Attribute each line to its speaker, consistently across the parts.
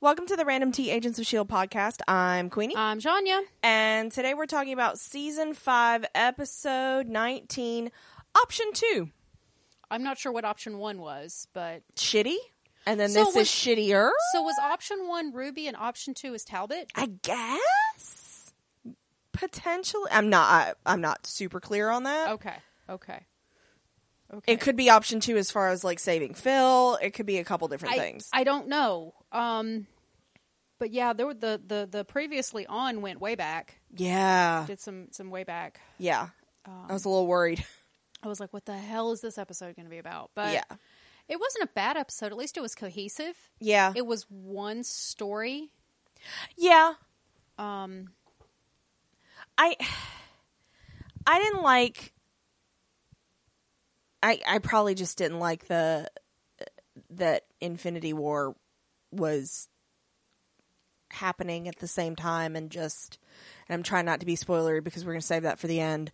Speaker 1: Welcome to the Random Tea Agents of S.H.I.E.L.D. E podcast. I'm Queenie.
Speaker 2: I'm Janya.
Speaker 1: and today we're talking about season 5, episode 19, option 2.
Speaker 2: I'm not sure what option one was, but
Speaker 1: Shitty. And then
Speaker 2: So
Speaker 1: this is
Speaker 2: was-
Speaker 1: shittier.
Speaker 2: so was option one Ruby and option two is Talbot.
Speaker 1: I guess potentially. I'm not. I, I'm not super clear on that.
Speaker 2: Okay, okay, okay.
Speaker 1: It could be option two as far as like saving Phil. It could be a couple different
Speaker 2: I,
Speaker 1: things.
Speaker 2: I don't know. Um, but yeah, there were the the the previously on went way back.
Speaker 1: yeah,
Speaker 2: Did some some way back.
Speaker 1: yeah.
Speaker 2: Um,
Speaker 1: I was a little worried.
Speaker 2: I was like, what the hell is this episode going to be about? But
Speaker 1: yeah,
Speaker 2: it wasn't a bad episode. At least it was cohesive.
Speaker 1: yeah,
Speaker 2: It was one story.
Speaker 1: yeah.
Speaker 2: Um,
Speaker 1: I I didn't like I I probably just didn't like the that Infinity War was happening at the same time and just and I'm trying not to be spoilery because we're going to save that for the end.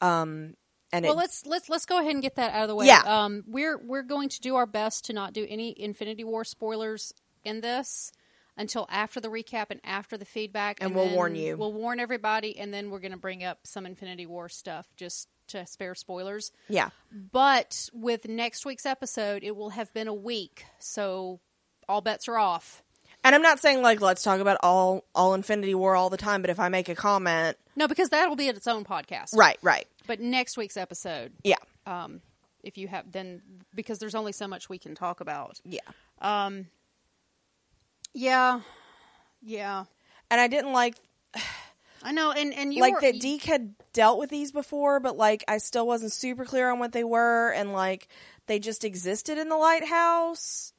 Speaker 1: Um and
Speaker 2: well,
Speaker 1: it,
Speaker 2: let's let's let's go ahead and get that out of the way.
Speaker 1: Yeah.
Speaker 2: Um, we're we're going to do our best to not do any Infinity War spoilers in this until after the recap and after the feedback,
Speaker 1: And we'll
Speaker 2: then
Speaker 1: warn you.
Speaker 2: We'll warn everybody, and then we're going to bring up some Infinity War stuff just to spare spoilers.
Speaker 1: yeah.
Speaker 2: But with next week's episode, it will have been a week, so all bets are off.
Speaker 1: And I'm not saying like let's talk about all all Infinity War all the time, but if I make a comment,
Speaker 2: No, because that'll be at its own podcast,
Speaker 1: right, right.
Speaker 2: But next week's episode,
Speaker 1: Yeah.
Speaker 2: um, if you have, then because there's only so much we can talk about.
Speaker 1: Yeah.
Speaker 2: Um. Yeah, yeah,
Speaker 1: And I didn't like
Speaker 2: I know, and and you
Speaker 1: like
Speaker 2: were,
Speaker 1: that Deke had dealt with these before, but like I still wasn't super clear on what they were, and like they just existed in the lighthouse.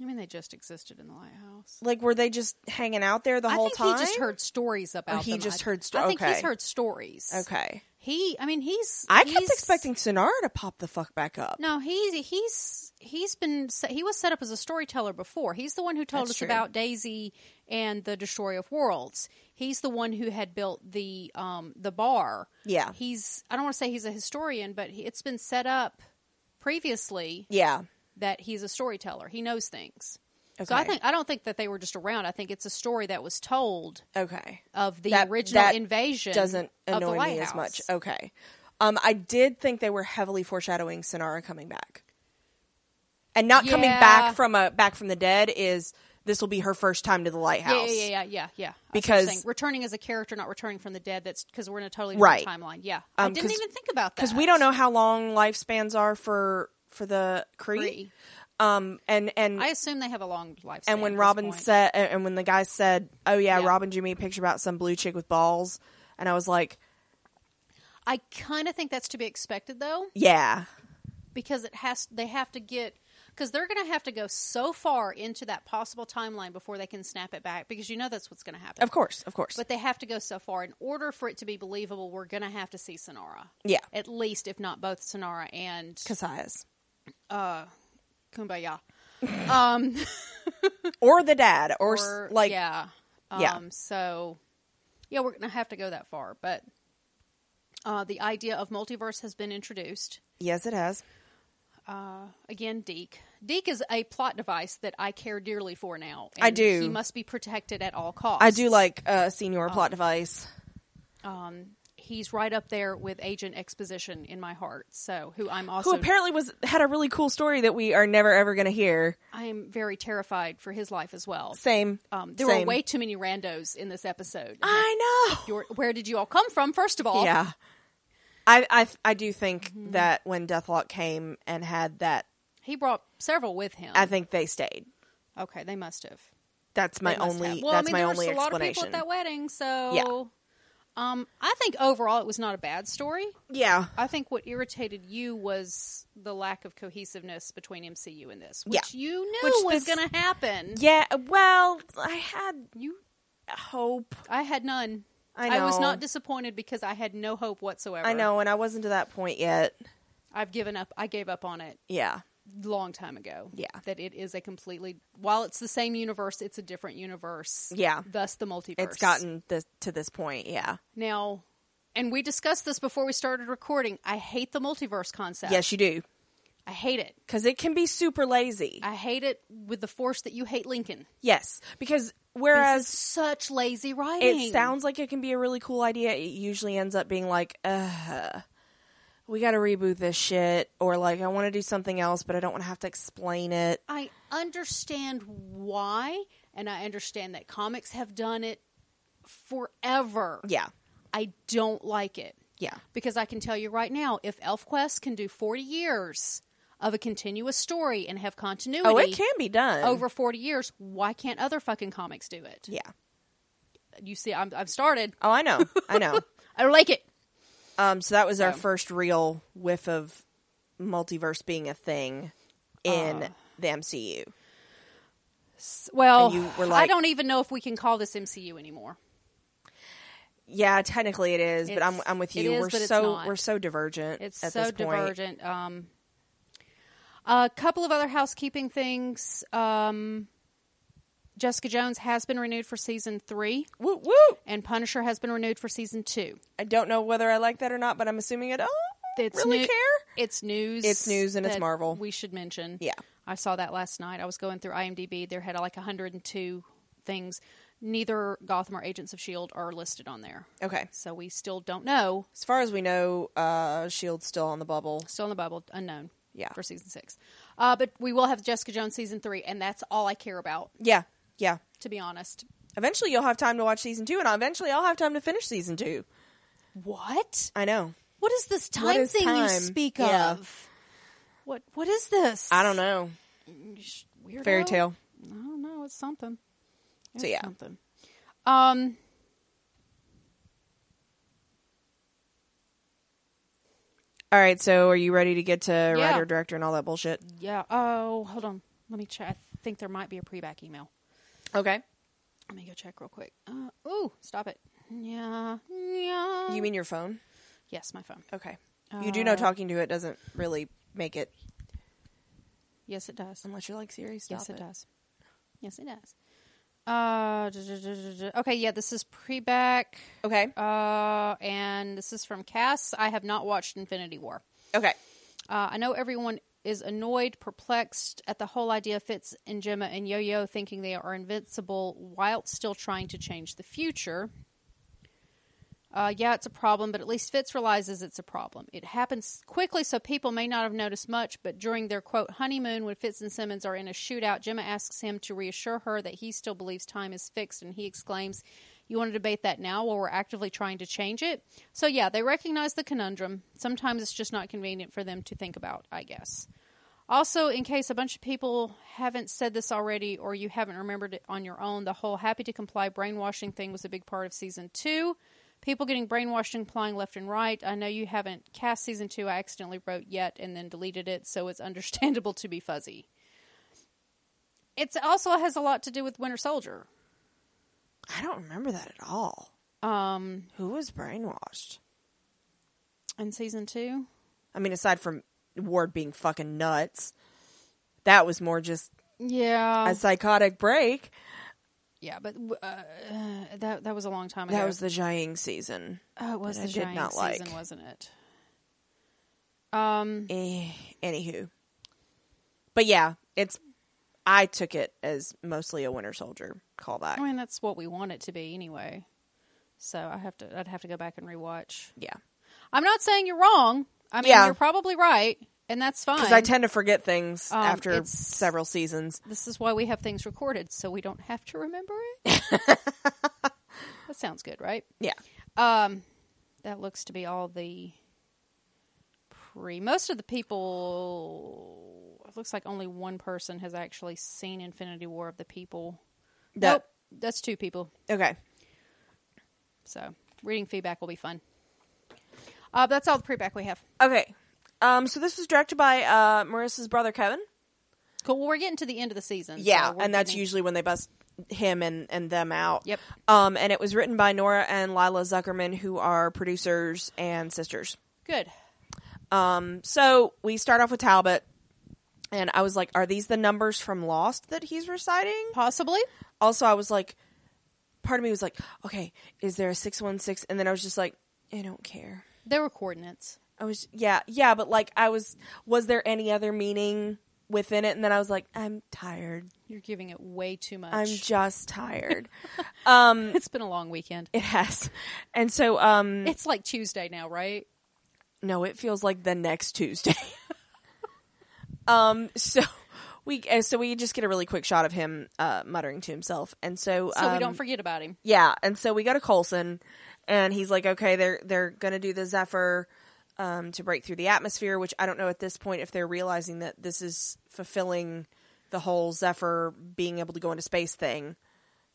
Speaker 2: I mean, they just existed in the lighthouse.
Speaker 1: Like, were they just hanging out there the
Speaker 2: I
Speaker 1: whole
Speaker 2: think
Speaker 1: time?
Speaker 2: he just heard stories about.
Speaker 1: he
Speaker 2: them.
Speaker 1: just
Speaker 2: I-
Speaker 1: heard sto-
Speaker 2: I think
Speaker 1: okay.
Speaker 2: he's heard stories.
Speaker 1: okay,
Speaker 2: He, I mean, he's.
Speaker 1: I kept
Speaker 2: he's-
Speaker 1: expecting Sonara to pop the fuck back up.
Speaker 2: No, he's he's he's been se- he was set up as a storyteller before. He's the one who told
Speaker 1: That's
Speaker 2: us
Speaker 1: true.
Speaker 2: about Daisy and the Destroyer of Worlds. He's the one who had built the um the bar.
Speaker 1: Yeah.
Speaker 2: he's I don't want to say he's a historian, but he, it's been set up previously
Speaker 1: Yeah,
Speaker 2: that he's a storyteller. He knows things. So I
Speaker 1: Okay.
Speaker 2: think I don't think that they were just around. I think it's a story that was told
Speaker 1: okay,
Speaker 2: of the
Speaker 1: That-
Speaker 2: original
Speaker 1: that
Speaker 2: invasion.
Speaker 1: doesn't
Speaker 2: of the
Speaker 1: annoy me as
Speaker 2: lighthouse.
Speaker 1: much. Okay, um, I did think they were heavily foreshadowing Sonara coming back, and not coming
Speaker 2: Yeah.
Speaker 1: back from a back from the dead is this will be her first time to the lighthouse.
Speaker 2: Yeah, yeah, yeah, yeah, yeah. yeah. I see what you're
Speaker 1: Oh, Because-
Speaker 2: saying. returning as a character, not returning from the dead. That's because we're in a totally
Speaker 1: Right.
Speaker 2: different timeline. Yeah, I
Speaker 1: Um,
Speaker 2: didn't
Speaker 1: 'cause-
Speaker 2: even think about that
Speaker 1: because we don't know how long lifespans are for for the Cree.
Speaker 2: Three.
Speaker 1: Um, and and
Speaker 2: I assume they have a long lifespan.
Speaker 1: and when
Speaker 2: at this
Speaker 1: Robin
Speaker 2: point.
Speaker 1: said, and and when the guy said, "Oh yeah,
Speaker 2: Yeah.
Speaker 1: Robin drew me a picture about some blue chick with balls," and I was like,
Speaker 2: I kind of think that's to be expected though,
Speaker 1: "Yeah,
Speaker 2: because it has. They have to get because they're going to have to go so far into that possible timeline before they can snap it back. Because you know that's what's going to happen.
Speaker 1: of course, of course,
Speaker 2: But they have to go so far. In order for it to be believable, we're going to have to see Sonara.
Speaker 1: Yeah.
Speaker 2: At least, if not both Sonara and
Speaker 1: Kasai's
Speaker 2: Kumbaya. um,
Speaker 1: or the dad or, s-
Speaker 2: or-
Speaker 1: like
Speaker 2: yeah. Um,
Speaker 1: yeah.
Speaker 2: So, yeah, we're going to have to go that far. But uh, the idea of multiverse has been introduced.
Speaker 1: yes, it has
Speaker 2: Uh, again, Deke. Deke is a plot device that I care dearly for now.
Speaker 1: I
Speaker 2: and
Speaker 1: do.
Speaker 2: He must be protected at all costs.
Speaker 1: I do like uh, senior plot device.
Speaker 2: Um, he's right up there with Agent Exposition in my heart. So, who I'm also
Speaker 1: Who apparently was had a really cool story that we are never ever going to hear.
Speaker 2: I am very terrified for his life as well.
Speaker 1: Same.
Speaker 2: Um, there
Speaker 1: Same.
Speaker 2: were way too many randos in this episode.
Speaker 1: I know.
Speaker 2: Your- where did you all come from? First of all,
Speaker 1: Yeah. I, I I do think that when Deathlock came and had that,
Speaker 2: he brought several with him.
Speaker 1: I think they stayed.
Speaker 2: okay, they must have.
Speaker 1: That's my
Speaker 2: They must
Speaker 1: only.
Speaker 2: have. Well,
Speaker 1: that's
Speaker 2: I mean,
Speaker 1: my
Speaker 2: there
Speaker 1: only
Speaker 2: was a lot of people
Speaker 1: explanation.
Speaker 2: at that wedding, so um, I think overall it was not a bad story.
Speaker 1: yeah,
Speaker 2: I think what irritated you was the lack of cohesiveness between MCU and this, which
Speaker 1: Yeah.
Speaker 2: you knew
Speaker 1: Which
Speaker 2: was
Speaker 1: this-
Speaker 2: going to happen.
Speaker 1: yeah. Well, I had
Speaker 2: You,
Speaker 1: hope.
Speaker 2: I had none.
Speaker 1: I
Speaker 2: was
Speaker 1: know.
Speaker 2: not disappointed because I had no hope whatsoever.
Speaker 1: I know, and I wasn't to that point yet.
Speaker 2: I've given up. I gave up on it
Speaker 1: Yeah,
Speaker 2: long time ago.
Speaker 1: Yeah.
Speaker 2: That it is a completely while it's the same universe, it's a different universe.
Speaker 1: Yeah.
Speaker 2: Thus the multiverse.
Speaker 1: it's gotten this to this point. Yeah.
Speaker 2: now and we discussed this before we started recording. I hate the multiverse concept.
Speaker 1: Yes, you do.
Speaker 2: I hate it.
Speaker 1: because it can be super lazy.
Speaker 2: I hate it with the force that you hate Lincoln.
Speaker 1: yes, because
Speaker 2: This is
Speaker 1: whereas
Speaker 2: such lazy writing.
Speaker 1: it sounds like it can be a really cool idea, it usually ends up being like, uh, we got to reboot this shit, or like I want to do something else, but I don't want to have to explain it.
Speaker 2: I understand why, and I understand that comics have done it forever.
Speaker 1: Yeah,
Speaker 2: I don't like it.
Speaker 1: yeah,
Speaker 2: Because I can tell you right now, if ElfQuest can do 40 years of a continuous story and have continuity
Speaker 1: Oh, it can be done.
Speaker 2: over 40 years, why can't other fucking comics do it?
Speaker 1: Yeah.
Speaker 2: You see, I'm, I've started.
Speaker 1: Oh, I know. I know.
Speaker 2: I don't like it.
Speaker 1: Um, so that was our
Speaker 2: So-
Speaker 1: first real whiff of multiverse being a thing in
Speaker 2: Uh.
Speaker 1: the MCU.
Speaker 2: S- Well,
Speaker 1: And you were
Speaker 2: I
Speaker 1: like-
Speaker 2: don't even know if we can call this MCU anymore.
Speaker 1: Yeah, technically it is, but I'm
Speaker 2: It's-
Speaker 1: I'm with
Speaker 2: it
Speaker 1: you.
Speaker 2: is,
Speaker 1: we're
Speaker 2: but it's
Speaker 1: so
Speaker 2: not.
Speaker 1: we're so divergent.
Speaker 2: It's
Speaker 1: at
Speaker 2: so
Speaker 1: this point.
Speaker 2: divergent. Um, a couple of other housekeeping things. Um, Jessica Jones has been renewed for season three,
Speaker 1: Woo woo!
Speaker 2: and Punisher has been renewed for season two.
Speaker 1: I don't know whether I like that or not, but I'm assuming I don't
Speaker 2: It's
Speaker 1: really
Speaker 2: new-
Speaker 1: care.
Speaker 2: It's news.
Speaker 1: It's news and it's
Speaker 2: that
Speaker 1: Marvel.
Speaker 2: We should mention.
Speaker 1: Yeah.
Speaker 2: I saw that last night. I was going through IMDb. There had like 102 things. Neither Gotham or Agents of Shield E are listed on there,
Speaker 1: Okay.
Speaker 2: so we still don't know.
Speaker 1: As far as we know, uh, Shield's still on the bubble.
Speaker 2: Still in the bubble, unknown.
Speaker 1: Yeah.
Speaker 2: For season six. Uh, but we will have Jessica Jones season three, and that's all I care about,
Speaker 1: Yeah, yeah.
Speaker 2: to be honest.
Speaker 1: Eventually, you'll have time to watch season two, and eventually, I'll have time to finish season two.
Speaker 2: What?
Speaker 1: I know.
Speaker 2: What is this time
Speaker 1: What is
Speaker 2: thing you
Speaker 1: time?
Speaker 2: speak
Speaker 1: Yeah.
Speaker 2: of? What what is this?
Speaker 1: I don't know.
Speaker 2: Weirdo?
Speaker 1: Fairy tale.
Speaker 2: I don't know, it's something.
Speaker 1: So,
Speaker 2: It's
Speaker 1: yeah.
Speaker 2: Something. Um
Speaker 1: All right. So, are you ready to get to
Speaker 2: Yeah.
Speaker 1: writer, director, and all that bullshit?
Speaker 2: yeah. Oh, hold on. Let me check. I think there might be a pre back email.
Speaker 1: Okay.
Speaker 2: Let me go check real quick. Uh, ooh, stop it. Yeah. Yeah.
Speaker 1: You mean your phone?
Speaker 2: Yes, my phone.
Speaker 1: Okay. you do know talking to it doesn't really make it
Speaker 2: Yes, it does.
Speaker 1: unless you're like serious.
Speaker 2: yes, it, does. Yes, it does. Uh, duh, duh, duh, duh, duh. okay, yeah, this is pre-back,
Speaker 1: Okay.
Speaker 2: uh, and this is from Cass. I have not watched Infinity War.
Speaker 1: Okay.
Speaker 2: Uh, I know everyone is annoyed, perplexed at the whole idea of Fitz and Gemma and Yo Yo thinking they are invincible while still trying to change the future. Uh, yeah, it's a problem, but at least Fitz realizes it's a problem. It happens quickly, so people may not have noticed much, but during their quote honeymoon, when Fitz and Simmons are in a shootout, Gemma asks him to reassure her that he still believes time is fixed, and he exclaims, You want to debate that now while we're actively trying to change it? So, yeah, they recognize the conundrum. Sometimes it's just not convenient for them to think about, I guess. Also, in case a bunch of people haven't said this already or you haven't remembered it on your own, the whole happy to comply brainwashing thing was a big part of season two. People getting brainwashed and applying left and right. I know you haven't cast season two. I accidentally wrote yet and then deleted it, so it's understandable to be fuzzy. It also has a lot to do with Winter Soldier.
Speaker 1: I don't remember that at all.
Speaker 2: Um,
Speaker 1: Who was brainwashed?
Speaker 2: in season two,
Speaker 1: I mean, aside from Ward being fucking nuts, that was more just
Speaker 2: yeah,
Speaker 1: a psychotic break.
Speaker 2: Oh yeah, but uh, uh, that that was a long time ago.
Speaker 1: That was the Jiang season.
Speaker 2: Oh, it was
Speaker 1: that
Speaker 2: the
Speaker 1: I did
Speaker 2: Giant
Speaker 1: not
Speaker 2: season,
Speaker 1: like.
Speaker 2: wasn't it? Um,
Speaker 1: Eh, anywho. But yeah, it's. I took it as mostly a Winter Soldier callback.
Speaker 2: I mean that's what we want it to be anyway. So I have to, I'd have to go back and rewatch.
Speaker 1: Yeah.
Speaker 2: I'm not saying you're wrong. I mean,
Speaker 1: Yeah.
Speaker 2: you're probably right, and that's fine.
Speaker 1: Because I tend to forget things
Speaker 2: Um,
Speaker 1: after
Speaker 2: it's-
Speaker 1: several seasons.
Speaker 2: this is why we have things recorded, so we don't have to remember it. that sounds good, right?
Speaker 1: Yeah.
Speaker 2: Um, that looks to be all the pre. Most of the people. It looks like only one person has actually seen Infinity War of the people.
Speaker 1: That,
Speaker 2: nope, that's two people.
Speaker 1: Okay.
Speaker 2: So reading feedback will be fun. Uh, that's all the pre-back we have.
Speaker 1: Okay. Um, so this was directed by uh, Marissa's brother Kevin.
Speaker 2: Cool. Well, we're getting to the end of the season. so
Speaker 1: Yeah,
Speaker 2: we're
Speaker 1: and that's
Speaker 2: getting-
Speaker 1: usually when they bust him and, and them out.
Speaker 2: Yep.
Speaker 1: Um, and it was written by Nora and Lila Zuckerman, who are producers and sisters.
Speaker 2: good.
Speaker 1: Um, so we start off with Talbot, and I was like, "Are these the numbers from Lost that he's reciting?"
Speaker 2: Possibly.
Speaker 1: Also, I was like, part of me was like, "Okay, is there a six one six? And then I was just like, "I don't care."
Speaker 2: There were coordinates.
Speaker 1: I was yeah, yeah, but like I was was there any other meaning within it? And then I was like, I'm tired.
Speaker 2: You're giving it way too much.
Speaker 1: I'm just tired. um
Speaker 2: it's been a long weekend.
Speaker 1: it has. And so um
Speaker 2: It's like Tuesday now, right?
Speaker 1: No, it feels like the next Tuesday. um, so we uh, so we just get a really quick shot of him uh, muttering to himself, and so
Speaker 2: So we
Speaker 1: um,
Speaker 2: don't forget about him.
Speaker 1: yeah, and so we go to Colson, and he's like, okay, they're they're gonna do the Zephyr um, to break through the atmosphere, which I don't know at this point if they're realizing that this is fulfilling the whole Zephyr being able to go into space thing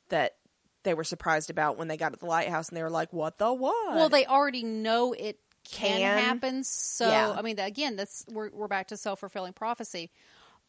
Speaker 1: that they were surprised about when they got at the lighthouse, and they were like, what the what?
Speaker 2: Well, they already know it can,
Speaker 1: Can.
Speaker 2: happen. So
Speaker 1: Yeah.
Speaker 2: I mean, again, that's we're we're back to self fulfilling prophecy.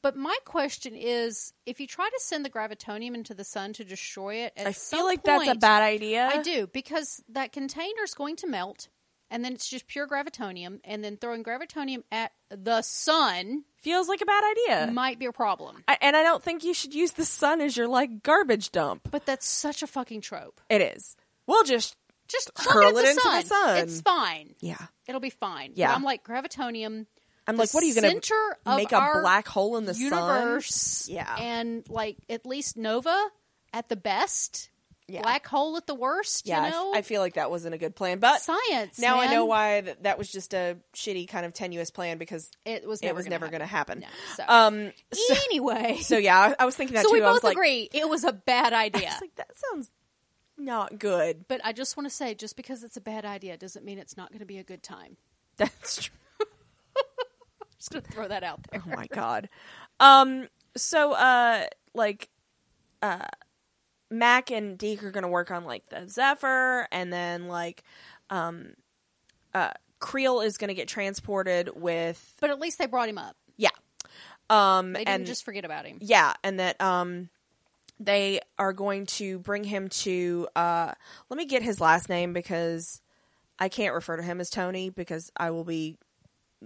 Speaker 2: But my question is, if you try to send the gravitonium into the sun to destroy it, at
Speaker 1: I
Speaker 2: some
Speaker 1: feel like that's a
Speaker 2: point-
Speaker 1: bad idea.
Speaker 2: I do because that container's going to melt, and then it's just pure gravitonium, and then throwing gravitonium at the sun
Speaker 1: feels like a bad idea.
Speaker 2: might be a problem.
Speaker 1: I, and I don't think you should use the sun as your like garbage dump.
Speaker 2: But that's such a fucking trope.
Speaker 1: It is. We'll just
Speaker 2: Just chuck
Speaker 1: Hurl
Speaker 2: it, at
Speaker 1: it
Speaker 2: the
Speaker 1: into the
Speaker 2: sun.
Speaker 1: sun.
Speaker 2: It's fine.
Speaker 1: yeah.
Speaker 2: It'll be fine. But
Speaker 1: Yeah.
Speaker 2: I'm like gravitonium.
Speaker 1: I'm
Speaker 2: the
Speaker 1: like, what are you going
Speaker 2: center
Speaker 1: to
Speaker 2: of
Speaker 1: make a
Speaker 2: our
Speaker 1: black hole in the
Speaker 2: universe?
Speaker 1: sun? Yeah.
Speaker 2: and like at least Nova at the best,
Speaker 1: Yeah.
Speaker 2: black hole at the worst.
Speaker 1: yeah. I
Speaker 2: you
Speaker 1: f-
Speaker 2: know,
Speaker 1: I feel like that wasn't a good plan, but
Speaker 2: science.
Speaker 1: now I know
Speaker 2: man.
Speaker 1: why that, that was just a shitty kind of tenuous plan because
Speaker 2: it was. Never
Speaker 1: it was
Speaker 2: gonna
Speaker 1: never
Speaker 2: happen.
Speaker 1: going to happen.
Speaker 2: No, so.
Speaker 1: Um. So,
Speaker 2: anyway,
Speaker 1: so yeah, I, I was thinking that
Speaker 2: so
Speaker 1: too.
Speaker 2: we
Speaker 1: I
Speaker 2: both
Speaker 1: was like,
Speaker 2: agree it was a bad idea.
Speaker 1: I was like, that sounds not good.
Speaker 2: but I just want to say, just because it's a bad idea doesn't mean it's not going to be a good time.
Speaker 1: That's true.
Speaker 2: Just going to throw that out there.
Speaker 1: Oh my god. Um so uh like uh Mac and Deke are gonna work on like the Zephyr and then like um uh Creel is gonna get transported with
Speaker 2: But at least they brought him up.
Speaker 1: yeah. Um
Speaker 2: They didn't
Speaker 1: and
Speaker 2: just forget about him.
Speaker 1: yeah, and that um they are going to bring him to uh let me get his last name because I can't refer to him as Tony because I will be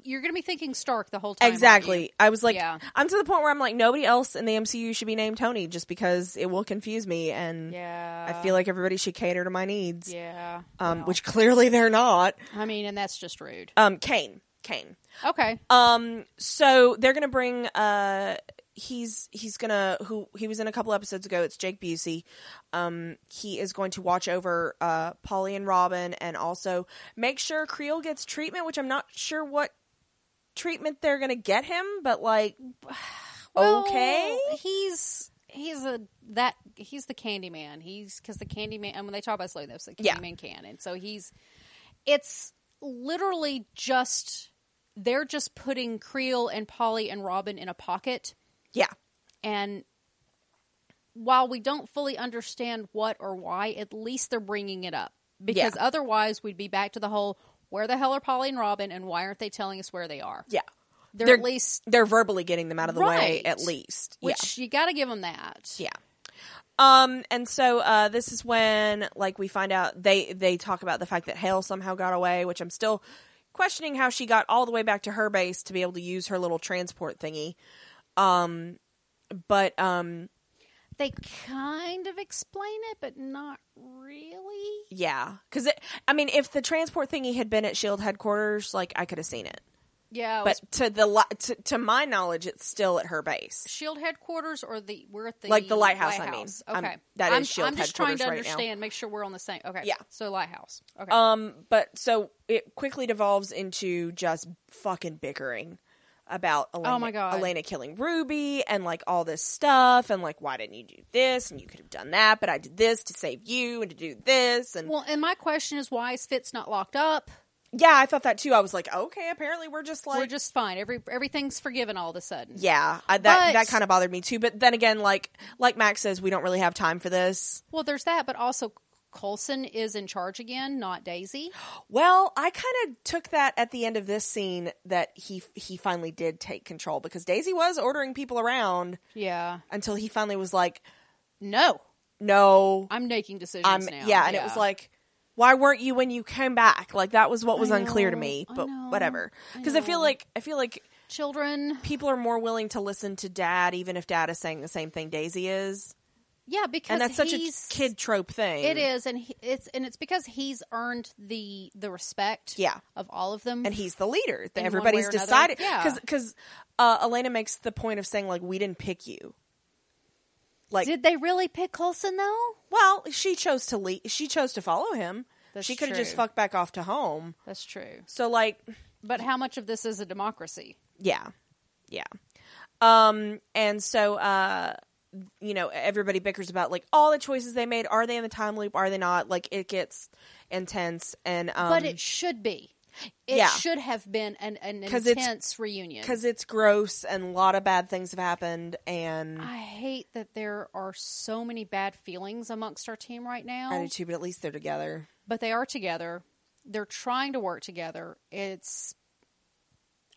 Speaker 2: You're going to be thinking Stark the whole time. aren't you?
Speaker 1: Exactly. I was like,
Speaker 2: Yeah.
Speaker 1: I'm to the point where I'm like, nobody else in the MCU should be named Tony just because it will confuse me, and
Speaker 2: Yeah.
Speaker 1: I feel like everybody should cater to my needs,
Speaker 2: Yeah.
Speaker 1: um,
Speaker 2: well,
Speaker 1: which clearly they're not.
Speaker 2: I mean, and that's just rude.
Speaker 1: Um, Kane, Kane.
Speaker 2: Okay.
Speaker 1: Um, so they're gonna bring. Uh, he's he's gonna who he was in a couple episodes ago. It's Jake Busey. Um, he is going to watch over uh Polly and Robin, and also make sure Creel gets treatment, which I'm not sure what treatment they're gonna get him, but like.
Speaker 2: Oh.
Speaker 1: Okay.
Speaker 2: Well, he's he's a that he's the candy man. He's because the candy man. And when they talk about slow, that's the
Speaker 1: Yeah.
Speaker 2: candy man can. And so he's it's literally just they're just putting Creel and Polly and Robin in a pocket.
Speaker 1: Yeah.
Speaker 2: And while we don't fully understand what or why, at least they're bringing it up because
Speaker 1: Yeah.
Speaker 2: otherwise we'd be back to the whole where the hell are Polly and Robin and why aren't they telling us where they are?
Speaker 1: Yeah.
Speaker 2: They're, at least
Speaker 1: they're verbally getting them out of the way
Speaker 2: Right.
Speaker 1: at least.
Speaker 2: which you got to give them that.
Speaker 1: yeah. Yeah. Um and so uh this is when like we find out they they talk about the fact that Hale somehow got away, which I'm still questioning how she got all the way back to her base to be able to use her little transport thingy. Um but um
Speaker 2: they kind of explain it, but not really.
Speaker 1: yeah, cuz I mean if the transport thingy had been at shield E headquarters, like I could have seen it.
Speaker 2: Yeah, it
Speaker 1: But
Speaker 2: was
Speaker 1: to the li- to, to my knowledge it's still at her base.
Speaker 2: Shield E headquarters or the we're at the
Speaker 1: Like the lighthouse, I mean.
Speaker 2: lighthouse.
Speaker 1: I'm-
Speaker 2: Okay,
Speaker 1: that is
Speaker 2: I'm,
Speaker 1: Shield
Speaker 2: I'm just trying
Speaker 1: E
Speaker 2: to
Speaker 1: headquarters right now.
Speaker 2: understand, make sure we're on the same. Okay,
Speaker 1: Yeah.
Speaker 2: So lighthouse. Okay,
Speaker 1: Um, but so it quickly devolves into just fucking bickering about Elena,
Speaker 2: my God.
Speaker 1: Elena killing Ruby and like all this stuff and like why didn't you do this and you could have done that but I did this to save you and to do this and
Speaker 2: well, and my question is, why is Fitz not locked up?
Speaker 1: yeah I thought that too I was like okay apparently we're just like
Speaker 2: we're just fine. Every everything's forgiven all of a sudden.
Speaker 1: yeah I, that
Speaker 2: But-
Speaker 1: that kind of bothered me too but then again like like Max says we don't really have time for this
Speaker 2: Well, there's that, but also Colson is in charge again, not Daisy.
Speaker 1: Well, I kind of took that at the end of this scene that he he finally did take control because Daisy was ordering people around
Speaker 2: Yeah.
Speaker 1: until he finally was like,
Speaker 2: No,
Speaker 1: "No,
Speaker 2: I'm making decisions
Speaker 1: I'm
Speaker 2: now.
Speaker 1: yeah," and it was like, "Why weren't you when you came back?" Like that was what was
Speaker 2: I
Speaker 1: unclear to
Speaker 2: know,
Speaker 1: me,
Speaker 2: I
Speaker 1: but
Speaker 2: know,
Speaker 1: whatever.
Speaker 2: I
Speaker 1: Because I, feel
Speaker 2: know.
Speaker 1: like I feel like
Speaker 2: children.
Speaker 1: people are more willing to listen to Dad even if Dad is saying the same thing Daisy is.
Speaker 2: Yeah, because
Speaker 1: and that's such a
Speaker 2: he's-
Speaker 1: kid trope thing.
Speaker 2: It is, and he, it's and it's because he's earned the the respect.
Speaker 1: Yeah.
Speaker 2: of all of them.
Speaker 1: and he's the leader. That
Speaker 2: In one way
Speaker 1: everybody's
Speaker 2: or another.
Speaker 1: decided.
Speaker 2: Yeah.
Speaker 1: because uh, Elena makes the point of saying like we didn't pick you. Like
Speaker 2: did they really pick Coulson though?
Speaker 1: well, she chose to leave. She chose to follow him.
Speaker 2: That's
Speaker 1: she could have just
Speaker 2: true.
Speaker 1: fucked back off to home.
Speaker 2: That's true.
Speaker 1: So like,
Speaker 2: But how much of this is a democracy?
Speaker 1: yeah, yeah. Um, and so uh, you know, everybody bickers about like all the choices they made. Are they in the time loop? Are they not? Like it gets intense and um,
Speaker 2: but it should be. It
Speaker 1: yeah.
Speaker 2: should have been an, an
Speaker 1: 'Cause it's-
Speaker 2: intense reunion.
Speaker 1: because it's gross and a lot of bad things have happened and
Speaker 2: I hate that there are so many bad feelings amongst our team right now.
Speaker 1: attitude but at least they're together
Speaker 2: But they are together. They're trying to work together. It's.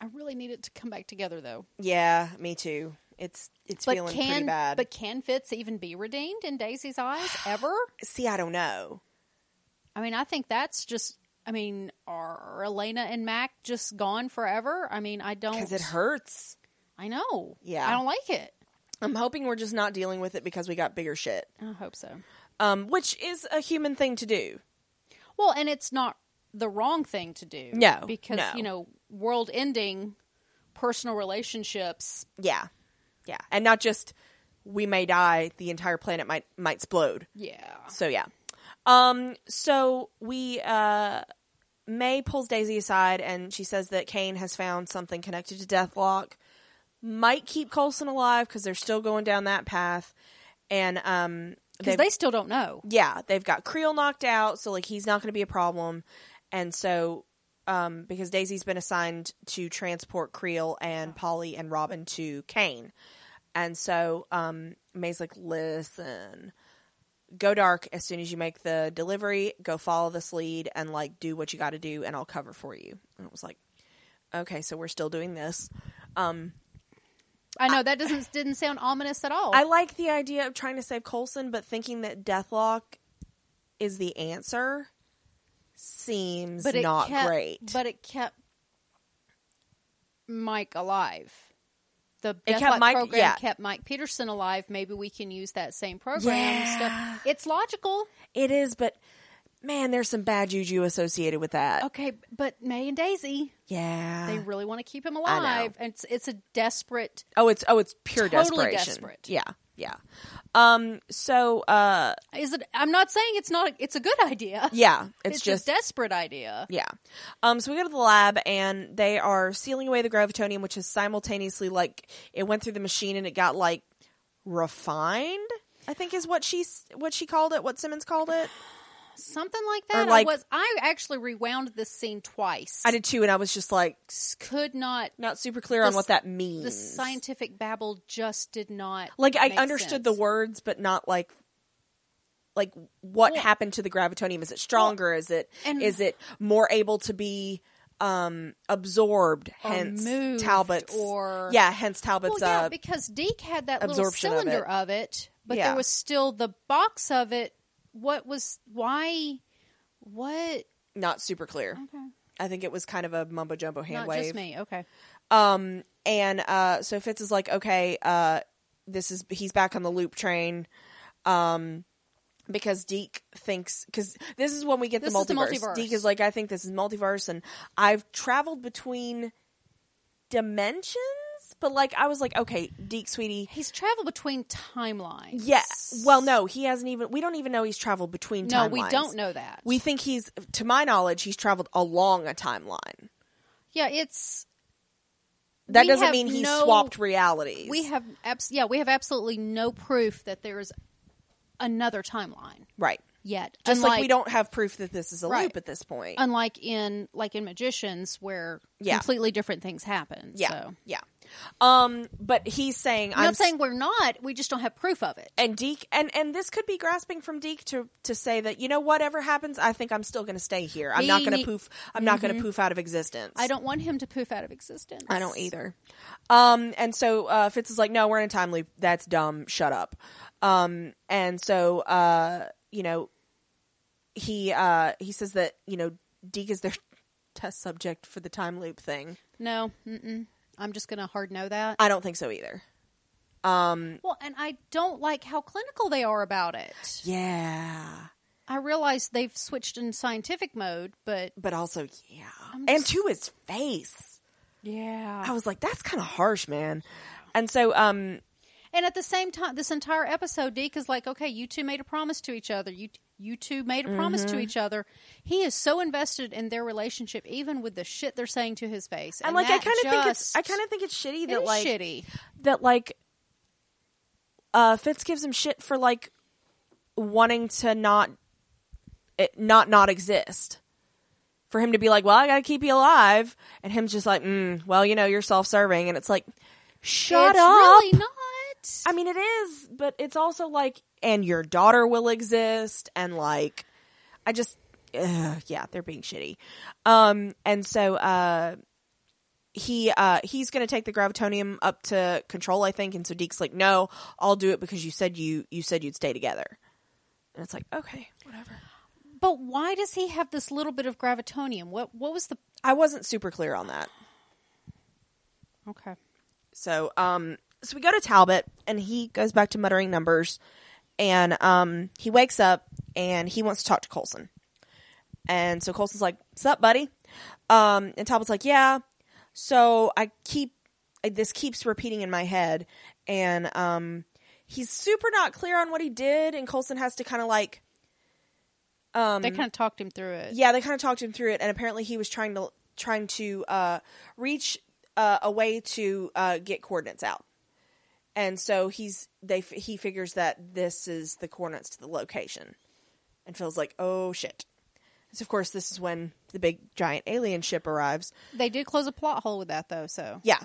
Speaker 2: I really need it to come back together though.
Speaker 1: yeah me too it's it's
Speaker 2: But
Speaker 1: feeling
Speaker 2: can
Speaker 1: pretty bad
Speaker 2: but can Fitz even be redeemed in Daisy's eyes ever?
Speaker 1: see i don't know
Speaker 2: I mean, I think that's just. I mean, are Elena and Mac just gone forever? I mean, I don't.
Speaker 1: because it hurts
Speaker 2: I know.
Speaker 1: Yeah.
Speaker 2: I don't like it.
Speaker 1: i'm hoping we're just not dealing with it because we got bigger shit
Speaker 2: I hope so.
Speaker 1: um which is a human thing to do
Speaker 2: Well, and it's not the wrong thing to do.
Speaker 1: No,
Speaker 2: Because,
Speaker 1: no.
Speaker 2: you know, world ending, personal relationships.
Speaker 1: yeah yeah and not just we may die the entire planet might might explode
Speaker 2: Yeah.
Speaker 1: So yeah. Um so we uh May pulls Daisy aside and she says that Kane has found something connected to Deathlock. Might keep Colson alive because they're still going down that path. And um
Speaker 2: Because
Speaker 1: they've,
Speaker 2: they still don't know.
Speaker 1: yeah, they've got Creel knocked out, so like he's not gonna be a problem. And so um because Daisy's been assigned to transport Creel and Polly and Robin to Kane. And so um, May's like, listen, go dark as soon as you make the delivery. Go follow this lead and like do what you got to do, and I'll cover for you. And it was like, okay, so we're still doing this. Um,
Speaker 2: I know that doesn't didn't sound ominous at all.
Speaker 1: I like the idea of trying to save Colson, but thinking that Deathlock is the answer seems
Speaker 2: but it
Speaker 1: not
Speaker 2: kept,
Speaker 1: great.
Speaker 2: But it kept Mike alive. The
Speaker 1: It
Speaker 2: Death
Speaker 1: kept
Speaker 2: Lock
Speaker 1: Mike-
Speaker 2: program
Speaker 1: yeah.
Speaker 2: kept Mike Peterson alive. Maybe we can use that same program and
Speaker 1: Yeah.
Speaker 2: stuff. It's logical.
Speaker 1: it is, but man, there's some bad juju associated with that.
Speaker 2: Okay, but May and Daisy,
Speaker 1: Yeah.
Speaker 2: they really want to keep him
Speaker 1: I know.
Speaker 2: alive. And it's it's a desperate
Speaker 1: Oh, it's oh, it's pure
Speaker 2: Totally
Speaker 1: desperation.
Speaker 2: desperate.
Speaker 1: Yeah, yeah. Um. So, uh,
Speaker 2: Is it? I'm not saying it's not. It's a good idea.
Speaker 1: yeah. It's,
Speaker 2: it's,
Speaker 1: just
Speaker 2: a desperate idea.
Speaker 1: yeah. Um. So we go to the lab and they are sealing away the gravitonium, which is simultaneously like it went through the machine and it got like refined. I think is what she s- what she called it. What Simmons called it.
Speaker 2: Something like that.
Speaker 1: like-
Speaker 2: I was. I actually rewound this scene twice.
Speaker 1: I did too, and I was just like
Speaker 2: S- could not.
Speaker 1: not super clear
Speaker 2: The
Speaker 1: on
Speaker 2: s-
Speaker 1: what that means.
Speaker 2: The scientific babble just did not.
Speaker 1: like I
Speaker 2: make
Speaker 1: understood
Speaker 2: sense.
Speaker 1: the words, but not like like what
Speaker 2: Well-
Speaker 1: happened to the gravitonium. Is it stronger? is it is
Speaker 2: and-
Speaker 1: it more able to be um absorbed?
Speaker 2: Or
Speaker 1: hence
Speaker 2: moved,
Speaker 1: Talbot's
Speaker 2: or-
Speaker 1: yeah, hence
Speaker 2: Well,
Speaker 1: Talbot's
Speaker 2: yeah,
Speaker 1: uh,
Speaker 2: because Deke had that little
Speaker 1: absorption of it.
Speaker 2: cylinder of it, but
Speaker 1: Yeah.
Speaker 2: there was still the box of it. What was why? What?
Speaker 1: not super clear.
Speaker 2: Okay.
Speaker 1: I think it was kind of a mumbo jumbo hand
Speaker 2: Not
Speaker 1: wave.
Speaker 2: just me. Okay.
Speaker 1: Um, and uh, so Fitz is like, okay, uh, this is he's back on the loop train, um, because Deke thinks because this is when we get the
Speaker 2: This is the
Speaker 1: multiverse.
Speaker 2: multiverse.
Speaker 1: Deke is like, I think this is multiverse, and I've traveled between dimensions, but like I was like, okay, Deke, sweetie.
Speaker 2: He's traveled between timelines.
Speaker 1: Yeah. Well, no, he hasn't even. We don't even know he's traveled between.
Speaker 2: No,
Speaker 1: timelines.
Speaker 2: we don't know that.
Speaker 1: We think he's, to my knowledge, he's traveled along a timeline.
Speaker 2: Yeah, it's
Speaker 1: That
Speaker 2: We
Speaker 1: doesn't
Speaker 2: have
Speaker 1: mean he
Speaker 2: no-
Speaker 1: swapped realities.
Speaker 2: we have abs- yeah we have absolutely no proof that there's another timeline
Speaker 1: right.
Speaker 2: yet.
Speaker 1: Just
Speaker 2: unlike,
Speaker 1: like we don't have proof that this is a
Speaker 2: Right. Uh,
Speaker 1: loop at this point.
Speaker 2: unlike in like in magicians where
Speaker 1: Yeah.
Speaker 2: completely different things happen.
Speaker 1: yeah,
Speaker 2: so.
Speaker 1: yeah. Um, but he's saying,
Speaker 2: I'm
Speaker 1: "I'm
Speaker 2: not saying we're not. We just don't have proof of it.
Speaker 1: and Deke, and and this could be grasping from Deke to to say that you know whatever happens, I think I'm still going to stay here. I'm
Speaker 2: He
Speaker 1: not going to
Speaker 2: need-
Speaker 1: poof. I'm not going to poof out of existence.
Speaker 2: I don't want him to poof out of existence.
Speaker 1: I don't either. Um, and so uh, Fitz is like, "No, we're in a time loop. That's dumb. Shut up." Um, and so uh, you know, he uh he says that you know Deke is their test subject for the time loop thing.
Speaker 2: No, mm-mm. I'm just gonna hard know that.
Speaker 1: I don't think so either. Um,
Speaker 2: Well, and I don't like how clinical they are about it.
Speaker 1: yeah.
Speaker 2: I realize they've switched in scientific mode, but
Speaker 1: But also, yeah.
Speaker 2: I'm
Speaker 1: and
Speaker 2: just-
Speaker 1: to his face.
Speaker 2: yeah.
Speaker 1: I was like, that's kind of harsh, man. And so, um,
Speaker 2: And at the same time, this entire episode, Deke is like, okay, you two made a promise to each other. You you two made a promise
Speaker 1: Mm-hmm.
Speaker 2: to each other. He is so invested in their relationship, even with the shit they're saying to his face.
Speaker 1: and like, I
Speaker 2: that
Speaker 1: kind of think it's,
Speaker 2: just-
Speaker 1: I kind of think it's shitty
Speaker 2: it
Speaker 1: that
Speaker 2: is
Speaker 1: like,
Speaker 2: shitty.
Speaker 1: that like, uh, Fitz gives him shit for like wanting to not, it, not, not exist. For him to be like, well, I gotta keep you alive. And him just like, mm, well, you know, you're self serving. And it's like, shut
Speaker 2: it's
Speaker 1: up.
Speaker 2: Really not.
Speaker 1: I mean, it is, but it's also like, and your daughter will exist, and like, I just, ugh, yeah, they're being shitty. Um, and so, uh, he uh he's gonna take the gravitonium up to control, I think, and so Deke's like, no, I'll do it because you said you you said you'd stay together, and it's like, okay, whatever.
Speaker 2: But why does he have this little bit of gravitonium? What what was the
Speaker 1: I wasn't super clear on that.
Speaker 2: okay?
Speaker 1: So, um, so we go to Talbot, and he goes back to muttering numbers, and um, he wakes up and he wants to talk to Colson, and so Colson's like, "Sup, buddy?" Um, and Talbot's like, "Yeah." So I keep I- this keeps repeating in my head, and um, he's super not clear on what he did, and Colson has to kind of like, um,
Speaker 2: They kind of talked him through it.
Speaker 1: yeah, they kind of talked him through it, and apparently he was trying to trying to uh, reach uh, a way to uh, get coordinates out, and so he's they f- he figures that this is the coordinates to the location, and feels like oh shit. So of course this is when the big giant alien ship arrives.
Speaker 2: They did close a plot hole with that though, so
Speaker 1: Yeah,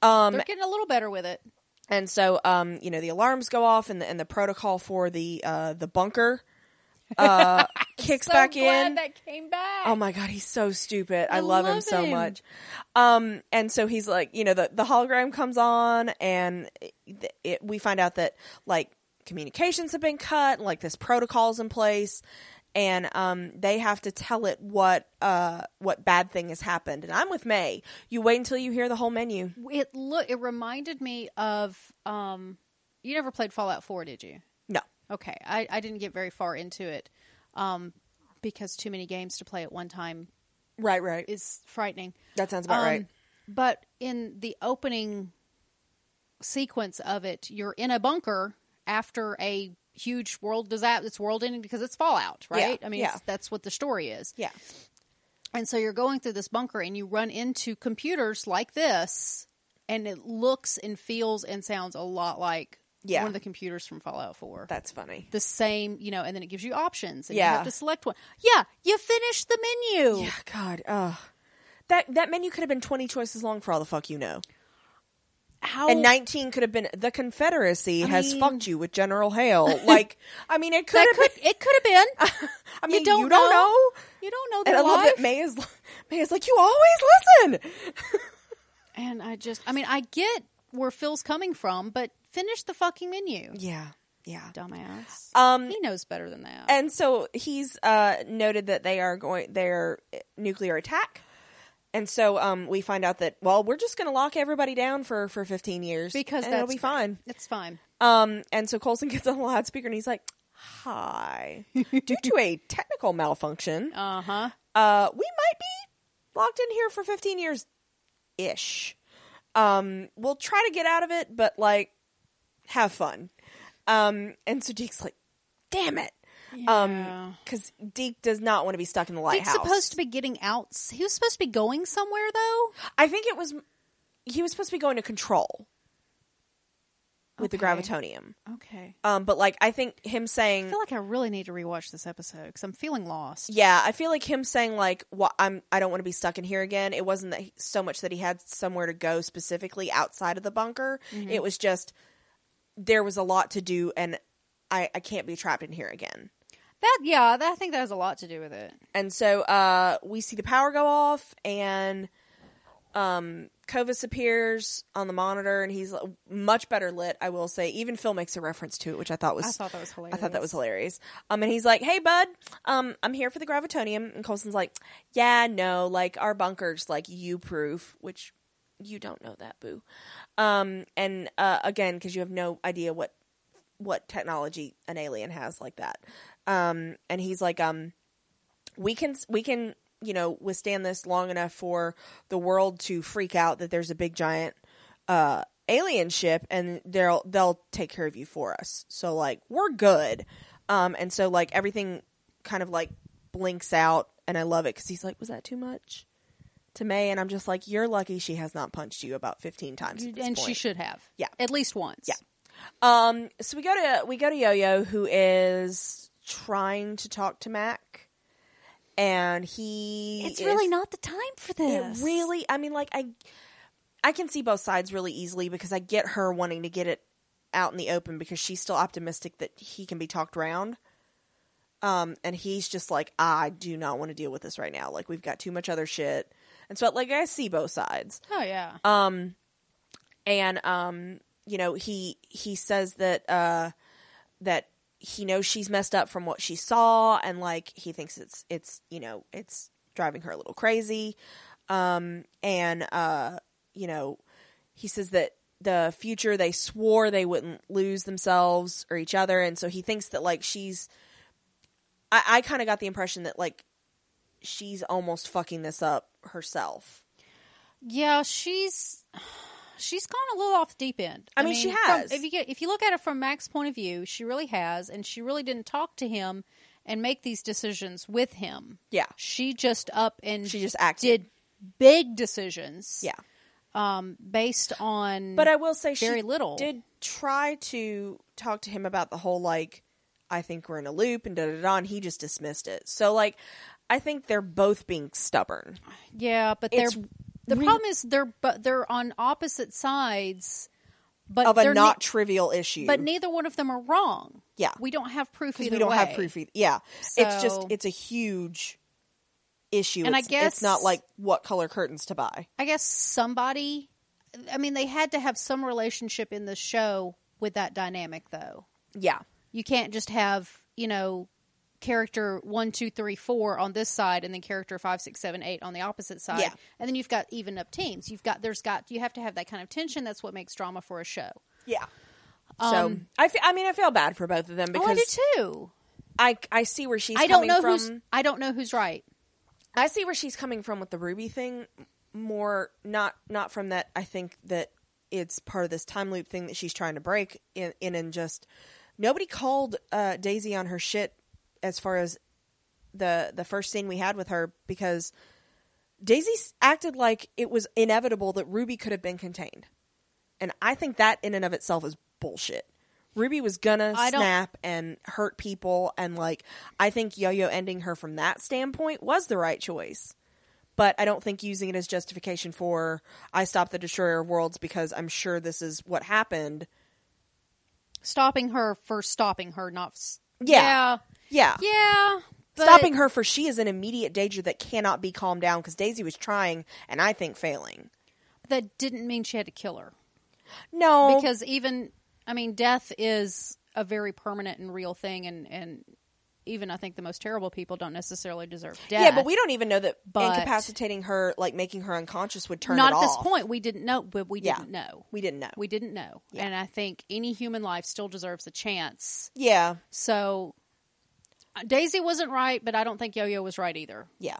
Speaker 1: um,
Speaker 2: they're getting a little better with it.
Speaker 1: and so um, you know the alarms go off, and the and the protocol for the uh, the bunker uh, kicks
Speaker 2: So
Speaker 1: back
Speaker 2: glad
Speaker 1: in.
Speaker 2: that came back.
Speaker 1: Oh my god, he's so stupid. I,
Speaker 2: I
Speaker 1: love, him
Speaker 2: love
Speaker 1: so
Speaker 2: him.
Speaker 1: much. Um, and so he's like, you know, the the hologram comes on, and it, it, we find out that like communications have been cut, like this protocol's in place, and um, they have to tell it what uh what bad thing has happened. And I'm with May. You wait until you hear the whole menu.
Speaker 2: it look it reminded me of um you never played fallout 4 did you
Speaker 1: No,
Speaker 2: okay i, I didn't get very far into it um because too many games to play at one time
Speaker 1: right, right.
Speaker 2: is frightening
Speaker 1: that sounds about
Speaker 2: Um,
Speaker 1: right.
Speaker 2: but in the opening sequence of it you're in a bunker after a huge world disaster it's world ending because it's fallout
Speaker 1: Yeah,
Speaker 2: right i mean it's-
Speaker 1: yeah.
Speaker 2: that's what the story is
Speaker 1: Yeah,
Speaker 2: and so you're going through this bunker and you run into computers like this, and it looks and feels and sounds a lot like
Speaker 1: Yeah.
Speaker 2: one of the computers from Fallout 4.
Speaker 1: that's funny.
Speaker 2: the same, you know, and then it gives you options and you
Speaker 1: Yeah.
Speaker 2: have to select one. Yeah, you finish the menu.
Speaker 1: Yeah, God, ugh. That that menu could have been 20 choices long for all the fuck you know.
Speaker 2: How
Speaker 1: and 19 could have been the confederacy
Speaker 2: Oh. I
Speaker 1: has
Speaker 2: mean-
Speaker 1: fucked you with general hale like i mean it could
Speaker 2: that
Speaker 1: have
Speaker 2: could it could have been.
Speaker 1: been i mean you
Speaker 2: don't
Speaker 1: don't, know.
Speaker 2: know. You don't know
Speaker 1: and i
Speaker 2: their
Speaker 1: love
Speaker 2: life.
Speaker 1: that may is may is like you always listen
Speaker 2: and I just I mean, I get where Phil's coming from, but finish the fucking menu.
Speaker 1: yeah yeah
Speaker 2: Dumbass.
Speaker 1: Um,
Speaker 2: he knows better than that.
Speaker 1: and so he's uh noted that they are going their nuclear attack and so um we find out that well we're just going to lock everybody down for for 15 years
Speaker 2: because
Speaker 1: and
Speaker 2: that's
Speaker 1: it'll be
Speaker 2: great.
Speaker 1: fine
Speaker 2: It's fine.
Speaker 1: Um, and so Colson gets on the loudspeaker and he's like, "Hi, due to a technical malfunction,
Speaker 2: Uh-huh.
Speaker 1: uh, we might be locked in here for 15 years, ish. Um, we'll try to get out of it, but like, have fun." Um, and so Deke's like, "Damn it,"
Speaker 2: Yeah.
Speaker 1: um, because Deke does not want to be stuck in the
Speaker 2: He's
Speaker 1: lighthouse.
Speaker 2: supposed to be getting out. He was supposed to be going somewhere, though.
Speaker 1: I think it was he was supposed to be going to control with the
Speaker 2: Okay.
Speaker 1: gravitonium.
Speaker 2: Okay.
Speaker 1: Um, but like, I think him
Speaker 2: I
Speaker 1: saying
Speaker 2: feel like I really need to rewatch this episode because I'm feeling lost.
Speaker 1: Yeah, I feel like him saying like, "What I'm, I don't want to be stuck in here again." It wasn't that he, so much that he had somewhere to go specifically outside of the bunker.
Speaker 2: Mm-hmm.
Speaker 1: It was just there was a lot to do, and I, I can't be trapped in here again.
Speaker 2: That yeah, that, I think that has a lot to do with it.
Speaker 1: And so uh, we see the power go off, and um, Kovis appears on the monitor, and he's uh, much better lit. I will say, even Phil makes a reference to it, which I thought was
Speaker 2: I thought that was hilarious.
Speaker 1: I thought that was hilarious. Um, and he's like, "Hey, bud, um, I'm here for the gravitonium." And Colson's like, "Yeah, no, like our bunker's like you proof," which you don't know that, boo. Um, and uh, again, because you have no idea what what technology an alien has like that. Um, and he's like, um, we can we can you know withstand this long enough for the world to freak out that there's a big giant uh, alien ship, and they'll they'll take care of you for us. So like we're good. Um, and so like everything kind of like blinks out, and I love it because he's like, was that too much? To May, and I'm just like, you're lucky she has not punched you about 15 times. at this
Speaker 2: and she
Speaker 1: point."
Speaker 2: should have.
Speaker 1: Yeah.
Speaker 2: At least once.
Speaker 1: Yeah. Um, so we go to we go to Yo-Yo, who is trying to talk to Mac, and he
Speaker 2: It's
Speaker 1: is-
Speaker 2: really not the time for this.
Speaker 1: It really, I mean, like I, I can see both sides really easily because I get her wanting to get it out in the open because she's still optimistic that he can be talked round. Um, and he's just like, I do not want to deal with this right now. Like we've got too much other shit, and so like I see both sides
Speaker 2: Oh yeah.
Speaker 1: um and um you know he he says that uh that he knows she's messed up from what she saw and like he thinks it's it's you know it's driving her a little crazy um and uh you know he says that the future they swore they wouldn't lose themselves or each other and so he thinks that like she's i, I kind of got the impression that like she's almost fucking this up herself
Speaker 2: yeah, she's she's gone a little off the deep end.
Speaker 1: I mean, she
Speaker 2: from-
Speaker 1: has.
Speaker 2: if you get, if you look at it from Mac's point of view, she really has, and she really didn't talk to him and make these decisions with him.
Speaker 1: yeah
Speaker 2: She just up and
Speaker 1: She just acted.
Speaker 2: did big decisions.
Speaker 1: yeah
Speaker 2: Um, based on
Speaker 1: But uh, I will say she
Speaker 2: Mm-hmm. very little.
Speaker 1: did try to talk to him about the whole like I think we're in a loop and da da da and he just dismissed it. So like I think they're both being stubborn.
Speaker 2: yeah, but they're
Speaker 1: It's
Speaker 2: the
Speaker 1: re-
Speaker 2: problem is they're but they're on opposite sides. But
Speaker 1: Of a
Speaker 2: Uh, they're ne-
Speaker 1: not trivial issue.
Speaker 2: but neither one of them are wrong.
Speaker 1: Yeah.
Speaker 2: we don't have proof either
Speaker 1: because we don't have
Speaker 2: way.
Speaker 1: proof either. Yeah. It's just
Speaker 2: So-
Speaker 1: it's a huge issue.
Speaker 2: And I
Speaker 1: it's, it's not
Speaker 2: guess-
Speaker 1: like what color curtains to buy.
Speaker 2: I guess somebody. I mean, they had to have some relationship in the show with that dynamic, though.
Speaker 1: Yeah.
Speaker 2: You can't just have you know character one, two, three, four on this side, and then character five, six, seven, eight on the opposite side,
Speaker 1: Yeah.
Speaker 2: and then you've got even up teams. You've got there's got you have to have that kind of tension. That's what makes drama for a show.
Speaker 1: Yeah. So I fe- I mean I feel bad for both of them
Speaker 2: Um, oh, I do
Speaker 1: because
Speaker 2: too.
Speaker 1: I, I see where she's
Speaker 2: I don't
Speaker 1: coming
Speaker 2: know
Speaker 1: from.
Speaker 2: who's I don't know who's right.
Speaker 1: I see where she's coming from with the Ruby thing more not not from that I think that it's part of this time loop thing that she's trying to break in in and just nobody called uh, Daisy on her shit as far as the the first scene we had with her because Daisy s- acted like it was inevitable that Ruby could have been contained. And I think that in and of itself is bullshit. Ruby was gonna
Speaker 2: I don't-
Speaker 1: snap and hurt people and like I think yo-yo ending her from that standpoint was the right choice. But I don't think using it as justification for I stopped the destroyer of worlds because I'm sure this is what happened.
Speaker 2: Stopping her for stopping her, not s-
Speaker 1: Yeah. Yeah.
Speaker 2: yeah, yeah but-
Speaker 1: Stopping her for she is an immediate danger that cannot be calmed down because Daisy was trying and I think failing.
Speaker 2: that didn't mean she had to kill her
Speaker 1: No,
Speaker 2: because even i mean death is a very permanent and real thing and and even i think the most terrible people don't necessarily deserve death
Speaker 1: Yeah, but we don't even know that
Speaker 2: But-
Speaker 1: incapacitating her, like making her unconscious, would turn
Speaker 2: not
Speaker 1: it
Speaker 2: at this
Speaker 1: off.
Speaker 2: point we didn't know but we
Speaker 1: Yeah.
Speaker 2: didn't know
Speaker 1: We didn't know.
Speaker 2: we didn't know and i think any human life still deserves a chance
Speaker 1: yeah,
Speaker 2: so uh, daisy wasn't right but i don't think yo-yo was right either
Speaker 1: yeah.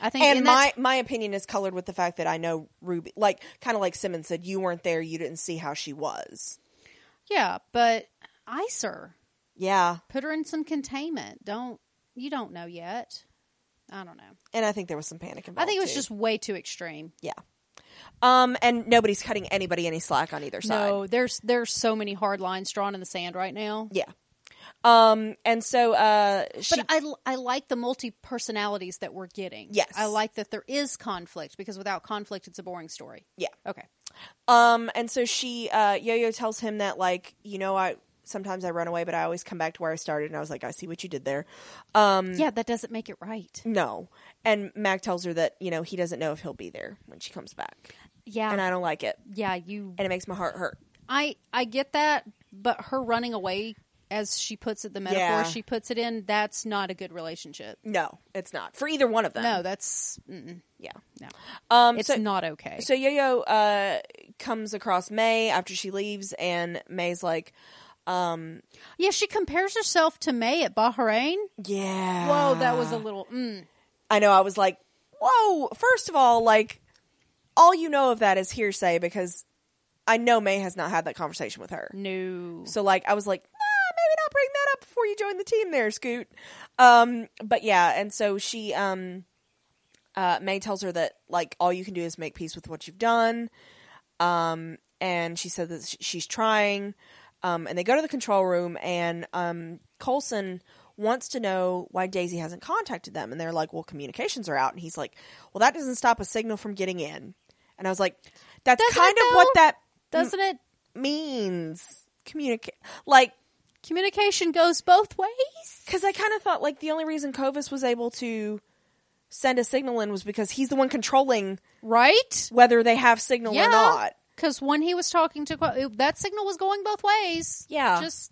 Speaker 2: i think
Speaker 1: And,
Speaker 2: that's-
Speaker 1: my my opinion is colored with the fact that I know Ruby, like kind of like Simmons said, you weren't there, you didn't see how she was.
Speaker 2: yeah but ice her
Speaker 1: Yeah,
Speaker 2: put her in some containment don't you don't know yet i don't know
Speaker 1: and I think there was some panic involved.
Speaker 2: i think it was
Speaker 1: too.
Speaker 2: just way too extreme
Speaker 1: yeah. Um, and nobody's cutting anybody any slack on either side.
Speaker 2: No, there's there's so many hard lines drawn in the sand right now.
Speaker 1: Yeah. Um, and so uh, she
Speaker 2: But I, l- I like the multi personalities that we're getting.
Speaker 1: Yes.
Speaker 2: I like that there is conflict because without conflict, it's a boring story.
Speaker 1: yeah.
Speaker 2: Okay.
Speaker 1: Um, and so she, uh, Yo Yo tells him that, like, you know, I sometimes I run away, but I always come back to where I started. And I was like, I see what you did there. Um,
Speaker 2: Yeah, that doesn't make it right.
Speaker 1: no. And Mac tells her that, you know, he doesn't know if he'll be there when she comes back.
Speaker 2: Yeah.
Speaker 1: And I don't like it.
Speaker 2: yeah, you.
Speaker 1: And it makes my heart hurt.
Speaker 2: I I get that, but her running away as she puts it, the metaphor
Speaker 1: Yeah.
Speaker 2: she puts it in, that's not a good relationship.
Speaker 1: No, it's not for either one of them.
Speaker 2: No, that's mm-mm,
Speaker 1: Yeah.
Speaker 2: no,
Speaker 1: Um.
Speaker 2: it's
Speaker 1: so,
Speaker 2: not okay.
Speaker 1: so Yo-Yo uh comes across May after she leaves, and May's like,
Speaker 2: yeah, she compares herself to May at Bahrain.
Speaker 1: "Yeah,
Speaker 2: Whoa, that was a little. Mm.
Speaker 1: I know. I was like, whoa. First of all, like, all you know of that is hearsay because I know May has not had that conversation with her.
Speaker 2: No.
Speaker 1: So, like, I was like, nah, maybe not bring that up before you join the team there, Scoot. Um, but yeah, and so she, um, uh, May tells her that, like, all you can do is make peace with what you've done. Um, and she said that sh- she's trying. Um, and they go to the control room, and um, Colson wants to know why Daisy hasn't contacted them. And they're like, well, communications are out. And he's like, well, that doesn't stop a signal from getting in. And I was like, that's
Speaker 2: Doesn't
Speaker 1: kind
Speaker 2: it,
Speaker 1: of what
Speaker 2: though?
Speaker 1: that
Speaker 2: Doesn't it?
Speaker 1: means communicate like
Speaker 2: Communication goes both ways.
Speaker 1: because i kind of thought like the only reason covis was able to send a signal in was because he's the one controlling
Speaker 2: Right?
Speaker 1: whether they have signal or not
Speaker 2: Because when he was talking to Qu- that signal was going both ways.
Speaker 1: Yeah.
Speaker 2: Just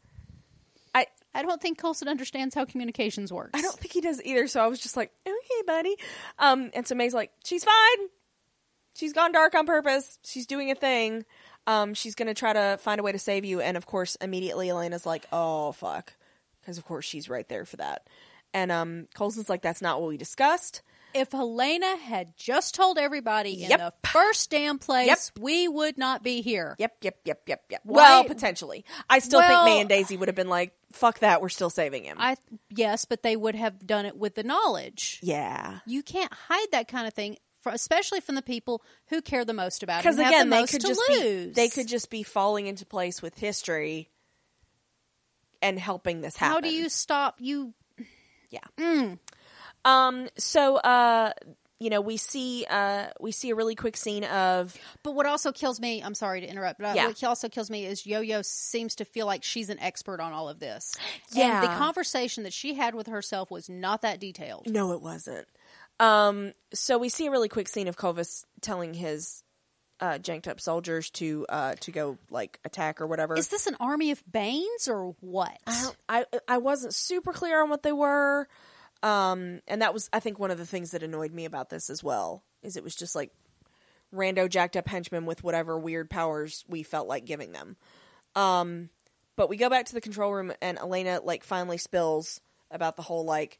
Speaker 1: i
Speaker 2: I don't think Colson understands how communications works.
Speaker 1: i don't think he does either so i was just like okay buddy um and so may's like she's fine she's gone dark on purpose she's doing a thing um she's gonna try to find a way to save you and of course immediately elena's like oh fuck because of course she's right there for that and um colson's like that's not what we discussed
Speaker 2: If Helena had just told everybody
Speaker 1: Yep.
Speaker 2: in the first damn place, we would not be here.
Speaker 1: Yep, yep, yep, yep, yep.
Speaker 2: Why-
Speaker 1: Well, potentially. I still
Speaker 2: Well-
Speaker 1: think May and Daisy would have been like, "Fuck that, we're still saving him."
Speaker 2: I yes, but they would have done it with the knowledge.
Speaker 1: yeah,
Speaker 2: You can't hide that kind of thing, for, especially from the people who care the most about it.
Speaker 1: because
Speaker 2: and have
Speaker 1: again,
Speaker 2: the
Speaker 1: they
Speaker 2: most
Speaker 1: could
Speaker 2: to
Speaker 1: just be
Speaker 2: lose.
Speaker 1: they could just be falling into place with history and helping this happen.
Speaker 2: How do you stop you?
Speaker 1: Um. So, uh, you know, we see uh we see a really quick scene of
Speaker 2: But what also kills me, I'm sorry to interrupt, but
Speaker 1: Yeah.
Speaker 2: what also kills me is Yo Yo seems to feel like she's an expert on all of this. And the
Speaker 1: Yeah.
Speaker 2: conversation that she had with herself was not that detailed.
Speaker 1: no, it wasn't. Um. So we see a really quick scene of Covis telling his uh janked up soldiers to uh to go like attack or whatever.
Speaker 2: Is this an army of Banes or what?
Speaker 1: I don't- I I wasn't super clear on what they were. Um, and that was I think one of the things that annoyed me about this as well is it was just like rando jacked up henchmen with whatever weird powers we felt like giving them. Um, but we go back to the control room and Elena like finally spills about the whole like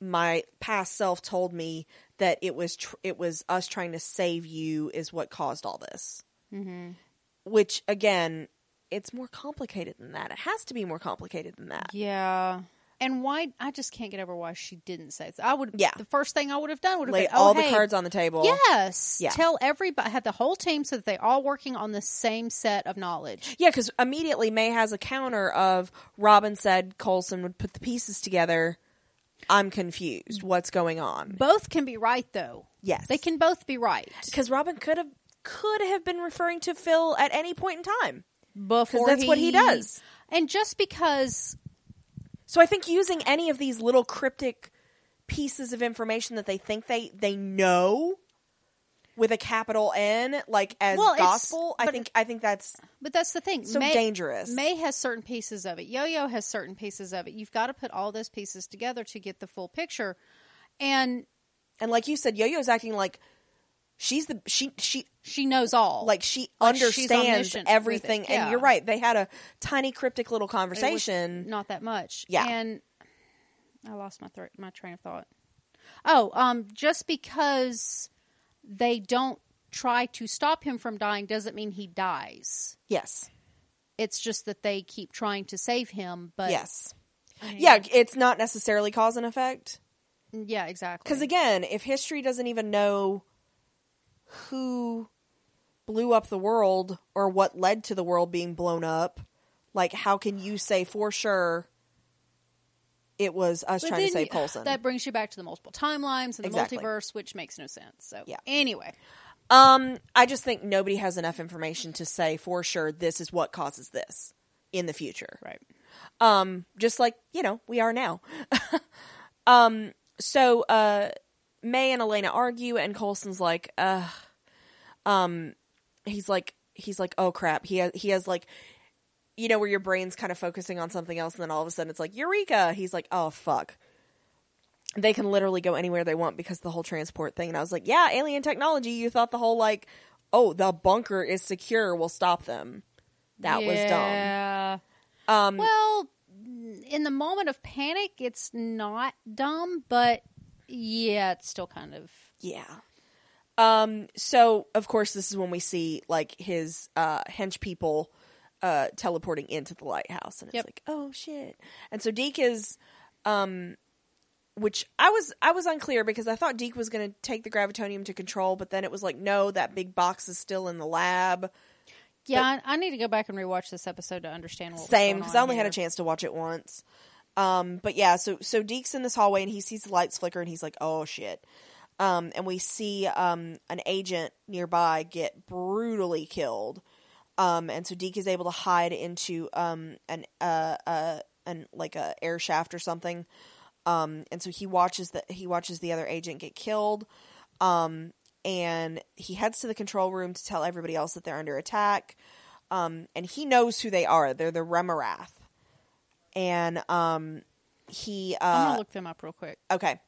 Speaker 1: my past self told me that it was tr- it was us trying to save you is what caused all this
Speaker 2: Mm-hmm.
Speaker 1: which again it's more complicated than that it has to be more complicated than that
Speaker 2: Yeah. And why I just can't get over why she didn't say this. I would
Speaker 1: Yeah.
Speaker 2: the first thing I would have done would have
Speaker 1: lay
Speaker 2: been
Speaker 1: all
Speaker 2: oh, hey,
Speaker 1: the cards on the table
Speaker 2: Yes.
Speaker 1: Yeah.
Speaker 2: Tell everybody have the whole team so that they all working on the same set of knowledge.
Speaker 1: yeah because immediately may has a counter of robin said colson would put the pieces together i'm confused what's going on
Speaker 2: Both can be right though.
Speaker 1: Yes.
Speaker 2: They can both be right.
Speaker 1: because robin could have could have been referring to phil at any point in time
Speaker 2: Before
Speaker 1: that's what he does.
Speaker 2: And just because
Speaker 1: so i think using any of these little cryptic pieces of information that they think they they know with a capital n like as
Speaker 2: Well, it's-
Speaker 1: gospel i
Speaker 2: but-
Speaker 1: think i think that's
Speaker 2: But that's the thing.
Speaker 1: So dangerous.
Speaker 2: May has certain pieces of it. Yo Yo has certain pieces of it. You've got to put all those pieces together to get the full picture. And
Speaker 1: and like you said yo-yo's acting like she's the she she
Speaker 2: she knows all.
Speaker 1: like she
Speaker 2: Like, she's
Speaker 1: understands
Speaker 2: omniscient with it,
Speaker 1: everything
Speaker 2: yeah.
Speaker 1: and you're right they had a tiny cryptic little
Speaker 2: It was
Speaker 1: conversation
Speaker 2: Not that much.
Speaker 1: Yeah.
Speaker 2: And I lost my thro my train of thought. Oh, um, just because they don't try to stop him from dying doesn't mean he dies.
Speaker 1: yes
Speaker 2: It's just that they keep trying to save him. But
Speaker 1: yes
Speaker 2: I mean,
Speaker 1: yeah it's not necessarily cause and effect
Speaker 2: yeah, exactly.
Speaker 1: because again if history doesn't even know who blew up the world or what led to the world being blown up like how can you say for sure it was us
Speaker 2: But
Speaker 1: trying to
Speaker 2: then
Speaker 1: save
Speaker 2: you-
Speaker 1: Colson.
Speaker 2: That brings you back to the multiple timelines and
Speaker 1: Exactly.
Speaker 2: the multiverse, which makes no sense. So
Speaker 1: Yeah.
Speaker 2: anyway,
Speaker 1: Um, I just think nobody has enough information to say for sure this is what causes this in the future.
Speaker 2: right.
Speaker 1: Um, just like, you know, we are now. um, so uh May and Elena argue and Colson's like, Um, uh um he's like he's like, "Oh crap. He has he has like you know where your brain's kind of focusing on something else and then all of a sudden it's like eureka he's like oh fuck they can literally go anywhere they want because of the whole transport thing and i was like yeah alien technology you thought the whole like oh the bunker is secure will stop them that was
Speaker 2: Yeah.
Speaker 1: dumb um
Speaker 2: Well, in the moment of panic, it's not dumb, but yeah, it's still kind of.
Speaker 1: Yeah. Um, so of course this is when we see like his uh hench people uh teleporting into the lighthouse and it's
Speaker 2: Yep.
Speaker 1: like, oh shit. And so Deke is um which I was I was unclear because I thought Deke was gonna take the gravitonium to control, but then it was like, no, that big box is still in the lab.
Speaker 2: Yeah, I, I need to go back and rewatch this episode to understand what. was
Speaker 1: Same,
Speaker 2: going
Speaker 1: because I
Speaker 2: on
Speaker 1: only had a
Speaker 2: here.
Speaker 1: chance to watch it once. Um, but yeah, so so Deke's in this hallway and he sees the lights flicker and he's like, "Oh shit!" Um, and we see um an agent nearby get brutally killed. Um, and so Deke is able to hide into um an uh uh an like a air shaft or something. Um, and so he watches the he watches the other agent get killed. Um, and he heads to the control room to tell everybody else that they're under attack. Um, and he knows who they are. They're the Remarath. And um, he
Speaker 2: I'm
Speaker 1: uh,
Speaker 2: gonna look them up real quick.
Speaker 1: okay.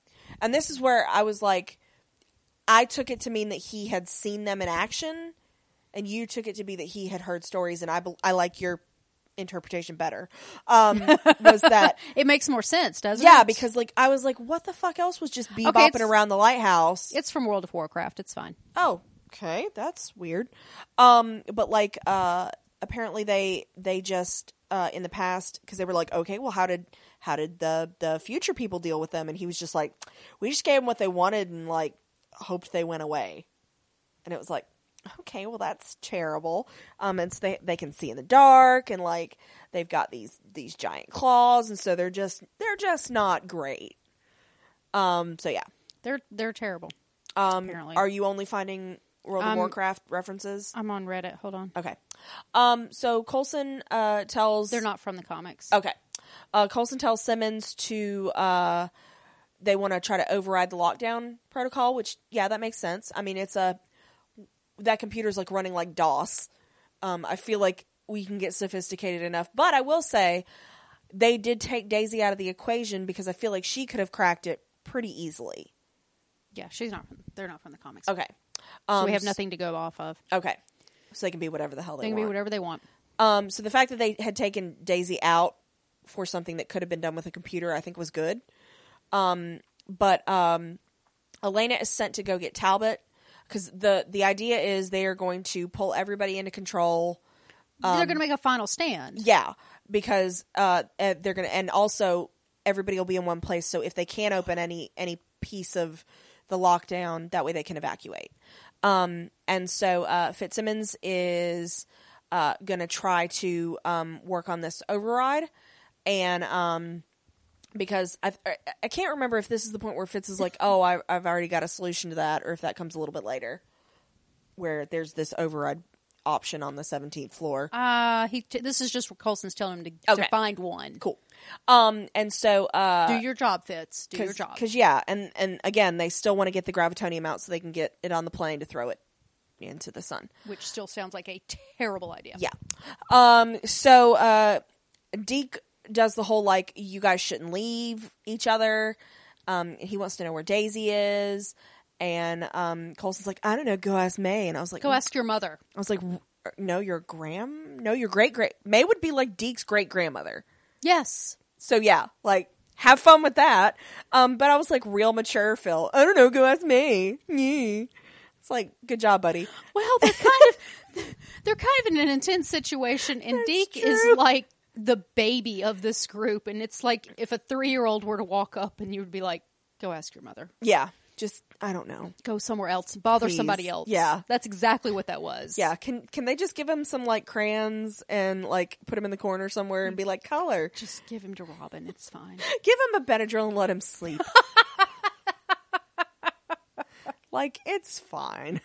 Speaker 1: And this is where I was like, I took it to mean that he had seen them in action, and you took it to be that he had heard stories. And I bel I like your interpretation better. Um, was that
Speaker 2: It makes more sense, doesn't it?
Speaker 1: yeah? Because like I was like, what the fuck else was just bebopping
Speaker 2: it's-
Speaker 1: around the lighthouse?
Speaker 2: it's from World of Warcraft. It's fine.
Speaker 1: Oh, okay, that's weird. Um, but like, uh, apparently they they just uh in the past because they were like, okay, well, how did how did the the future people deal with them? And he was just like, we just gave them what they wanted and like hoped they went away. And it was like, okay, well, that's terrible. Um, and so they they can see in the dark and like they've got these these giant claws, and so they're just they're just not great. Um, so yeah.
Speaker 2: They're they're terrible.
Speaker 1: Um,
Speaker 2: Apparently.
Speaker 1: are you only finding World of
Speaker 2: Um,
Speaker 1: Warcraft references?
Speaker 2: I'm on Reddit. Hold on.
Speaker 1: Okay. Um, so Colson uh, tells
Speaker 2: They're not from the comics.
Speaker 1: Okay. Uh, Colson tells Simmons to uh, they want to try to override the lockdown protocol, which yeah, that makes sense. I mean, it's a that computer's like running like DOS. Um, I feel like we can get sophisticated enough, but I will say they did take Daisy out of the equation because I feel like she could have cracked it pretty easily.
Speaker 2: Yeah, she's not. From, they're not from the comics.
Speaker 1: Okay.
Speaker 2: So
Speaker 1: Um,
Speaker 2: we have nothing to go off of.
Speaker 1: Okay. So they can be whatever the hell they,
Speaker 2: They can be
Speaker 1: want.
Speaker 2: whatever they want.
Speaker 1: Um, so the fact that they had taken Daisy out for something that could have been done with a computer, I think was good. Um, but um, Elena is sent to go get Talbot because the the idea is they are going to pull everybody into control.
Speaker 2: they're going to make a final stand.
Speaker 1: Yeah, because uh, eh, they're gonna, and also everybody will be in one place. So if they can't open any any piece of the lockdown, that way they can evacuate. Um, and so uh, Fitzsimmons is uh, gonna try to um, work on this override, and um, because I I- I can't remember if this is the point where Fitz is like, oh, I, I've already got a solution to that, or if that comes a little bit later, where there's this override option on the 17th floor.
Speaker 2: Uh, he. T- this is just what Colson's telling him to,
Speaker 1: Okay.
Speaker 2: to find one.
Speaker 1: cool um and so uh
Speaker 2: Do your job, Fitz. Do your job.
Speaker 1: because yeah and and again they still want to get the gravitonium out so they can get it on the plane to throw it into the sun
Speaker 2: Which still sounds like a terrible idea.
Speaker 1: yeah um so uh deke does the whole like you guys shouldn't leave each other um he wants to know where daisy is and um colson's like i don't know go ask may and i was like
Speaker 2: Go ask your mother.
Speaker 1: i was like no your gram no your great great may would be like deke's great grandmother
Speaker 2: Yes.
Speaker 1: So yeah, like have fun with that. Um, but I was like real mature, Phil. I don't know, go ask me. Yeah. It's like good job, buddy.
Speaker 2: Well, they're kind of they're kind of in an intense situation, and Deke
Speaker 1: true.
Speaker 2: is like the baby of this group, and it's like if a three year old were to walk up, and you would be like, "Go ask your mother.
Speaker 1: Yeah, just I don't know.
Speaker 2: Go somewhere else. Bother
Speaker 1: Please.
Speaker 2: somebody else."
Speaker 1: Yeah.
Speaker 2: that's exactly what that was.
Speaker 1: Yeah, can can they just give him some like crayons and like put him in the corner somewhere and be like color?
Speaker 2: just give him to Robin. It's fine.
Speaker 1: Give him a Benadryl and let him sleep. like it's fine.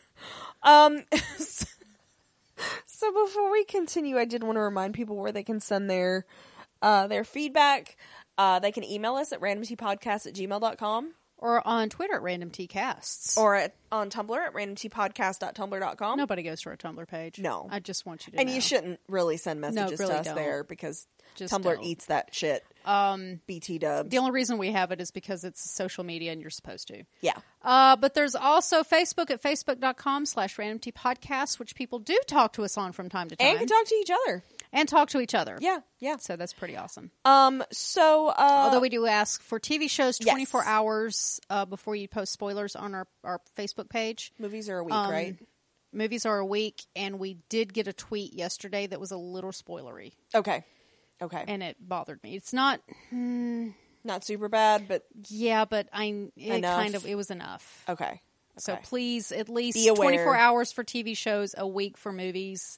Speaker 1: Um so before we continue, I did want to remind people where they can send their uh their feedback. Uh they can email us at randomtpodcast at gmail.com.
Speaker 2: or on Twitter at Random T Casts.
Speaker 1: or at, on Tumblr at randomtpodcast.tumblr.com.
Speaker 2: nobody goes to our Tumblr page.
Speaker 1: No.
Speaker 2: I just want you to.
Speaker 1: and
Speaker 2: know.
Speaker 1: you shouldn't really send messages
Speaker 2: really
Speaker 1: to us
Speaker 2: don't.
Speaker 1: there because
Speaker 2: Just
Speaker 1: Tumblr
Speaker 2: don't.
Speaker 1: eats that shit. Um, BT dubs.
Speaker 2: The only reason we have it is because it's social media and you're supposed to.
Speaker 1: yeah.
Speaker 2: Uh, but there's also Facebook at facebook.com slash randomt podcast, which people do talk to us on from time to time
Speaker 1: And can talk to each other.
Speaker 2: and talk to each other.
Speaker 1: Yeah. Yeah.
Speaker 2: So that's pretty awesome.
Speaker 1: Um, so, uh,
Speaker 2: Although we do ask for TV shows
Speaker 1: Yes.
Speaker 2: 24 hours uh, before you post spoilers on our, our Facebook page.
Speaker 1: movies are a week,
Speaker 2: Um,
Speaker 1: right?
Speaker 2: Movies are a week, and we did get a tweet yesterday that was a little spoilery,
Speaker 1: Okay. Okay.
Speaker 2: and it bothered me. It's not,
Speaker 1: Not super bad, but
Speaker 2: yeah, but I it
Speaker 1: Enough.
Speaker 2: kind of it was enough.
Speaker 1: okay. okay.
Speaker 2: So please, at least
Speaker 1: Be aware.
Speaker 2: 24 hours for TV shows, a week for movies,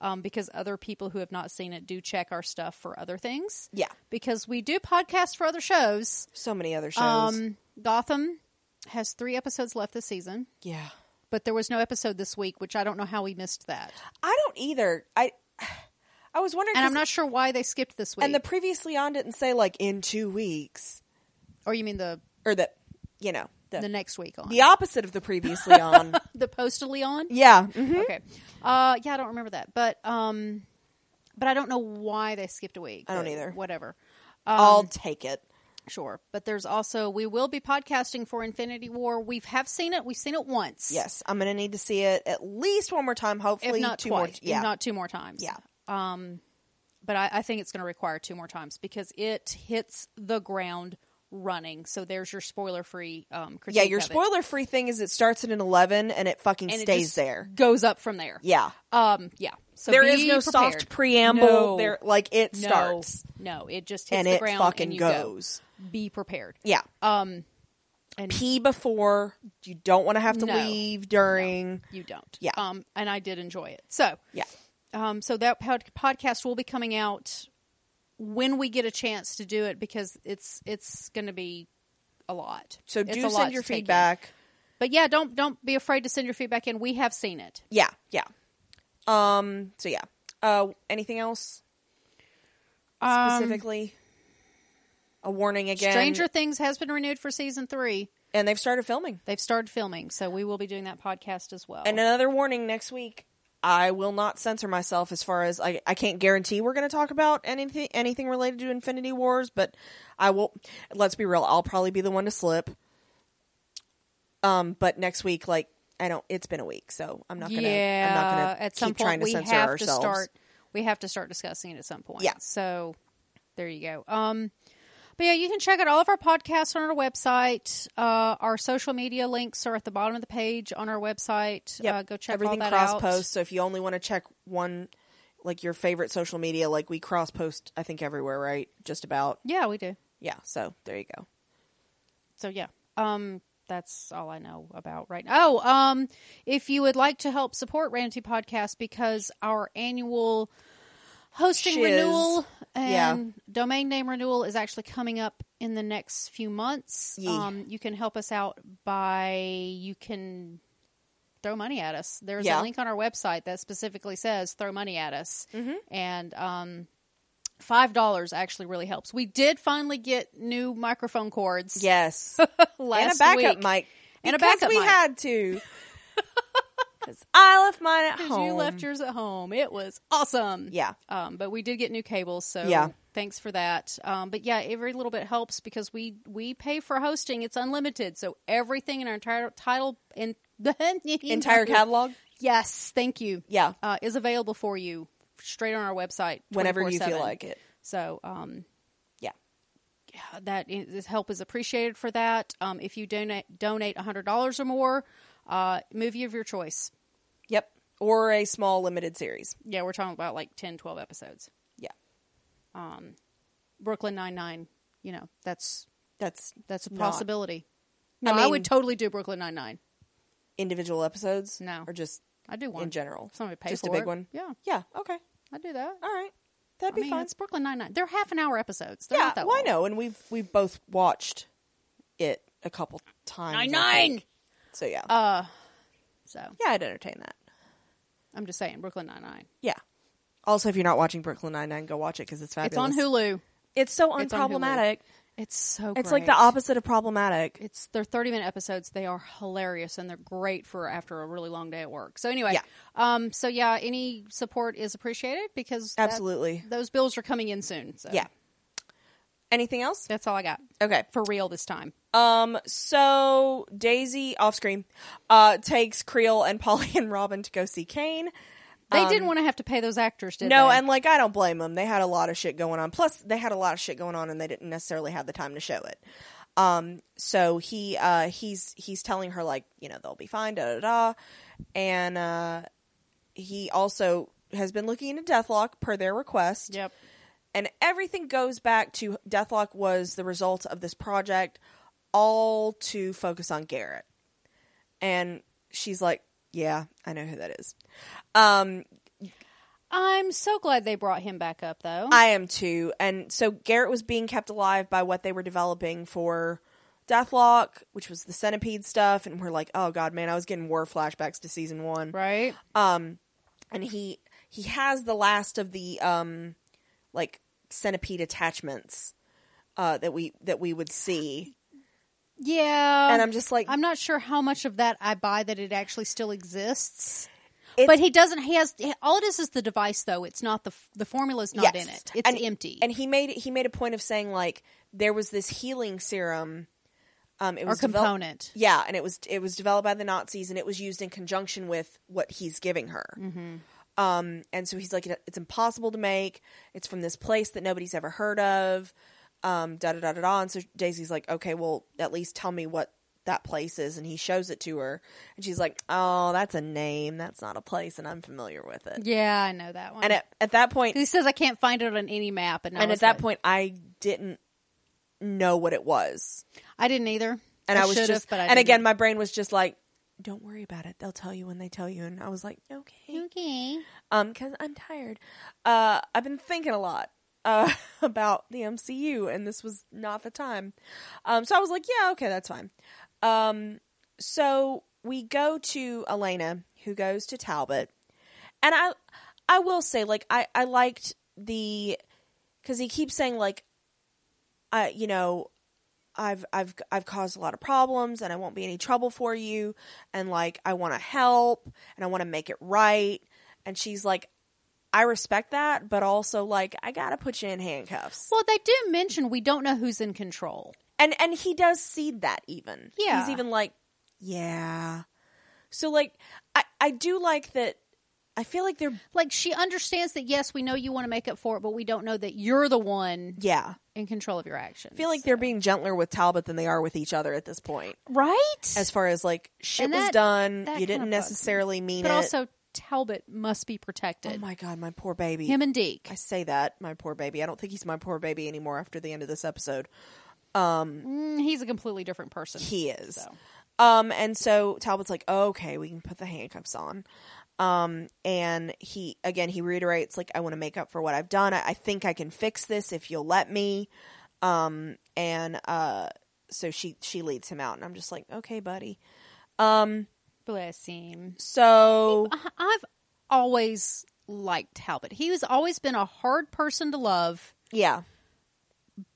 Speaker 2: um, because other people who have not seen it do check our stuff for other things.
Speaker 1: Yeah.
Speaker 2: Because we do podcasts for other shows.
Speaker 1: So many other shows.
Speaker 2: Um, Gotham has three episodes left this season,
Speaker 1: yeah.
Speaker 2: but there was no episode this week, which I don't know how we missed that.
Speaker 1: I don't either. I, I was wondering,
Speaker 2: And
Speaker 1: 'cause-
Speaker 2: I'm not sure why they skipped this week.
Speaker 1: and the previously on didn't say like in two weeks
Speaker 2: or you mean the
Speaker 1: or that, you know, the,
Speaker 2: the
Speaker 1: the,
Speaker 2: next week on
Speaker 1: opposite of the previously on.
Speaker 2: the postally on?
Speaker 1: yeah. mhm.
Speaker 2: Okay. Uh, yeah, I don't remember that, but um, but I don't know why they skipped a week.
Speaker 1: I don't
Speaker 2: but
Speaker 1: either.
Speaker 2: Whatever.
Speaker 1: I'll take it.
Speaker 2: Sure, but there's also we will be podcasting for Infinity War. We have seen it. We've seen it once.
Speaker 1: Yes, I'm gonna need to see it at least one more time. Hopefully,
Speaker 2: if not
Speaker 1: two more.
Speaker 2: twice,
Speaker 1: Yeah,
Speaker 2: if not two more times.
Speaker 1: yeah.
Speaker 2: but I, I think it's going to require two more times because it hits the ground running. So there's your spoiler free um, critique.
Speaker 1: yeah, your
Speaker 2: of it.
Speaker 1: spoiler free thing is it starts at an 11 and it fucking
Speaker 2: And it
Speaker 1: stays
Speaker 2: just
Speaker 1: there.
Speaker 2: goes up from there.
Speaker 1: Yeah.
Speaker 2: Um. Yeah. So
Speaker 1: there
Speaker 2: be
Speaker 1: is no
Speaker 2: prepared.
Speaker 1: soft preamble.
Speaker 2: No.
Speaker 1: There like it
Speaker 2: No.
Speaker 1: starts
Speaker 2: No, it just hits
Speaker 1: and
Speaker 2: the
Speaker 1: it
Speaker 2: ground
Speaker 1: fucking
Speaker 2: and you
Speaker 1: goes.
Speaker 2: Go. Be prepared.
Speaker 1: Yeah. Um
Speaker 2: and-
Speaker 1: pee before you don't want to have to
Speaker 2: No.
Speaker 1: leave during.
Speaker 2: You don't.
Speaker 1: Yeah.
Speaker 2: Um. And I did enjoy it. So
Speaker 1: Yeah.
Speaker 2: Um, so that pod- podcast will be coming out when we get a chance to do it because it's it's going to be a lot.
Speaker 1: So
Speaker 2: It's a
Speaker 1: do
Speaker 2: lot
Speaker 1: send your
Speaker 2: to take in.
Speaker 1: feedback.
Speaker 2: But yeah, don't don't be afraid to send your feedback in. We have seen it.
Speaker 1: Yeah. Yeah. Um so yeah. Uh anything else
Speaker 2: Um,
Speaker 1: specifically? a warning again.
Speaker 2: Stranger Things has been renewed for season three.
Speaker 1: and they've started filming.
Speaker 2: They've started filming, so we will be doing that podcast as well.
Speaker 1: And another warning next week. I will not censor myself as far as I, I can't guarantee we're going to talk about anything anything related to Infinity Wars, but I will. Let's be real. I'll probably be the one to slip. Um, but next week, like I don't. It's been a week, so I'm not gonna.
Speaker 2: yeah,
Speaker 1: I'm not gonna
Speaker 2: at
Speaker 1: keep
Speaker 2: some
Speaker 1: trying
Speaker 2: point
Speaker 1: to
Speaker 2: we
Speaker 1: censor
Speaker 2: have
Speaker 1: ourselves.
Speaker 2: to start. We have to start discussing it at some point.
Speaker 1: Yeah.
Speaker 2: So there you go. Um, but yeah, you can check out all of our podcasts on our website. Uh, our social media links are at the bottom of the page on our website.
Speaker 1: Yep.
Speaker 2: Uh, go check
Speaker 1: everything
Speaker 2: all that
Speaker 1: cross
Speaker 2: out.
Speaker 1: posts. So if you only want to check one, like your favorite social media, like we cross post, I think everywhere, right? Just about.
Speaker 2: Yeah, we do.
Speaker 1: Yeah. So there you go.
Speaker 2: so yeah um that's all i know about right now oh um if you would like to help support ranty podcast because our annual hosting
Speaker 1: Shiz.
Speaker 2: renewal and
Speaker 1: Yeah.
Speaker 2: domain name renewal is actually coming up in the next few months
Speaker 1: Yee.
Speaker 2: um you can help us out by you can throw money at us there's
Speaker 1: Yeah.
Speaker 2: a link on our website that specifically says throw money at us
Speaker 1: Mm-hmm.
Speaker 2: and um Five dollars actually really helps. We did finally get new microphone cords
Speaker 1: Yes.
Speaker 2: last
Speaker 1: and a backup
Speaker 2: week.
Speaker 1: mic.
Speaker 2: And a
Speaker 1: Because
Speaker 2: backup
Speaker 1: we
Speaker 2: mic.
Speaker 1: had to. Because I left mine at
Speaker 2: 'Cause
Speaker 1: home.
Speaker 2: You left yours at home. It was awesome.
Speaker 1: Yeah.
Speaker 2: Um, but we did get new cables, so
Speaker 1: Yeah.
Speaker 2: thanks for that. Um, but yeah, every little bit helps because we we pay for hosting. It's unlimited, so everything in our entire title in the
Speaker 1: entire catalog.
Speaker 2: Yes, thank you.
Speaker 1: Yeah.
Speaker 2: uh, is available for you straight on our website
Speaker 1: Whenever you
Speaker 2: 24/7.
Speaker 1: feel like it.
Speaker 2: So um,
Speaker 1: Yeah.
Speaker 2: yeah, that is, this help is appreciated for that. Um, if you donate donate hundred dollars or more, uh, movie of your choice.
Speaker 1: Yep. Or a small limited series.
Speaker 2: Yeah, we're talking about like 10, 12 episodes.
Speaker 1: Yeah.
Speaker 2: Brooklyn Nine Nine. You know, that's
Speaker 1: That's
Speaker 2: that's a
Speaker 1: Not-
Speaker 2: possibility. No, I,
Speaker 1: mean-
Speaker 2: would totally do Brooklyn Nine Nine.
Speaker 1: individual episodes.
Speaker 2: No.
Speaker 1: Or just
Speaker 2: I do one
Speaker 1: in general.
Speaker 2: If Somebody pay
Speaker 1: just
Speaker 2: for
Speaker 1: a big
Speaker 2: it.
Speaker 1: one.
Speaker 2: Yeah,
Speaker 1: Yeah. Okay.
Speaker 2: I do that.
Speaker 1: All right. That'd
Speaker 2: I
Speaker 1: be
Speaker 2: mean,
Speaker 1: fun.
Speaker 2: it's Brooklyn Nine Nine. They're half an hour episodes. They're
Speaker 1: Yeah.
Speaker 2: not that
Speaker 1: Well, I
Speaker 2: long.
Speaker 1: know. And we've we've both watched it a couple times. I
Speaker 2: Nine Nine. Uh,
Speaker 1: think. So yeah.
Speaker 2: So
Speaker 1: yeah, I'd entertain that.
Speaker 2: I'm just saying, Brooklyn Nine Nine.
Speaker 1: Yeah. Also, if you're not watching Brooklyn Nine Nine, go watch it because it's
Speaker 2: It's
Speaker 1: fabulous.
Speaker 2: on Hulu.
Speaker 1: It's so
Speaker 2: It's on Hulu.
Speaker 1: unproblematic.
Speaker 2: It's so.
Speaker 1: It's like the
Speaker 2: great.
Speaker 1: opposite of problematic.
Speaker 2: It's they're thirty minute episodes. They are hilarious and they're great for after a really long day at work. So anyway,
Speaker 1: Yeah.
Speaker 2: um, so yeah, any support is appreciated because that-
Speaker 1: Absolutely.
Speaker 2: those bills are coming in soon. So
Speaker 1: Yeah. Anything else?
Speaker 2: that's all I got
Speaker 1: Okay.
Speaker 2: for real this time.
Speaker 1: Um, so Daisy off screen, uh, takes Creel and Polly and Robin to go see Kane.
Speaker 2: They didn't want to have to pay those actors, did
Speaker 1: Um, No,
Speaker 2: they?
Speaker 1: and like I don't blame them. They had a lot of shit going on. Plus, they had a lot of shit going on, and they didn't necessarily have the time to show it. Um, so he uh, he's he's telling her like you know they'll be fine, da da da, and uh, he also has been looking into Deathlock per their request.
Speaker 2: yep.
Speaker 1: And everything goes back to Deathlock was the result of this project, all to focus on Garrett. And she's like, "Yeah, I know who that is." Um,
Speaker 2: I'm so glad they brought him back up though.
Speaker 1: I am too. And so Garrett was being kept alive by what they were developing for Deathlock, which was the centipede stuff, and we're like, oh god, man, I was getting war flashbacks to season one.
Speaker 2: right?
Speaker 1: Um, And he he has the last of the um like centipede attachments uh that we that we would see.
Speaker 2: yeah.
Speaker 1: and I'm just like
Speaker 2: Um, I'm not sure how much of that I buy that it actually still exists.
Speaker 1: It's-
Speaker 2: but he doesn't. He has all it is is the device, though. It's not the f- the formula's not
Speaker 1: Yes.
Speaker 2: in it. It's
Speaker 1: And-
Speaker 2: empty.
Speaker 1: And he made he made a point of saying like there was this healing serum um it
Speaker 2: or
Speaker 1: was developed-
Speaker 2: component.
Speaker 1: Yeah, and it was it was developed by the Nazis, and it was used in conjunction with what he's giving her. Um, and so he's like, "It- it's impossible to make. It's from this place that nobody's ever heard of. Um, da da da da da. And so Daisy's like, okay, well, at least tell me what that place is. And he shows it to her, and she's like, oh, that's a name. That's not a place, and I'm familiar with it.
Speaker 2: Yeah, I know that one.
Speaker 1: And at, at that point,
Speaker 2: he says I can't find it on any map, and, I
Speaker 1: and
Speaker 2: was
Speaker 1: at that
Speaker 2: like-
Speaker 1: point, I didn't know what it was.
Speaker 2: I didn't either.
Speaker 1: and I, was
Speaker 2: should've,
Speaker 1: just,
Speaker 2: but I
Speaker 1: and again,
Speaker 2: didn't.
Speaker 1: my brain was just like, "Don't worry about it. They'll tell you when they tell you." And I was like,
Speaker 2: Mm-hmm.
Speaker 1: "Okay,
Speaker 2: okay.
Speaker 1: um, because I'm tired. Uh, I've been thinking a lot uh about the MCU, and this was not the time. Um, so I was like, "Yeah, okay, that's fine." Um, so we go to Elena, who goes to Talbot, and I, I will say, like, I I liked the because he keeps saying like, I you know I've I've I've caused a lot of problems and I won't be any trouble for you and like I want to help and I want to make it right and she's like I respect that but also like I got to put you in handcuffs.
Speaker 2: Well, they do mention we don't know who's in control.
Speaker 1: And and he does seed that even.
Speaker 2: Yeah.
Speaker 1: He's even like yeah. So like I I do like that I feel like they're
Speaker 2: Like she understands that. Yes, we know you want to make up for it, but we don't know that you're the one
Speaker 1: yeah.
Speaker 2: in control of your actions.
Speaker 1: I feel like they're being gentler with Talbot than they are with each other at this point.
Speaker 2: right.
Speaker 1: As far as like shit
Speaker 2: And
Speaker 1: was
Speaker 2: that-
Speaker 1: done,
Speaker 2: that
Speaker 1: you
Speaker 2: kinda bugs
Speaker 1: didn't
Speaker 2: me.
Speaker 1: necessarily mean
Speaker 2: but
Speaker 1: it.
Speaker 2: also Talbot must be protected.
Speaker 1: oh my god, my poor baby.
Speaker 2: Him and Deke.
Speaker 1: I say that, my poor baby. I don't think he's my poor baby anymore after the end of this episode.
Speaker 2: Mm, he's a completely different person.
Speaker 1: He is.
Speaker 2: So.
Speaker 1: Um, and so Talbot's like, "Oh, okay, we can put the handcuffs on. Um, and he, again, he reiterates, like, I want to make up for what I've done. I, I think I can fix this if you'll let me. Um, and, uh, so she, she leads him out and I'm just like, okay, buddy.
Speaker 2: Bless him.
Speaker 1: So
Speaker 2: I- I've always liked Talbot. He has always been a hard person to love,
Speaker 1: yeah,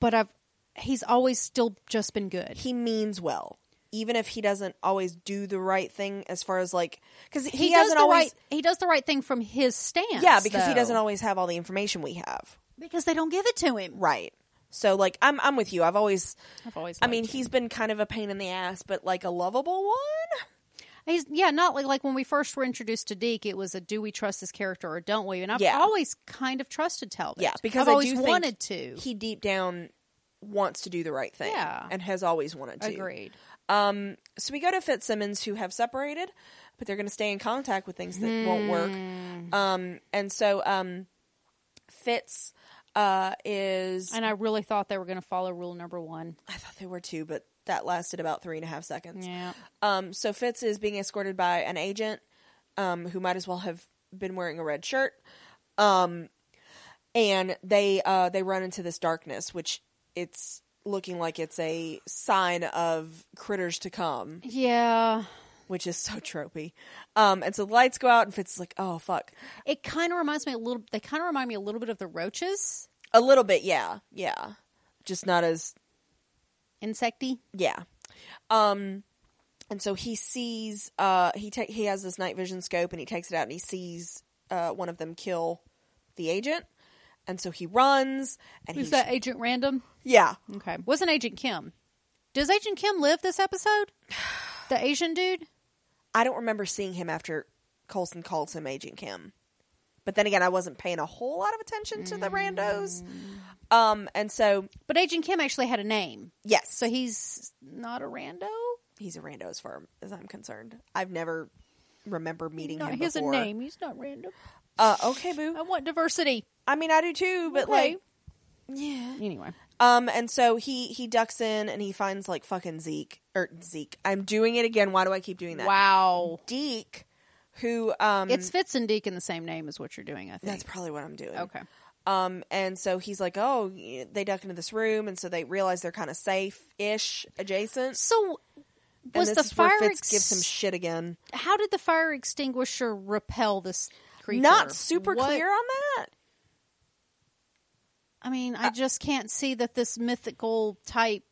Speaker 2: but I've he's always still just been good.
Speaker 1: he means well, even if he doesn't always do the right thing as far as like, cause he,
Speaker 2: He, does
Speaker 1: hasn't
Speaker 2: the
Speaker 1: always,
Speaker 2: right. He does the right thing from his stance.
Speaker 1: yeah, because he
Speaker 2: though.
Speaker 1: doesn't always have all the information we have.
Speaker 2: because they don't give it to him.
Speaker 1: Right. So like I'm I'm with you. I've always
Speaker 2: I've always.
Speaker 1: I mean,
Speaker 2: liked him.
Speaker 1: he's been kind of a pain in the ass, but like a lovable one.
Speaker 2: he's yeah, not like like when we first were introduced to Deke, it was a do we trust this character or don't we? And I've
Speaker 1: Yeah.
Speaker 2: always kind of trusted Talbot.
Speaker 1: Yeah, because
Speaker 2: I've
Speaker 1: I
Speaker 2: always
Speaker 1: do think
Speaker 2: wanted to.
Speaker 1: He deep down wants to do the right thing.
Speaker 2: Yeah.
Speaker 1: And has always wanted to.
Speaker 2: Agreed.
Speaker 1: Um so we go to Fitzsimmons who have separated, but they're gonna stay in contact with things that won't work. Um and so um Fitz uh is
Speaker 2: And I really thought they were going to follow rule number one.
Speaker 1: I thought they were two, but that lasted about three and a half seconds.
Speaker 2: Yeah.
Speaker 1: Um, so Fitz is being escorted by an agent um, who might as well have been wearing a red shirt. Um, and they uh, they run into this darkness, which it's looking like it's a sign of critters to come,
Speaker 2: Yeah.
Speaker 1: which is so tropey. Um, and so the lights go out, and Fitz is like, "Oh fuck,"
Speaker 2: It kind of reminds me a little. They kind of remind me a little bit of the roaches.
Speaker 1: a little bit, yeah, yeah, just not as
Speaker 2: insecty.
Speaker 1: Yeah. Um and so he sees uh he ta- he has this night vision scope and he takes it out and he sees uh one of them kill the agent. And so he runs and
Speaker 2: Who's
Speaker 1: he's
Speaker 2: that Agent Random?
Speaker 1: Yeah.
Speaker 2: Okay, wasn't Agent Kim? Does Agent Kim live this episode? The Asian dude.
Speaker 1: I don't remember seeing him after Colson calls him Agent Kim. But then again, I wasn't paying a whole lot of attention to the randos. Um and so
Speaker 2: But Agent Kim actually had a name,
Speaker 1: yes.
Speaker 2: so he's not a rando.
Speaker 1: he's a rando as far as I'm concerned. I've never remember meeting
Speaker 2: No,
Speaker 1: him
Speaker 2: he has a
Speaker 1: before.
Speaker 2: name. He's not random.
Speaker 1: Uh, okay, boo.
Speaker 2: I want diversity.
Speaker 1: I mean, I do too, but
Speaker 2: Okay.
Speaker 1: like, yeah.
Speaker 2: Anyway,
Speaker 1: Um, and so he he ducks in and he finds like fucking Zeke or Zeke. I'm doing it again. Why do I keep doing that?
Speaker 2: wow.
Speaker 1: Deke, who um,
Speaker 2: It's Fitz and Deacon the same name as what you're doing. I think.
Speaker 1: that's probably what I'm doing.
Speaker 2: okay.
Speaker 1: Um, and so he's like, oh, y- they duck into this room, and so they realize they're kind of safe ish adjacent.
Speaker 2: So
Speaker 1: And
Speaker 2: was
Speaker 1: this
Speaker 2: the
Speaker 1: is where
Speaker 2: fire?
Speaker 1: Fitz
Speaker 2: ex-
Speaker 1: gives him shit again?
Speaker 2: how did the fire extinguisher repel this creature?
Speaker 1: Not super
Speaker 2: What-
Speaker 1: clear on that.
Speaker 2: I mean, I just can't see that this mythical type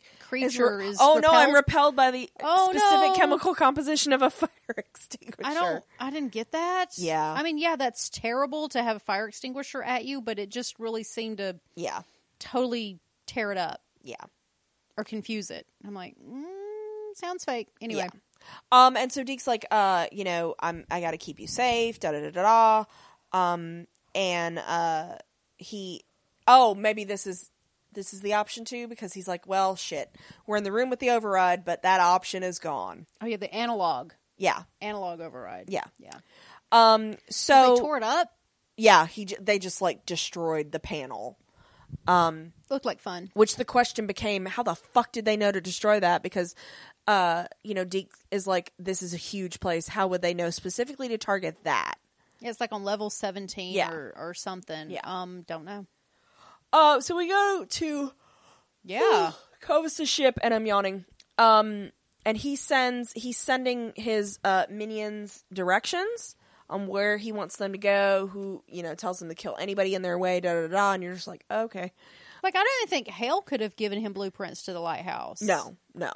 Speaker 1: Is
Speaker 2: creature
Speaker 1: re-
Speaker 2: is.
Speaker 1: oh no, I'm
Speaker 2: repelled-
Speaker 1: repelled by the
Speaker 2: Oh,
Speaker 1: specific
Speaker 2: no.
Speaker 1: chemical composition of a fire extinguisher.
Speaker 2: I don't. I didn't get that.
Speaker 1: Yeah.
Speaker 2: I mean, yeah, that's terrible to have a fire extinguisher at you, but it just really seemed to
Speaker 1: Yeah,
Speaker 2: totally tear it up
Speaker 1: yeah.
Speaker 2: or confuse it. I'm like, mm, sounds fake. Anyway,
Speaker 1: Yeah. Um, and so Deke's like, uh, you know, I'm I gotta keep you safe, da da da da da. Um, and uh, he, oh, maybe this is this is the option too because he's like, well, shit, we're in the room with the override, but that option is gone.
Speaker 2: oh yeah, the analog,
Speaker 1: Yeah,
Speaker 2: analog override.
Speaker 1: Yeah.
Speaker 2: yeah.
Speaker 1: um, so
Speaker 2: they tore it up.
Speaker 1: yeah, he j- they just like destroyed the panel.
Speaker 2: Looked like fun.
Speaker 1: which the question became how the fuck did they know to destroy that because uh you know deke is like this is a huge place how would they know specifically to target that
Speaker 2: Yeah, It's like on level 17
Speaker 1: Yeah.
Speaker 2: or, or something.
Speaker 1: Yeah.
Speaker 2: Um, don't know.
Speaker 1: uh so we go to
Speaker 2: Yeah.
Speaker 1: Kovas' ship and i'm yawning um and he sends he's sending his uh minions directions on where he wants them to go who you know tells them to kill anybody in their way da da da and you're just like okay
Speaker 2: like, I don't think Hale could have given him blueprints to the lighthouse.
Speaker 1: No, no.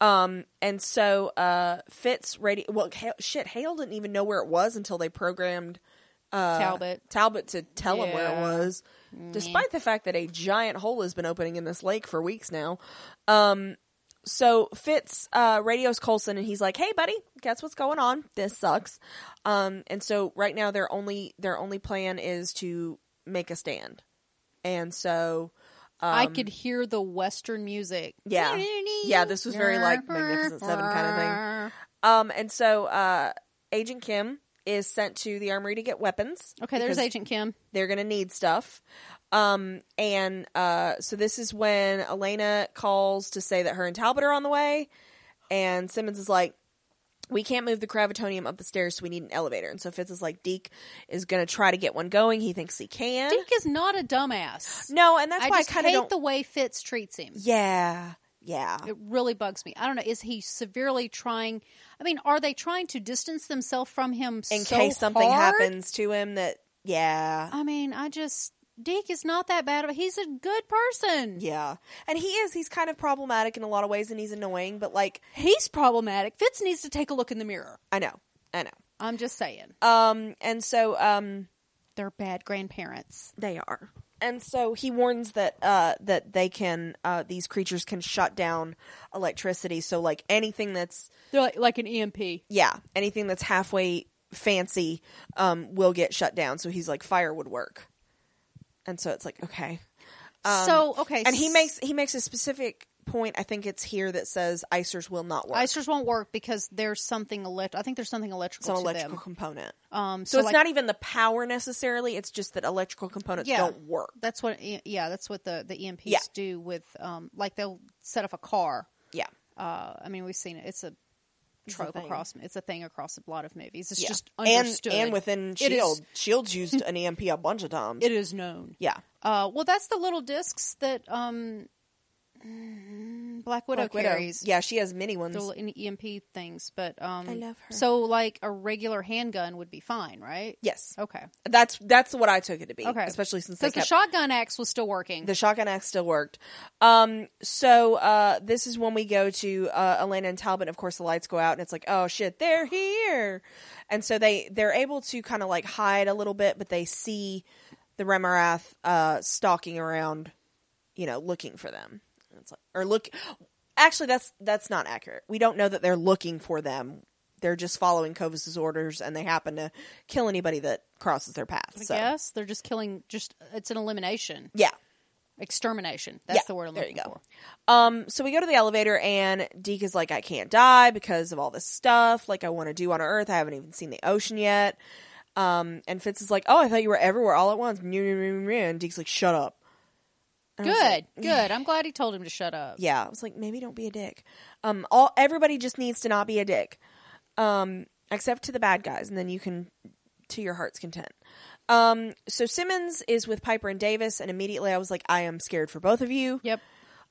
Speaker 1: Um, and so uh, Fitz radio. Well, Hale, shit, Hale didn't even know where it was until they programmed uh,
Speaker 2: Talbot.
Speaker 1: Talbot to tell him where it
Speaker 2: Yeah. Mm-hmm.
Speaker 1: was, despite the fact that a giant hole has been opening in this lake for weeks now. Um, so Fitz uh, radios Colson and he's like, "Hey, buddy, guess what's going on? This sucks." Um, and so right now their only their only plan is to make a stand, and so
Speaker 2: I could hear the Western music.
Speaker 1: Uh, um, Yeah. Yeah, this was very, like, Magnificent Seven kinda Um, and so uh, Agent Kim is sent to the armory to get weapons.
Speaker 2: Okay, there's
Speaker 1: because
Speaker 2: Agent Kim.
Speaker 1: They're gonna need stuff. Um, and uh, so this is when Elena calls to say that her and Talbot are on the way, and Simmons is like. We can't move the gravitonium up the stairs, so we need an elevator. And so Fitz is like, Deke is going to try to get one going. He thinks he can.
Speaker 2: Deke is not a dumbass.
Speaker 1: no, and that's
Speaker 2: I
Speaker 1: why I
Speaker 2: just
Speaker 1: kind of
Speaker 2: hate
Speaker 1: don't.
Speaker 2: the way Fitz treats him.
Speaker 1: yeah, yeah.
Speaker 2: It really bugs me. I don't know. Is he severely trying? I mean, are they trying to distance themselves from him
Speaker 1: In
Speaker 2: so
Speaker 1: case something
Speaker 2: hard?
Speaker 1: happens to him, that yeah,
Speaker 2: I mean, I just Deke is not that bad of a he's a good person.
Speaker 1: Yeah. And he is. He's kind of problematic in a lot of ways and he's annoying, but like,
Speaker 2: He's problematic. Fitz needs to take a look in the mirror.
Speaker 1: I know. I know.
Speaker 2: I'm just saying.
Speaker 1: Um, and so, um,
Speaker 2: They're bad grandparents.
Speaker 1: they are. And so he warns that, uh, that they can, uh, these creatures can shut down electricity. So, like, anything that's,
Speaker 2: They're like, like an E EMP.
Speaker 1: yeah, anything that's halfway fancy, um, will get shut down. So he's like, fire would work. And so it's like, okay.
Speaker 2: so okay,
Speaker 1: Um, And he
Speaker 2: s-
Speaker 1: makes, he makes a specific point. I think it's here that says icers will not work.
Speaker 2: icers won't work because there's something elect. I think there's something electrical
Speaker 1: Some
Speaker 2: to
Speaker 1: electrical
Speaker 2: them.
Speaker 1: component.
Speaker 2: Um,
Speaker 1: So,
Speaker 2: so,
Speaker 1: it's
Speaker 2: like,
Speaker 1: not even the power necessarily. It's just that electrical components
Speaker 2: Yeah.
Speaker 1: don't work.
Speaker 2: That's what E, yeah, that's what the the EMPs
Speaker 1: Yeah.
Speaker 2: do with um, like they'll set up a car.
Speaker 1: Yeah.
Speaker 2: Uh, I mean, we've seen it. It's a
Speaker 1: a
Speaker 2: trope
Speaker 1: thing.
Speaker 2: across. It's a thing across a lot of movies. It's
Speaker 1: yeah.
Speaker 2: just
Speaker 1: and
Speaker 2: understood
Speaker 1: and within
Speaker 2: It is-
Speaker 1: Shield, Shield's E used an EMP a bunch of times.
Speaker 2: it is known.
Speaker 1: yeah.
Speaker 2: Uh, well, that's the little discs that um, Black Widow
Speaker 1: Black Widow.
Speaker 2: carries
Speaker 1: Yeah, she has many ones.
Speaker 2: the little in- EMP things, but um,
Speaker 1: I love her.
Speaker 2: So like a regular handgun would be fine, right?
Speaker 1: yes,
Speaker 2: Okay,
Speaker 1: that's that's what I took it to be.
Speaker 2: Oh. Okay.
Speaker 1: especially since they
Speaker 2: because the
Speaker 1: kept
Speaker 2: shotgun axe was still working.
Speaker 1: the shotgun axe still worked. Um, so uh, this is when we go to uh, Elena and Talbot. Of course, the lights go out, and it's like, oh shit, they're here. And so they they're able to kind of like hide a little bit, but they see the Remarath uh, stalking around, you know, looking for them. And It's like, or look, actually, that's that's not accurate. We don't know that they're looking for them. They're just following Kovas's orders, and they happen to kill anybody that crosses their path.
Speaker 2: I
Speaker 1: so
Speaker 2: guess they're just killing. Just it's an elimination,
Speaker 1: yeah.
Speaker 2: extermination. That's
Speaker 1: Yeah,
Speaker 2: the word I'm
Speaker 1: there
Speaker 2: looking
Speaker 1: you go.
Speaker 2: for.
Speaker 1: Um, so we go to the elevator, and Deke is like, "I can't die because of all this stuff. Like, I want to do on Earth. I haven't even seen the ocean yet." Um, and Fitz is like, "Oh, I thought you were everywhere all at once." And Deke's like, "Shut up." And I was like, mm.
Speaker 2: Good, good. I'm glad he told him to shut up.
Speaker 1: yeah, I was like, maybe don't be a dick. Um, all everybody just needs to not be a dick, um, except to the bad guys, and then you can to your heart's content. Um, so Simmons is with Piper and Davis, and immediately I was like, I am scared for both of you.
Speaker 2: Yep.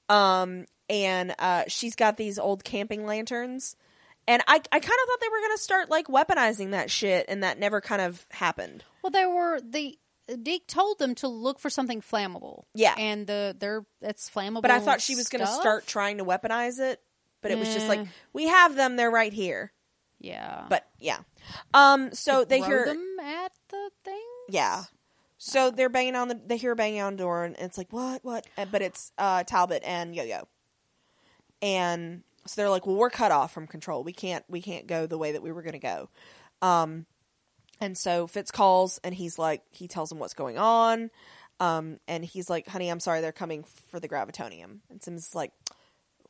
Speaker 1: um, and uh, she's got these old camping lanterns. And I, I kind of thought they were going to start like weaponizing that shit, and that never kind of happened.
Speaker 2: Well, there were the Deke told them to look for something flammable.
Speaker 1: Yeah.
Speaker 2: and the they're that's flammable.
Speaker 1: But I thought she was going to
Speaker 2: stuff.
Speaker 1: start trying to weaponize it, but it was just like,
Speaker 2: Yeah.
Speaker 1: we have them, they're right here.
Speaker 2: Yeah,
Speaker 1: But yeah. Um, so they
Speaker 2: Throw
Speaker 1: hear,
Speaker 2: them at the thing.
Speaker 1: yeah. So they're banging on the, they hear a banging on the door, and it's like, what, what? And- But it's uh, Talbot and Yo Yo. And so they're like, well, we're cut off from control. We can't, we can't go the way that we were going to go. Um, And so Fitz calls and he's like, he tells him what's going on. Um, and he's like, honey, I'm sorry, they're coming for the gravitonium. And Simmons is like,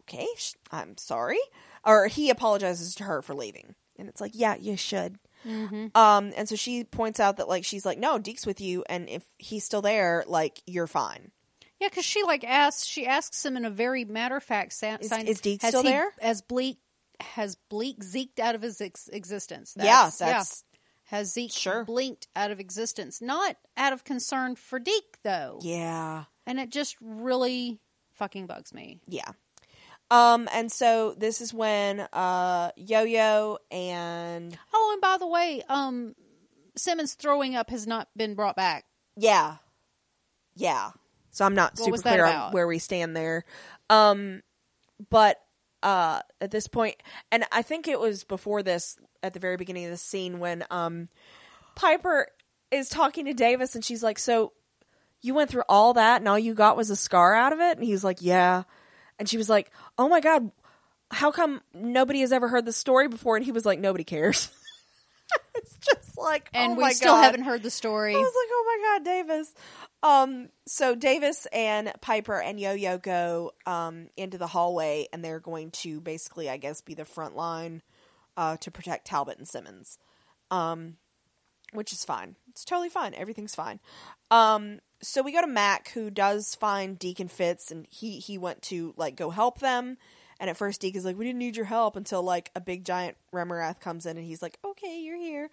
Speaker 1: okay, sh- I'm sorry. Or he apologizes to her for leaving. And it's like, yeah, you should. Um, and so she points out that, like, she's like, no, Deke's with you. And if he's still there, like, you're fine.
Speaker 2: Yeah, because she like asks she asks him in a very matter of fact sa-
Speaker 1: Is-
Speaker 2: sign-
Speaker 1: is Deke
Speaker 2: has
Speaker 1: still
Speaker 2: he-
Speaker 1: there?
Speaker 2: Has Bleak has Bleak zeked out of his ex- existence?
Speaker 1: yeah, that's.
Speaker 2: has Zeke
Speaker 1: Sure.
Speaker 2: blinked out of existence? Not out of concern for Deke though,
Speaker 1: Yeah.
Speaker 2: and it just really fucking bugs me.
Speaker 1: Yeah. Um, and so this is when uh, Yo Yo and.
Speaker 2: Oh, and by the way, um, Simmons throwing up has not been brought back.
Speaker 1: Yeah. Yeah. So I'm not
Speaker 2: What
Speaker 1: super
Speaker 2: was that
Speaker 1: clear on
Speaker 2: about?
Speaker 1: where we stand there. Um but uh at this point and I think it was before this at the very beginning of the scene when um Piper is talking to Davis and she's like, "So you went through all that and all you got was a scar out of it?" And he's like, "Yeah." And she was like, "Oh my god, how come nobody has ever heard the story before?" And he was like, "Nobody cares." it's just like,
Speaker 2: And
Speaker 1: oh
Speaker 2: we
Speaker 1: my
Speaker 2: still
Speaker 1: God.
Speaker 2: haven't heard the story.
Speaker 1: I was like, oh my god, Davis. Um, so Davis and Piper and Yo Yo go um into the hallway, and they're going to basically, I guess, be the front line uh, to protect Talbot and Simmons. Um, which is fine. It's totally fine. Everything's fine. Um, so we go to Mac, who does find Deacon Fitz, and he he went to like go help them. And at first, Deke is like, "We didn't need your help." Until like a big giant Remorath comes in, and he's like, "Okay, you're here."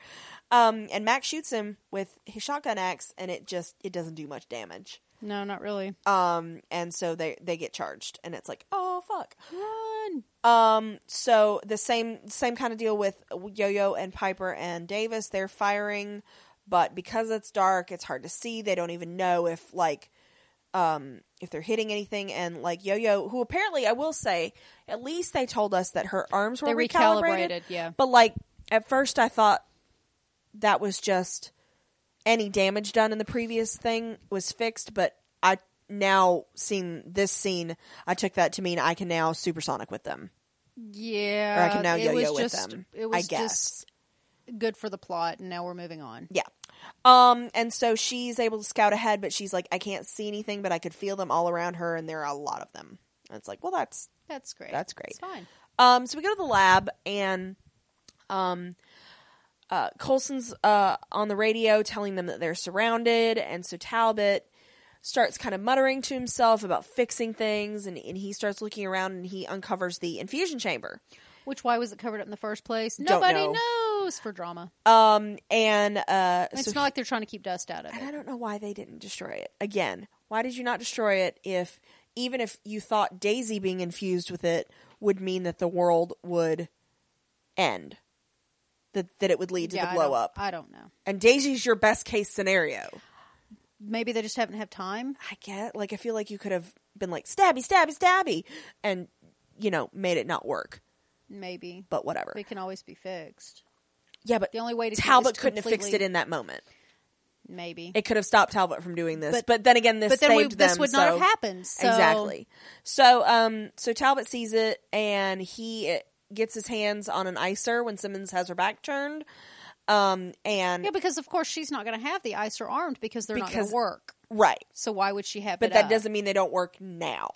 Speaker 1: Um, and Mac shoots him with his shotgun axe, and it just it doesn't do much damage.
Speaker 2: no, not really.
Speaker 1: Um, and so they they get charged, and it's like, "Oh fuck!"
Speaker 2: Run.
Speaker 1: Um, so the same same kind of deal with Yo-Yo and Piper and Davis. They're firing, but because it's dark, it's hard to see. They don't even know if like um if they're hitting anything and like Yo-Yo, who apparently I will say, at least they told us that her arms were
Speaker 2: They
Speaker 1: recalibrated.
Speaker 2: recalibrated, yeah.
Speaker 1: But like at first I thought that was just any damage done in the previous thing was fixed, but I now seeing this scene, I took that to mean I can now supersonic with them.
Speaker 2: Yeah,
Speaker 1: I can now
Speaker 2: it
Speaker 1: yo-yo
Speaker 2: was
Speaker 1: with
Speaker 2: just,
Speaker 1: them, I
Speaker 2: It was
Speaker 1: guess.
Speaker 2: just good for the plot, and now we're moving on.
Speaker 1: Yeah. Um, and so she's able to scout ahead, but she's like, I can't see anything, but I could feel them all around her, and there are a lot of them. And it's like, well, that's
Speaker 2: That's great.
Speaker 1: That's great.
Speaker 2: It's fine.
Speaker 1: Um, so we go to the lab, and um, uh, Colson's uh, on the radio telling them that they're surrounded, and so Talbot starts kind of muttering to himself about fixing things, and, and he starts looking around, and he uncovers the infusion chamber.
Speaker 2: Which why was it covered up in the first place?
Speaker 1: Don't
Speaker 2: Nobody
Speaker 1: know.
Speaker 2: knows for drama.
Speaker 1: Um, and uh,
Speaker 2: It's
Speaker 1: so
Speaker 2: not like they're trying to keep dust out of
Speaker 1: And
Speaker 2: it.
Speaker 1: I don't know why they didn't destroy it. Again, why did you not destroy it if even if you thought Daisy being infused with it would mean that the world would end, that that it would lead to
Speaker 2: Yeah,
Speaker 1: the
Speaker 2: I
Speaker 1: blow
Speaker 2: don't-
Speaker 1: up.
Speaker 2: I don't know.
Speaker 1: And Daisy's your best case scenario.
Speaker 2: Maybe they just haven't had time.
Speaker 1: I get like I feel like you could have been like stabby, stabby, stabby, and you know made it not work.
Speaker 2: Maybe
Speaker 1: But whatever.
Speaker 2: it can always be fixed.
Speaker 1: yeah, but
Speaker 2: The only way to
Speaker 1: Talbot
Speaker 2: is
Speaker 1: couldn't have fixed it
Speaker 2: completely-
Speaker 1: in that moment.
Speaker 2: maybe.
Speaker 1: It could have stopped Talbot from doing this, but,
Speaker 2: But-
Speaker 1: then again, this
Speaker 2: but then we,
Speaker 1: saved them.
Speaker 2: this would not
Speaker 1: so-
Speaker 2: have happened. So
Speaker 1: Exactly. So, um, so Talbot sees it and he uh, gets his hands on an icer when Simmons has her back turned. Um, and
Speaker 2: Yeah, because of course she's not going to have the icer armed because they're not going
Speaker 1: Because-
Speaker 2: to work.
Speaker 1: right,
Speaker 2: So why would she have?
Speaker 1: but uh,
Speaker 2: it
Speaker 1: that
Speaker 2: up?
Speaker 1: doesn't mean they don't work now.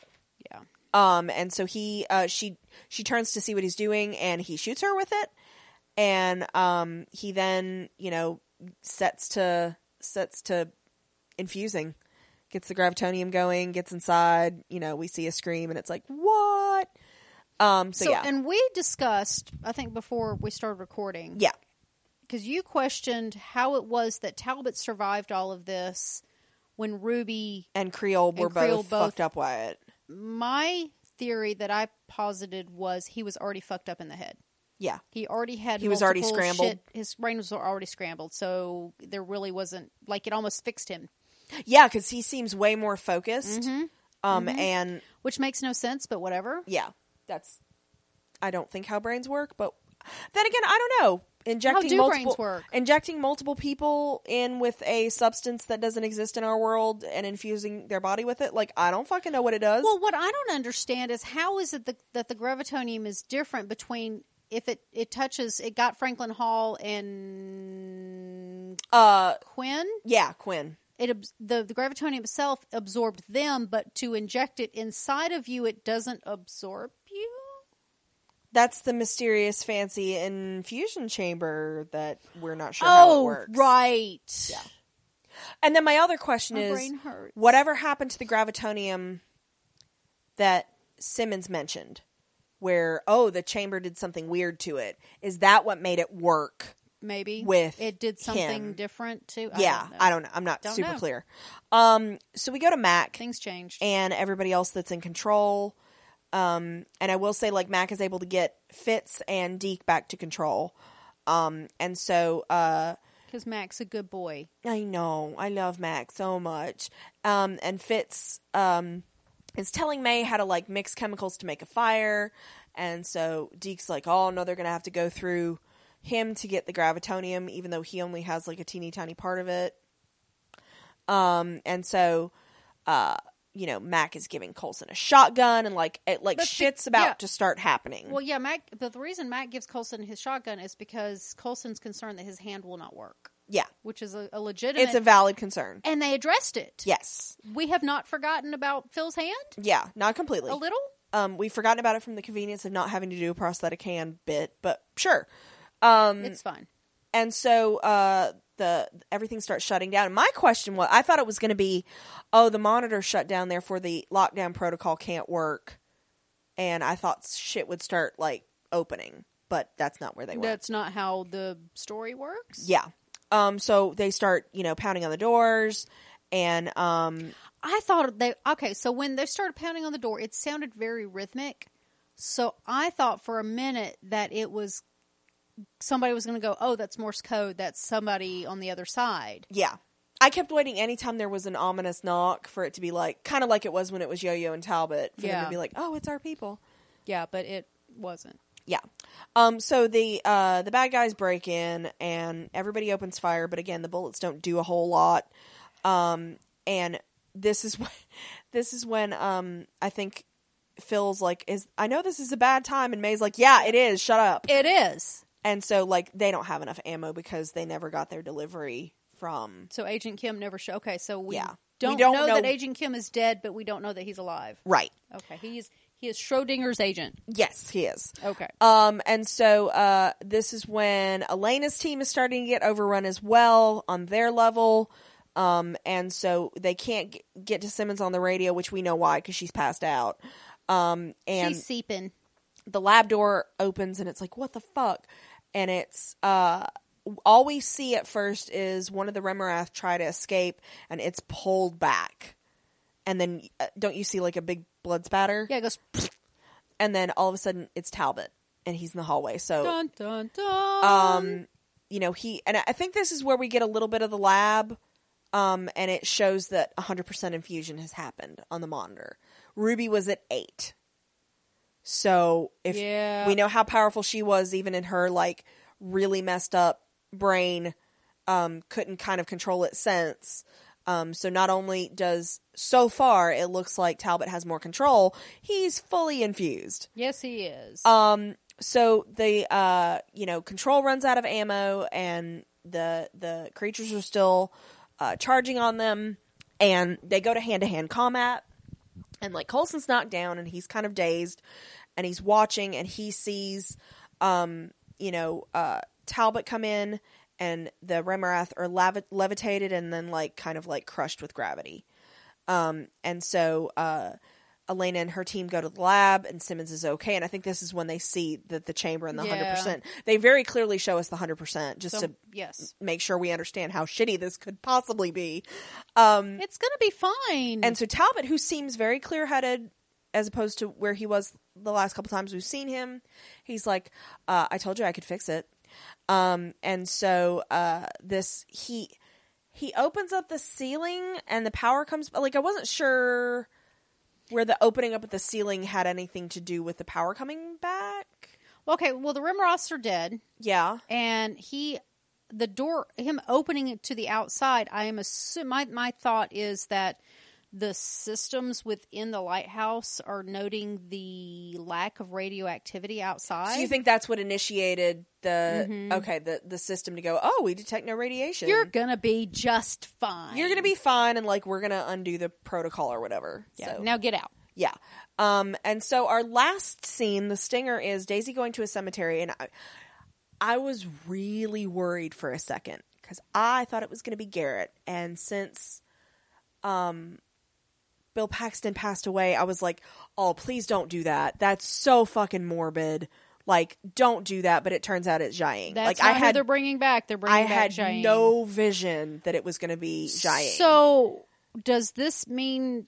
Speaker 2: Yeah.
Speaker 1: Um, and so he, uh, she, she turns to see what he's doing, and he shoots her with it, and um, he then, you know, sets to sets to infusing, gets the gravitonium going, gets inside. You know, we see a scream, and it's like what? Um, so,
Speaker 2: So,
Speaker 1: yeah,
Speaker 2: and we discussed, I think, before we started recording.
Speaker 1: yeah,
Speaker 2: because you questioned how it was that Talbot survived all of this when Ruby.
Speaker 1: and Creole were
Speaker 2: And Creole
Speaker 1: both,
Speaker 2: both-
Speaker 1: fucked up by it.
Speaker 2: My theory that I posited was he was already fucked up in the head.
Speaker 1: Yeah,
Speaker 2: He already had.
Speaker 1: He was already
Speaker 2: multiple
Speaker 1: scrambled.
Speaker 2: shit- His brain was already scrambled, so there really wasn't like it almost fixed him,
Speaker 1: yeah, because he seems way more focused.
Speaker 2: Mm-hmm.
Speaker 1: Um, and
Speaker 2: which makes no sense. But whatever.
Speaker 1: yeah, that's I don't think how brains work, but then again, I don't know. Injecting
Speaker 2: do
Speaker 1: multiple
Speaker 2: brains work?
Speaker 1: injecting multiple people in with a substance that doesn't exist in our world and infusing their body with it, like I don't fucking know what it does.
Speaker 2: Well, what I don't understand is how is it the, that the gravitonium is different between if it it touches it got Franklin Hall and
Speaker 1: uh,
Speaker 2: Quinn.
Speaker 1: yeah, Quinn.
Speaker 2: it abs- the, the gravitonium itself absorbed them, but to inject it inside of you, it doesn't absorb you.
Speaker 1: That's the mysterious fancy infusion chamber that we're not sure how it works.
Speaker 2: Oh, right. Yeah.
Speaker 1: And then my other question
Speaker 2: My
Speaker 1: is
Speaker 2: brain hurts.
Speaker 1: whatever happened to the gravitonium that Simmons mentioned where oh the chamber did something weird to it is that what made it work?
Speaker 2: Maybe
Speaker 1: With
Speaker 2: it did something
Speaker 1: him.
Speaker 2: different too.
Speaker 1: yeah,
Speaker 2: know.
Speaker 1: I don't know. I'm not
Speaker 2: Don't
Speaker 1: super
Speaker 2: know.
Speaker 1: clear. Um so we go to Mac
Speaker 2: Things changed.
Speaker 1: and everybody else that's in control um and I will say like Mac is able to get Fitz and Deke back to control. Um and so uh
Speaker 2: Because Mac's a good boy.
Speaker 1: I know. I love Mac so much. Um, and Fitz um, is telling May how to like mix chemicals to make a fire. And so Deke's like, oh no, they're going to have to go through him to get the gravitonium, even though he only has like a teeny tiny part of it. Um, and so, uh, you know, Mac is giving Colson a shotgun and like, it like
Speaker 2: But the-
Speaker 1: shit's about
Speaker 2: yeah.
Speaker 1: to start happening.
Speaker 2: Well, yeah, Mac. But the reason Mac gives Colson his shotgun is because Colson's concerned that his hand will not work,
Speaker 1: yeah.
Speaker 2: which is a, a legitimate.
Speaker 1: It's a valid concern.
Speaker 2: and they addressed it.
Speaker 1: Yes.
Speaker 2: we have not forgotten about Phil's hand
Speaker 1: Yeah. Not completely.
Speaker 2: a little.
Speaker 1: Um, we've forgotten about it from the convenience of not having to do a prosthetic hand bit, but sure. Um,
Speaker 2: It's fine.
Speaker 1: and so uh, the everything starts shutting down. And my question was, I thought it was going to be, oh, the monitor shut down, therefore the lockdown protocol can't work, and I thought shit would start like opening, but that's not where they went.
Speaker 2: That's not how the story works.
Speaker 1: yeah. Um, so they start, you know, pounding on the doors, and um,
Speaker 2: I thought they okay. So when they started pounding on the door, it sounded very rhythmic. So I thought for a minute that it was somebody was going to go, "Oh, that's Morse code. That's somebody on the other side."
Speaker 1: Yeah. I kept waiting anytime there was an ominous knock for it to be like, kind of like it was when it was Yo Yo and Talbot, for them
Speaker 2: Yeah.
Speaker 1: to be like, oh, it's our people.
Speaker 2: Yeah, but it wasn't.
Speaker 1: Yeah. Um, so the uh, the bad guys break in and everybody opens fire, but again, the bullets don't do a whole lot. Um, and this is when, this is when um, I think Phil's like, is I know this is a bad time, and May's like, yeah, it is. Shut up.
Speaker 2: It is.
Speaker 1: And so like they don't have enough ammo because they never got their delivery from
Speaker 2: So Agent Kim never showed. Okay, so we
Speaker 1: Yeah.
Speaker 2: don't,
Speaker 1: We don't
Speaker 2: know, that
Speaker 1: know-
Speaker 2: Agent Kim is dead, but we don't know that he's alive.
Speaker 1: right.
Speaker 2: Okay, he is. He is Schrodinger's agent.
Speaker 1: Yes, he is.
Speaker 2: Okay.
Speaker 1: Um, and so uh, this is when Elena's team is starting to get overrun as well on their level. Um, and so they can't g- get to Simmons on the radio, which we know why because she's passed out. Um, and
Speaker 2: She's seeping.
Speaker 1: the lab door opens and it's like, what the fuck? And it's uh, all we see at first is one of the Remorath try to escape and it's pulled back. and then uh, don't you see like a big blood spatter?
Speaker 2: Yeah, it goes
Speaker 1: And then all of a sudden it's Talbot and he's in the hallway. So
Speaker 2: dun dun dun.
Speaker 1: um you know he and i think this is where we get a little bit of the lab um and it shows that 100% infusion has happened on the monitor ruby was at 8 so if
Speaker 2: Yeah.
Speaker 1: we know how powerful she was even in her like really messed up brain um couldn't kind of control it since um so not only does so far it looks like talbot has more control he's fully infused
Speaker 2: yes, he is.
Speaker 1: um, so the uh, you know, control runs out of ammo, and the the creatures are still uh, charging on them, and they go to hand to hand combat. And like Colson's knocked down, and he's kind of dazed, and he's watching, and he sees, um, you know, uh, Talbot come in, and the Remarath are lavi- levitated, and then like kind of like crushed with gravity. Um, and so uh, Elena and her team go to the lab, and Simmons is okay. And I think this is when they see that the chamber and the hundred
Speaker 2: Yeah.
Speaker 1: percent. They very clearly show us the hundred percent just
Speaker 2: so,
Speaker 1: to
Speaker 2: yes,
Speaker 1: make sure we understand how shitty this could possibly be.
Speaker 2: it's gonna be fine.
Speaker 1: Mm. And so Talbot, who seems very clear headed as opposed to where he was the last couple times we've seen him, he's like, uh, I told you I could fix it. Um, and so uh, this he he opens up the ceiling and the power comes like I wasn't sure where the opening up at the ceiling had anything to do with the power coming back.
Speaker 2: okay, well the Rimroths are dead,
Speaker 1: Yeah.
Speaker 2: and he, the door, him opening it to the outside. I am assuming my my thought is that the systems within the lighthouse are noting the lack of radioactivity outside.
Speaker 1: So you think that's what initiated the okay, the the system to go, "Oh, we detect no radiation."
Speaker 2: you're gonna be just fine?
Speaker 1: you're gonna be fine and like we're gonna undo the protocol or whatever
Speaker 2: Yeah.
Speaker 1: so
Speaker 2: Now get out.
Speaker 1: yeah um and so our last scene the stinger is daisy going to a cemetery and i i was really worried for a second because i thought it was gonna be garrett and since um bill paxton passed away i was like oh please don't do that that's so fucking morbid like don't do that but it turns out it's Jiang.
Speaker 2: That's
Speaker 1: like
Speaker 2: not
Speaker 1: i
Speaker 2: who
Speaker 1: had
Speaker 2: they're bringing back. They're
Speaker 1: i
Speaker 2: bringing back
Speaker 1: had
Speaker 2: Jane.
Speaker 1: no vision that it was gonna be Jiang.
Speaker 2: So does this mean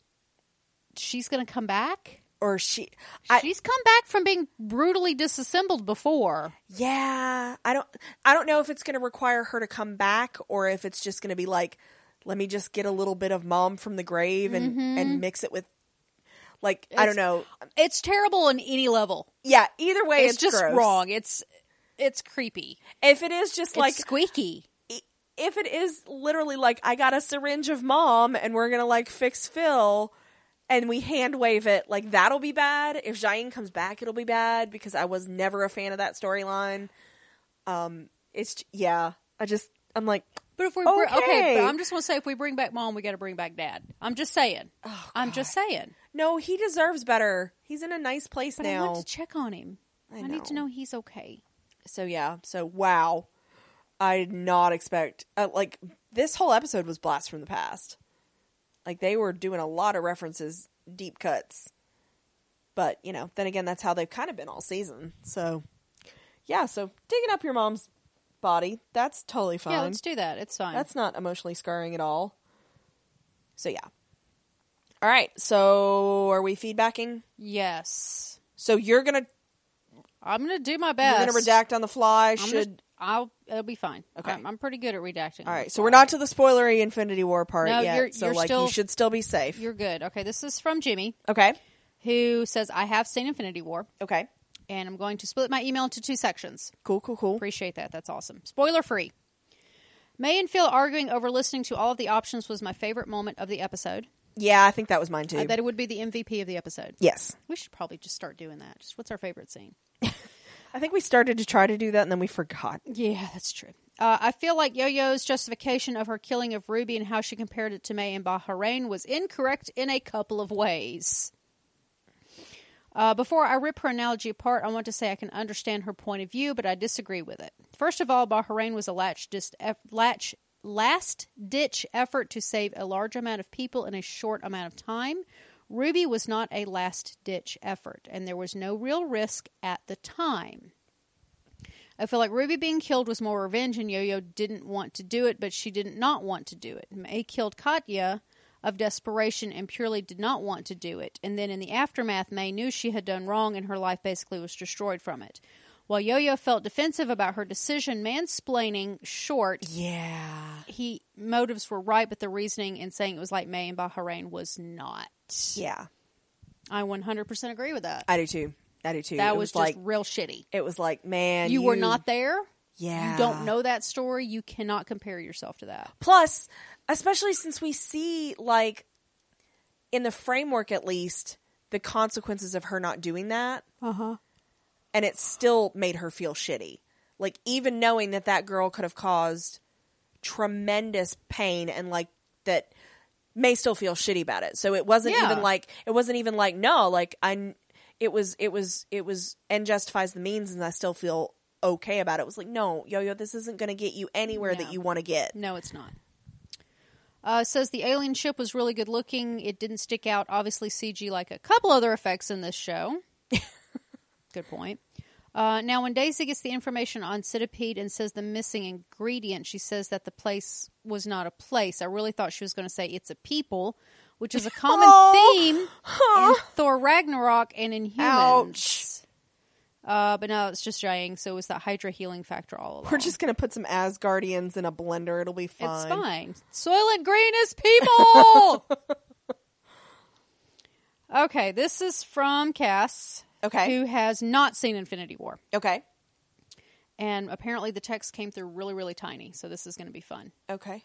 Speaker 2: she's going to come back?
Speaker 1: or she I,
Speaker 2: she's come back from being brutally disassembled before.
Speaker 1: yeah i don't i don't know if it's going to require her to come back or if it's just going to be like let me just get a little bit of mom from the grave and and mix it with like i don't
Speaker 2: Mm-hmm. It's-
Speaker 1: know
Speaker 2: It's terrible on any level.
Speaker 1: yeah either way
Speaker 2: It's,
Speaker 1: it's,
Speaker 2: just
Speaker 1: gross.
Speaker 2: wrong. It's it's creepy.
Speaker 1: if it is just like
Speaker 2: it's squeaky.
Speaker 1: if it is literally like i got a syringe of mom and we're going to like fix phil and we hand wave it like that'll be bad if Jayan comes back it'll be bad because i was never a fan of that storyline um it's yeah i just i'm like
Speaker 2: But if we br- okay,
Speaker 1: Okay.
Speaker 2: but I'm just going to say if we bring back mom, we got to bring back dad. I'm just saying.
Speaker 1: Oh,
Speaker 2: I'm just saying.
Speaker 1: No, he deserves better. He's in a nice place
Speaker 2: But I
Speaker 1: now.
Speaker 2: want to check on him. I, need to know he's okay.
Speaker 1: so yeah. So wow. I did not expect uh, like this whole episode was blast from the past. Like they were doing a lot of references, deep cuts. But, you know, then again that's how they've kind of been all season. So yeah, so digging up your mom's body, that's totally fine.
Speaker 2: Yeah, let's do that. It's fine.
Speaker 1: That's not emotionally scarring at all. So yeah. All right. So are we feedbacking?
Speaker 2: yes.
Speaker 1: So you're going to
Speaker 2: I'm going to do my
Speaker 1: We're
Speaker 2: best.
Speaker 1: gonna redact on the fly.
Speaker 2: I'm
Speaker 1: Should
Speaker 2: just- I'll it'll be fine.
Speaker 1: Okay.
Speaker 2: I'm, I'm pretty good at redacting.
Speaker 1: all right. So we're not to the spoilery Infinity War part
Speaker 2: No,
Speaker 1: yet.
Speaker 2: you're-
Speaker 1: so
Speaker 2: you're
Speaker 1: like
Speaker 2: still-
Speaker 1: you should still be safe.
Speaker 2: You're good. Okay, this is from Jimmy,
Speaker 1: Okay.
Speaker 2: who says I have seen Infinity War,
Speaker 1: Okay.
Speaker 2: and I'm going to split my email into two sections.
Speaker 1: Cool. Cool. Cool.
Speaker 2: Appreciate that. That's awesome. Spoiler free. May and Phil arguing over listening to all of the options was my favorite moment of the episode.
Speaker 1: Yeah, I think that was mine too.
Speaker 2: I bet it would be the MVP of the episode.
Speaker 1: yes.
Speaker 2: We should probably just start doing that. Just what's our favorite scene?
Speaker 1: I think we started to try to do that and then we forgot.
Speaker 2: Yeah, that's true. Uh, I feel like Yo Yo's justification of her killing of Ruby and how she compared it to May in Bahrain was incorrect in a couple of ways. Uh, before I rip her analogy apart, I want to say I can understand her point of view, but I disagree with it. First of all, Bahrain was a latch, dis- eff- latch last ditch effort to save a large amount of people in a short amount of time. Ruby was not a last ditch effort, and there was no real risk at the time. I feel like Ruby being killed was more revenge, and Yo Yo didn't want to do it, but she did not want to do it. May killed Katya of desperation and purely did not want to do it. And then in the aftermath, May knew she had done wrong and her life basically was destroyed from it. While Yo Yo felt defensive about her decision, mansplaining short,
Speaker 1: Yeah.
Speaker 2: he motives were right, but the reasoning and saying it was like May and Bahrain was not.
Speaker 1: Yeah.
Speaker 2: I 100% agree with that.
Speaker 1: I do too. I do too.
Speaker 2: that
Speaker 1: it
Speaker 2: was,
Speaker 1: was, like
Speaker 2: just real shitty.
Speaker 1: it was like man,
Speaker 2: You, were not there.
Speaker 1: Yeah.
Speaker 2: You don't know that story. You cannot compare yourself to that.
Speaker 1: Plus, especially since we see like in the framework at least the consequences of her not doing that.
Speaker 2: Uh huh.
Speaker 1: and it still made her feel shitty. Like even knowing that that girl could have caused tremendous pain and like that may still feel shitty about it. So it wasn't
Speaker 2: Yeah.
Speaker 1: even like it wasn't even like no, like I kn- it was it was it was and justifies the means and I still feel okay about it. It was like no, yo yo this isn't going to get you anywhere
Speaker 2: No.
Speaker 1: that you want to get.
Speaker 2: No, it's not. Uh, says the alien ship was really good looking. It didn't stick out. Obviously, CG like a couple other effects in this show. good point. Uh, now, when Daisy gets the information on Centipede and says the missing ingredient, she says that the place was not a place. I really thought she was going to say it's a people, which is a common
Speaker 1: Oh.
Speaker 2: theme in Thor Ragnarok and in humans.
Speaker 1: Ouch.
Speaker 2: Uh, but no, it's just dying. So it's that Hydra healing factor all along.
Speaker 1: We're just going to put some Asgardians in a blender. It'll be fine.
Speaker 2: It's fine. Soylent Green is people. okay, this is from Cass,
Speaker 1: Okay.
Speaker 2: who has not seen Infinity War,
Speaker 1: Okay.
Speaker 2: and apparently the text came through really, really tiny. So this is going to be fun.
Speaker 1: Okay.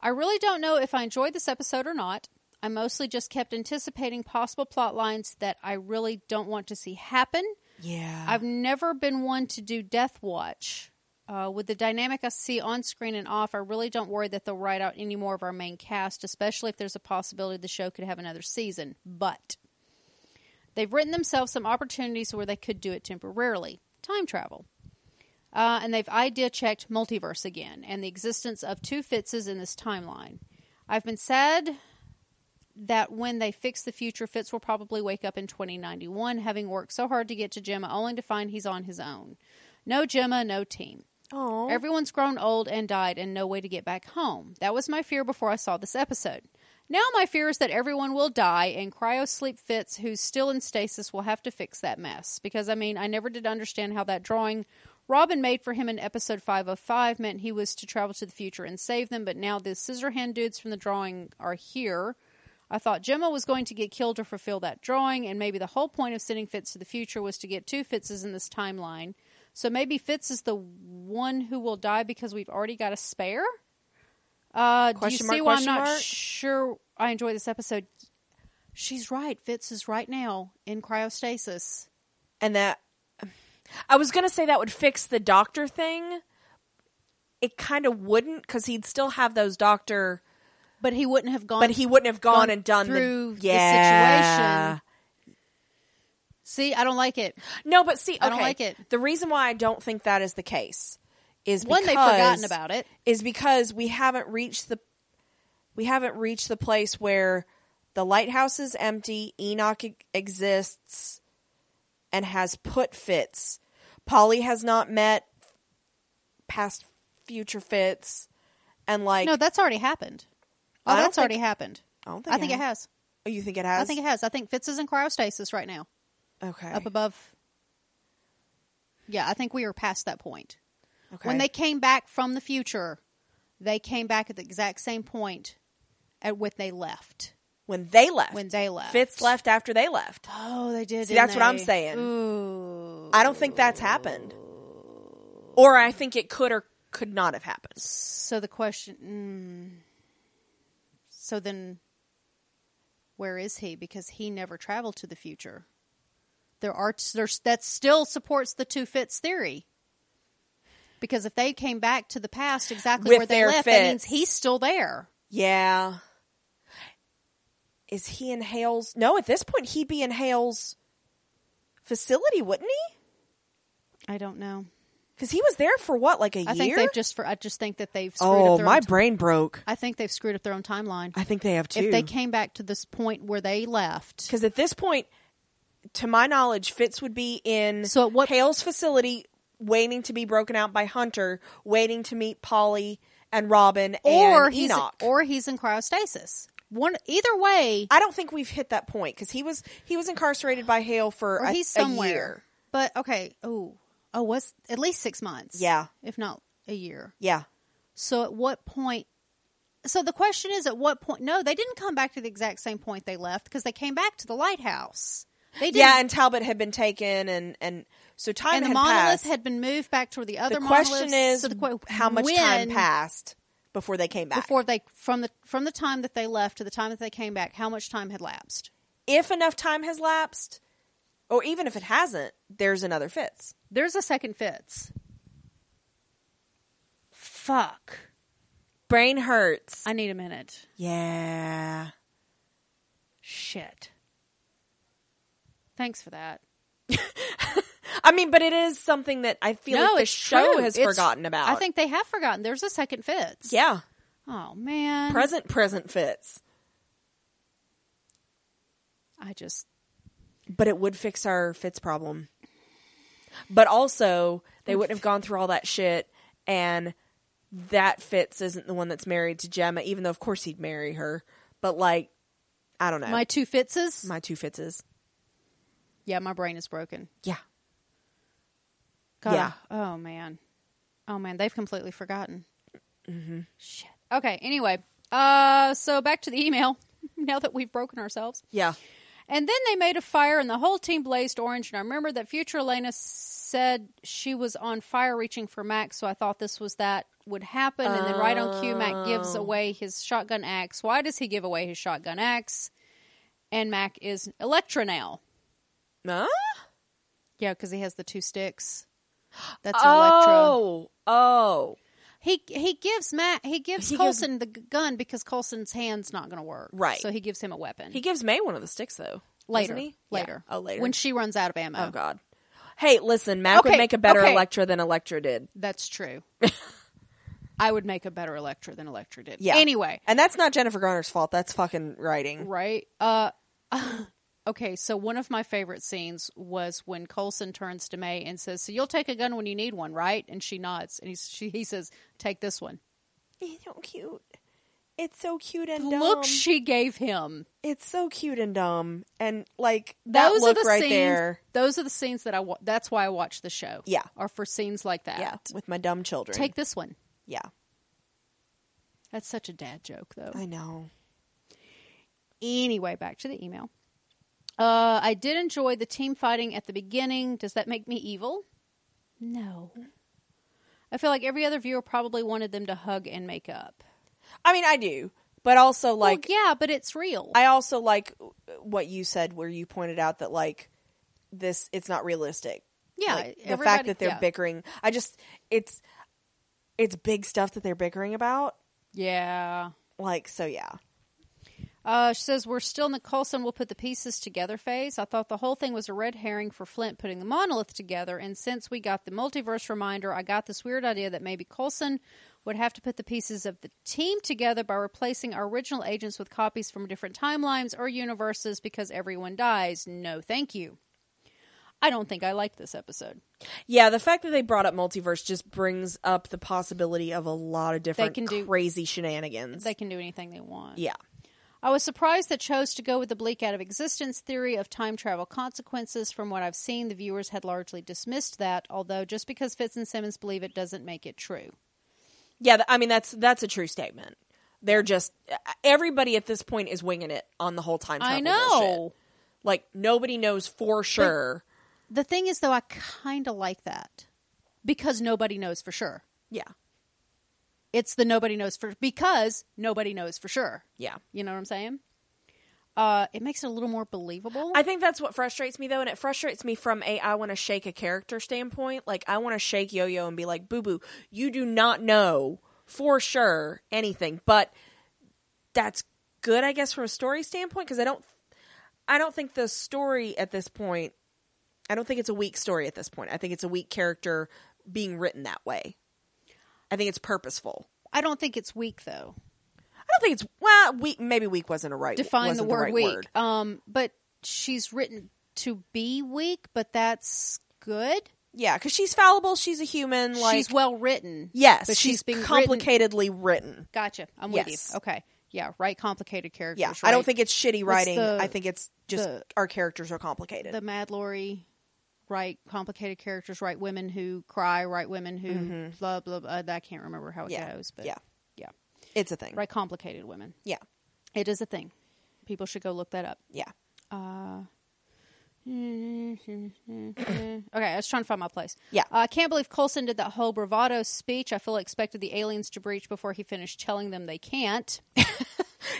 Speaker 2: I really don't know if I enjoyed this episode or not. I mostly just kept anticipating possible plot lines that I really don't want to see happen.
Speaker 1: Yeah.
Speaker 2: I've never been one to do Death Watch. Uh, with the dynamic I see on screen and off, I really don't worry that they'll write out any more of our main cast, especially if there's a possibility the show could have another season. But they've written themselves some opportunities where they could do it temporarily time travel. Uh, and they've idea checked multiverse again and the existence of two Fitzes in this timeline. I've been sad that when they fix the future, Fitz will probably wake up in 2091, having worked so hard to get to Gemma, only to find he's on his own. No Gemma, no team.
Speaker 1: Oh.
Speaker 2: Everyone's grown old and died, and no way to get back home. That was my fear before I saw this episode. Now my fear is that everyone will die, and cryosleep Fitz, who's still in stasis, will have to fix that mess. Because I mean, I never did understand how that drawing Robin made for him in episode 505 meant he was to travel to the future and save them, but now the scissor hand dudes from the drawing are here. I thought Gemma was going to get killed to fulfill that drawing, and maybe the whole point of sending Fitz to the future was to get two Fitzes in this timeline. So maybe Fitz is the one who will die because we've already got a spare. Uh, do you
Speaker 1: Question
Speaker 2: see
Speaker 1: mark,
Speaker 2: why I'm
Speaker 1: question
Speaker 2: not
Speaker 1: mark?
Speaker 2: sure I enjoy this episode? She's right. Fitz is right now in cryostasis.
Speaker 1: and that I was gonna say that would fix the doctor thing. It kind of wouldn't because he'd still have those doctor,
Speaker 2: But he wouldn't have gone.
Speaker 1: but he wouldn't have gone,
Speaker 2: Gone
Speaker 1: and done
Speaker 2: through
Speaker 1: the,
Speaker 2: the situation.
Speaker 1: yeah.
Speaker 2: see, I don't like it.
Speaker 1: No, but see, okay,
Speaker 2: I don't like it.
Speaker 1: The reason why I don't think that is the case is
Speaker 2: One, they've
Speaker 1: because
Speaker 2: forgotten about it.
Speaker 1: is because we haven't reached the we haven't reached the place where the lighthouse is empty, Enoch e- exists and has put fits. Polly has not met past future fits and like
Speaker 2: No, that's already happened. Oh,
Speaker 1: I don't
Speaker 2: that's already
Speaker 1: think-
Speaker 2: happened.
Speaker 1: I don't think
Speaker 2: I think
Speaker 1: it
Speaker 2: it has.
Speaker 1: Oh, you think it has?
Speaker 2: I think it has. I think Fitz is in cryostasis right now,
Speaker 1: okay.
Speaker 2: up above. Yeah, I think we are past that point.
Speaker 1: okay.
Speaker 2: When they came back from the future, they came back at the exact same point at when they left.
Speaker 1: when they left.
Speaker 2: When they left.
Speaker 1: Fitz left after they left.
Speaker 2: Oh, they did.
Speaker 1: See, that's what I'm
Speaker 2: they?
Speaker 1: saying.
Speaker 2: Ooh.
Speaker 1: I don't think that's happened. Or I think it could or could not have happened.
Speaker 2: So the question. Mm, so then, where is he? Because he never traveled to the future. There are there's that still supports the two fits theory. Because if they came back to the past exactly
Speaker 1: With
Speaker 2: where they
Speaker 1: their
Speaker 2: left, that means
Speaker 1: fits.
Speaker 2: he's still there.
Speaker 1: Yeah. Is he in Hale's? No, at this point, he'd be in Hale's facility, wouldn't he?
Speaker 2: I don't know.
Speaker 1: Because he was there for what, like a
Speaker 2: I think
Speaker 1: year?
Speaker 2: they've just for I just think that they've screwed
Speaker 1: oh,
Speaker 2: up their
Speaker 1: my
Speaker 2: own ti-
Speaker 1: brain broke.
Speaker 2: I think they've screwed up their own timeline.
Speaker 1: I think they have
Speaker 2: If they
Speaker 1: two.
Speaker 2: came back to this point where they left,
Speaker 1: Because at this point, to my knowledge, Fitz would be in
Speaker 2: So at what-
Speaker 1: Hale's facility, waiting to be broken out by Hunter, waiting to meet Polly and Robin
Speaker 2: or
Speaker 1: and
Speaker 2: he's
Speaker 1: Enoch.
Speaker 2: or he's in cryostasis. one either way,
Speaker 1: I don't think we've hit that point because he was he was incarcerated by Hale for
Speaker 2: or
Speaker 1: a,
Speaker 2: he's
Speaker 1: a
Speaker 2: somewhere.
Speaker 1: year.
Speaker 2: But okay, oh, oh, what's at least six months?
Speaker 1: Yeah.
Speaker 2: if not a year.
Speaker 1: Yeah,
Speaker 2: So at what point? So the question is, at what point? No, they didn't come back to the exact same point they left because they came back to the lighthouse. They did.
Speaker 1: yeah, and Talbot had been taken, and and so time
Speaker 2: and the
Speaker 1: had
Speaker 2: monolith
Speaker 1: passed.
Speaker 2: had been moved back toward the other
Speaker 1: the question
Speaker 2: monoliths.
Speaker 1: is
Speaker 2: So the que-
Speaker 1: how much time
Speaker 2: when-
Speaker 1: passed before they came back.
Speaker 2: before they from the from the time that they left to the time that they came back? How much time had lapsed?
Speaker 1: if enough time has lapsed, or even if it hasn't, there's another Fitz.
Speaker 2: There's a second Fitz. Fuck.
Speaker 1: Brain hurts.
Speaker 2: I need a minute.
Speaker 1: yeah.
Speaker 2: Shit. Thanks for that.
Speaker 1: I mean, but it is something that I feel like the
Speaker 2: it's
Speaker 1: show
Speaker 2: true.
Speaker 1: has
Speaker 2: It's-
Speaker 1: forgotten about.
Speaker 2: I think they have forgotten. There's a second Fitz.
Speaker 1: Yeah.
Speaker 2: Oh man.
Speaker 1: Present, present Fitz.
Speaker 2: I just
Speaker 1: But it would fix our Fitz problem. But also, they wouldn't have gone through all that shit and that Fitz isn't the one that's married to Gemma, even though of course he'd marry her. But like, I don't know.
Speaker 2: my two Fitzes.
Speaker 1: Uh, my two Fitzes.
Speaker 2: yeah, my brain is broken.
Speaker 1: Yeah.
Speaker 2: God.
Speaker 1: Yeah.
Speaker 2: Oh man. Oh man, they've completely forgotten. Mm-hmm. Shit. Okay. Anyway, uh, so back to the email. now that we've broken ourselves,
Speaker 1: Yeah.
Speaker 2: and then they made a fire, and the whole team blazed orange. And I remember that future Elena said she was on fire, reaching for Mac. So I thought this was that would happen. And then right on cue, Mac gives away his shotgun axe. Why does he give away his shotgun axe? And Mac is Electra now. Uh,
Speaker 1: Huh?
Speaker 2: Yeah, because he has the two sticks. That's an Electra.
Speaker 1: Oh, oh,
Speaker 2: He he gives Matt he gives
Speaker 1: He gives-
Speaker 2: Colson the g- gun because Colson's hand's not going to work.
Speaker 1: Right.
Speaker 2: So he gives him a weapon.
Speaker 1: he gives May one of the sticks though.
Speaker 2: later.
Speaker 1: doesn't he?
Speaker 2: Later.
Speaker 1: Yeah. Oh, later.
Speaker 2: When she runs out of ammo.
Speaker 1: oh God. Hey, listen, Mac
Speaker 2: Okay,
Speaker 1: would make a better
Speaker 2: okay.
Speaker 1: Electra than Electra did.
Speaker 2: That's true. I would make a better Electra than Electra did.
Speaker 1: Yeah.
Speaker 2: Anyway,
Speaker 1: And that's not Jennifer Garner's fault. That's fucking writing.
Speaker 2: right? Uh Okay, so one of my favorite scenes was when Colson turns to May and says, "So you'll take a gun when you need one, right?" And she nods, and he she, he says, "Take this one."
Speaker 1: It's so cute. It's so cute
Speaker 2: The
Speaker 1: and
Speaker 2: look she gave him.
Speaker 1: it's so cute and dumb. And like that
Speaker 2: those
Speaker 1: look
Speaker 2: are the
Speaker 1: right
Speaker 2: scenes,
Speaker 1: there.
Speaker 2: Those are the scenes that I. Wa- that's why I watch the show.
Speaker 1: Yeah.
Speaker 2: are for scenes like that.
Speaker 1: Yeah, with my dumb children.
Speaker 2: Take this one.
Speaker 1: yeah,
Speaker 2: That's such a dad joke, though.
Speaker 1: I know.
Speaker 2: Anyway, back to the email. Uh, I did enjoy the team fighting at the beginning. Does that make me evil? No. I feel like every other viewer probably wanted them to hug and make up.
Speaker 1: I mean, I do, but also
Speaker 2: Well,
Speaker 1: like
Speaker 2: yeah, but it's real.
Speaker 1: I also like what you said, where you pointed out that like this, it's not realistic.
Speaker 2: yeah,
Speaker 1: Like, the
Speaker 2: everybody-
Speaker 1: fact that they're
Speaker 2: yeah.
Speaker 1: bickering, I just it's it's big stuff that they're bickering about.
Speaker 2: Yeah.
Speaker 1: Like, so yeah,
Speaker 2: Uh, she says, We're still in the Colson will put the pieces together phase. I thought the whole thing was a red herring for Flint putting the monolith together. And since we got the multiverse reminder, I got this weird idea that maybe Colson would have to put the pieces of the team together by replacing our original agents with copies from different timelines or universes because everyone dies. No, thank you. I don't think I like this episode.
Speaker 1: yeah. The fact that they brought up multiverse just brings up the possibility of a lot of different
Speaker 2: can do-
Speaker 1: crazy shenanigans.
Speaker 2: They can do anything they want.
Speaker 1: yeah,
Speaker 2: I was surprised that chose to go with the bleak out of existence theory of time travel consequences. From what I've seen, the viewers had largely dismissed that, although just because Fitz and Simmons believe it doesn't make it true.
Speaker 1: yeah. th- I mean, that's that's a true statement. They're just everybody at this point is winging it on the whole time. Travel
Speaker 2: I know.
Speaker 1: bullshit. like nobody knows for sure.
Speaker 2: The thing is, though, I kind of like that because nobody knows for sure.
Speaker 1: yeah,
Speaker 2: It's the nobody knows for because nobody knows for sure.
Speaker 1: yeah.
Speaker 2: You know what I'm saying? Uh, it makes it a little more believable.
Speaker 1: I think that's what frustrates me though, and it frustrates me from a I want to shake a character standpoint. Like I want to shake Yo Yo and be like, "Boo Boo, you do not know for sure anything," but that's good, I guess, from a story standpoint because I don't, I don't think the story at this point, I don't think it's a weak story at this point. I think it's a weak character being written that way. I think it's purposeful.
Speaker 2: I don't think it's weak though.
Speaker 1: I don't think it's well, weak. Maybe weak wasn't a right.
Speaker 2: define the
Speaker 1: wasn't
Speaker 2: word
Speaker 1: right
Speaker 2: weak.
Speaker 1: word.
Speaker 2: Um, but she's written to be weak, but that's good.
Speaker 1: Yeah, because she's fallible. She's a human. Like
Speaker 2: she's well written.
Speaker 1: Yes,
Speaker 2: but
Speaker 1: she's,
Speaker 2: she's being written-
Speaker 1: complicatedly written.
Speaker 2: Gotcha. I'm with
Speaker 1: Yes.
Speaker 2: you. Okay. yeah, write complicated characters.
Speaker 1: Yeah,
Speaker 2: right?
Speaker 1: I don't think it's shitty writing.
Speaker 2: the-
Speaker 1: I think it's just
Speaker 2: the-
Speaker 1: our characters are complicated.
Speaker 2: the Mad Lori, write complicated characters, write women who cry, write women who blah blah blah. I can't remember how it
Speaker 1: Mm-hmm. yeah,
Speaker 2: goes, but
Speaker 1: yeah,
Speaker 2: yeah,
Speaker 1: it's a thing.
Speaker 2: write complicated women.
Speaker 1: Yeah,
Speaker 2: It is a thing. People should go look that up.
Speaker 1: yeah.
Speaker 2: Okay, I was trying to find my place. Uh,
Speaker 1: Yeah.
Speaker 2: I can't believe Colson did that whole bravado speech. I fully expected the aliens to breach before he finished telling them they can't.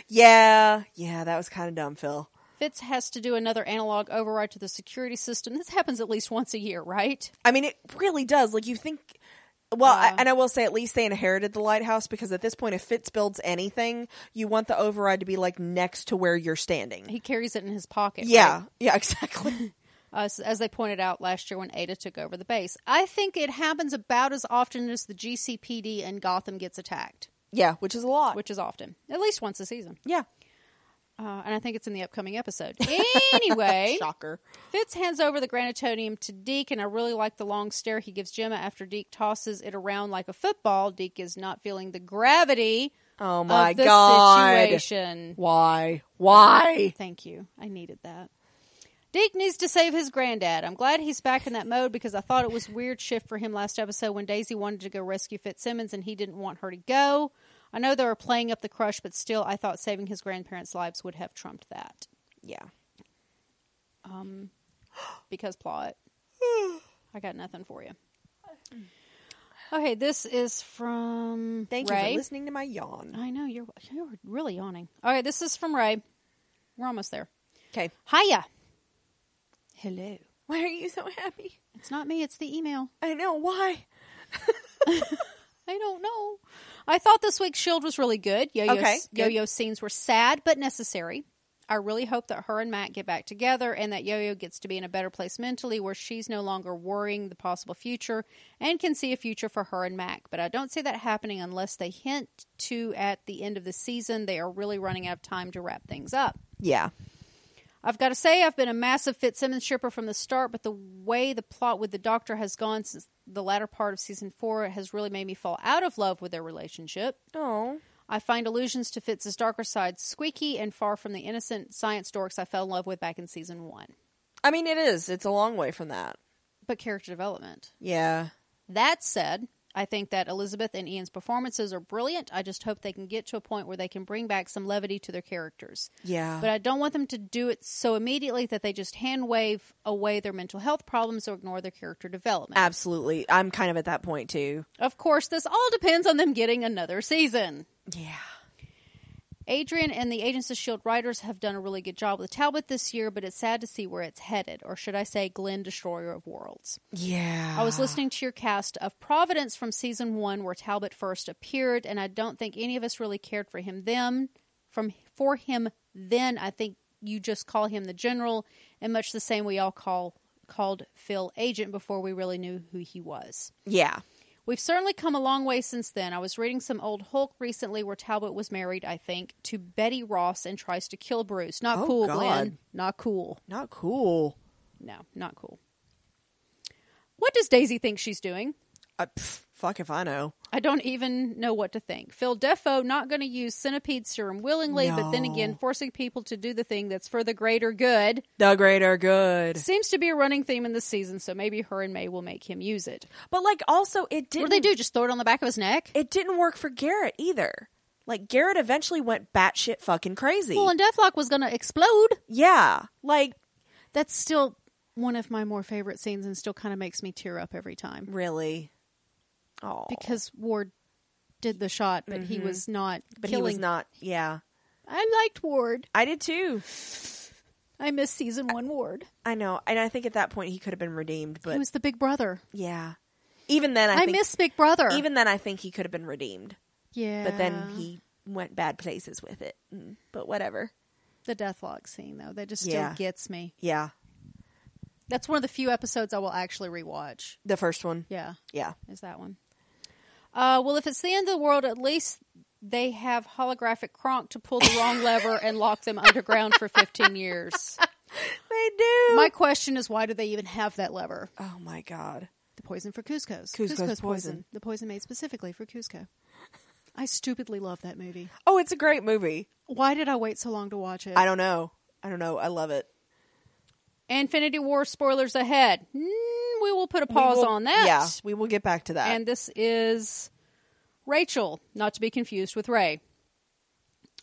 Speaker 1: Yeah, yeah, that was kind of dumb, Phil.
Speaker 2: Fitz has to do another analog override to the security system. This happens at least once a year, right?
Speaker 1: I mean, it really does. Like, you think. Well, I,
Speaker 2: Yeah.
Speaker 1: and I will say, at least they inherited the lighthouse because at this point, if Fitz builds anything, you want the override to be like next to where you're standing.
Speaker 2: He carries it in his pocket.
Speaker 1: Yeah,
Speaker 2: right? Uh,
Speaker 1: yeah, exactly.
Speaker 2: as, as they pointed out last year when Ada took over the base. I think it happens about as often as the GCPD and Gotham gets attacked,
Speaker 1: yeah, which is a lot.
Speaker 2: which is often, at least once a season.
Speaker 1: yeah,
Speaker 2: Uh, and I think it's in the upcoming episode. Anyway,
Speaker 1: shocker.
Speaker 2: Fitz hands over the granitonium to Deke, and I really like the long stare he gives Gemma after Deke tosses it around like a football. Deke is not feeling the gravity
Speaker 1: Oh my
Speaker 2: of the
Speaker 1: god!
Speaker 2: situation.
Speaker 1: Why? Why?
Speaker 2: Thank you. I needed that. Deke needs to save his granddad. I'm glad he's back in that mode because I thought it was weird shift for him last episode when Daisy wanted to go rescue Fitzsimmons and he didn't want her to go. I know they were playing up the crush, but still, I thought saving his grandparents' lives would have trumped that
Speaker 1: Yeah.
Speaker 2: because plot. I got nothing for you. Okay, this is from
Speaker 1: Thank you
Speaker 2: Ray.
Speaker 1: for listening to my yawn.
Speaker 2: I know you're you're really yawning. Okay, this is from Ray. We're almost there.
Speaker 1: Okay.
Speaker 2: Hiya. Hello.
Speaker 1: Why are you so happy?
Speaker 2: It's not me, it's the email.
Speaker 1: I know why.
Speaker 2: I don't know. I thought this week's Shield was really good. Yo-Yo's,
Speaker 1: Okay, good.
Speaker 2: Yo-Yo's scenes were sad but necessary. I really hope that her and Matt get back together and that Yo-Yo gets to be in a better place mentally where she's no longer worrying the possible future and can see a future for her and Mac. But I don't see that happening unless they hint to at the end of the season they are really running out of time to wrap things up.
Speaker 1: Yeah.
Speaker 2: I've got to say, I've been a massive Fitzsimmons shipper from the start, but the way the plot with the Doctor has gone since the latter part of season four has really made me fall out of love with their relationship.
Speaker 1: Oh.
Speaker 2: I find allusions to Fitz's darker side squeaky and far from the innocent science dorks I fell in love with back in season one.
Speaker 1: I mean, it is. It's a long way from that.
Speaker 2: But character development.
Speaker 1: Yeah.
Speaker 2: That said, I think that Elizabeth and Ian's performances are brilliant. I just hope they can get to a point where they can bring back some levity to their characters.
Speaker 1: Yeah.
Speaker 2: but I don't want them to do it so immediately that they just hand wave away their mental health problems or ignore their character development.
Speaker 1: Uh, Absolutely. I'm kind of at that point too.
Speaker 2: of course, this all depends on them getting another season.
Speaker 1: Yeah.
Speaker 2: Adrian and the Agents of S.H.I.E.L.D. E writers have done a really good job with Talbot this year, but it's sad to see where it's headed, or should I say, Glenn Destroyer of Worlds.
Speaker 1: Yeah.
Speaker 2: I was listening to your cast of Providence from season one, where Talbot first appeared, and I don't think any of us really cared for him then. From for him then, I think you just call him the general, and much the same we all call called Phil Agent before we really knew who he was.
Speaker 1: Yeah.
Speaker 2: We've certainly come a long way since then. I was reading some old Hulk recently where Talbot was married, I think, to Betty Ross and tries to kill Bruce. Not
Speaker 1: Oh,
Speaker 2: cool,
Speaker 1: God.
Speaker 2: Glenn. Not cool.
Speaker 1: Not cool.
Speaker 2: No, not cool. What does Daisy think she's doing?
Speaker 1: Uh, pff, fuck if I know.
Speaker 2: I don't even know what to think. Phil Defo not going to use centipede serum willingly, but then again,
Speaker 1: No.
Speaker 2: forcing people to do the thing that's for the greater good
Speaker 1: The greater good.
Speaker 2: seems to be a running theme in this season. So maybe her and May will make him use it.
Speaker 1: But like, also, it
Speaker 2: What do
Speaker 1: didn't.
Speaker 2: they do? Just throw it on the back of his neck?
Speaker 1: It didn't work for Garrett either. Like Garrett eventually went batshit fucking crazy.
Speaker 2: Well, and Deathlock was going to explode.
Speaker 1: yeah. Like
Speaker 2: That's still one of my more favorite scenes, and still kind of makes me tear up every time
Speaker 1: really. Oh.
Speaker 2: because Ward did the shot, Mm-hmm. but he was not.
Speaker 1: but
Speaker 2: killing.
Speaker 1: he was not. Yeah.
Speaker 2: I liked Ward.
Speaker 1: I did too.
Speaker 2: I miss season one Ward.
Speaker 1: I know, and I think at that point he could have been redeemed, but
Speaker 2: he was the Big Brother.
Speaker 1: yeah. Even then, I,
Speaker 2: I,
Speaker 1: think,
Speaker 2: miss Big Brother.
Speaker 1: Even then, I think he could have been redeemed,
Speaker 2: yeah,
Speaker 1: but then he went bad places with it. Mm, But whatever.
Speaker 2: the Deathlock scene though that just
Speaker 1: Yeah.
Speaker 2: still gets me.
Speaker 1: Yeah,
Speaker 2: That's one of the few episodes I will actually rewatch.
Speaker 1: the first one.
Speaker 2: Yeah,
Speaker 1: Yeah,
Speaker 2: is that one? Uh, well, if it's the end of the world, at least they have holographic Kronk to pull the wrong lever and lock them underground for fifteen years.
Speaker 1: they do.
Speaker 2: My question is, why do they even have that lever?
Speaker 1: oh my god.
Speaker 2: The poison for Cusco's.
Speaker 1: Cusco's
Speaker 2: Cusco's
Speaker 1: poison.
Speaker 2: The poison made specifically for Cusco. I stupidly love that movie.
Speaker 1: Oh, it's a great movie.
Speaker 2: Why did I wait so long to watch it?
Speaker 1: I don't know. I don't know. I love it.
Speaker 2: Infinity War spoilers ahead. Mm, we will put a
Speaker 1: We
Speaker 2: pause
Speaker 1: will-
Speaker 2: on that.
Speaker 1: Yeah, we will get back to that.
Speaker 2: and this is Rachel, not to be confused with Ray.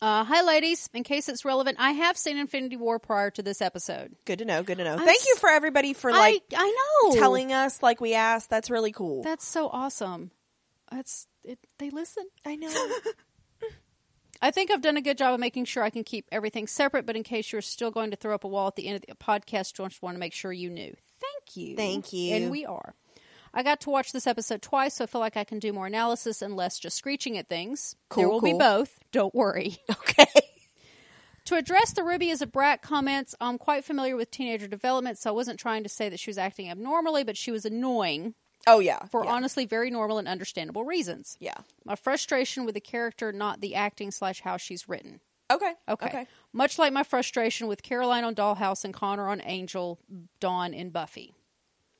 Speaker 2: Uh, hi, ladies. In case it's relevant, I have seen Infinity War prior to this episode.
Speaker 1: good to know. Good to know.
Speaker 2: I'm
Speaker 1: Thank you
Speaker 2: s-
Speaker 1: for everybody for like
Speaker 2: I, I know
Speaker 1: telling us like we asked. That's really cool.
Speaker 2: That's so awesome. That's it, they listen.
Speaker 1: I know.
Speaker 2: I think I've done a good job of making sure I can keep everything separate. But in case you're still going to throw up a wall at the end of the podcast, just want to make sure you knew. Thank you.
Speaker 1: Thank you.
Speaker 2: And we are. I got to watch this episode twice, so I feel like I can do more analysis and less just screeching at things.
Speaker 1: Cool,
Speaker 2: there will be
Speaker 1: cool.
Speaker 2: both. Don't worry.
Speaker 1: okay.
Speaker 2: To address the Ruby as a brat comments, I'm quite familiar with teenager development, so I wasn't trying to say that she was acting abnormally, but she was annoying
Speaker 1: Oh yeah.
Speaker 2: for
Speaker 1: yeah.
Speaker 2: honestly very normal and understandable reasons.
Speaker 1: Yeah.
Speaker 2: My frustration with the character, not the acting slash how she's written.
Speaker 1: Okay.
Speaker 2: Okay. Much like my frustration with Caroline on Dollhouse and Connor on Angel, Dawn and Buffy.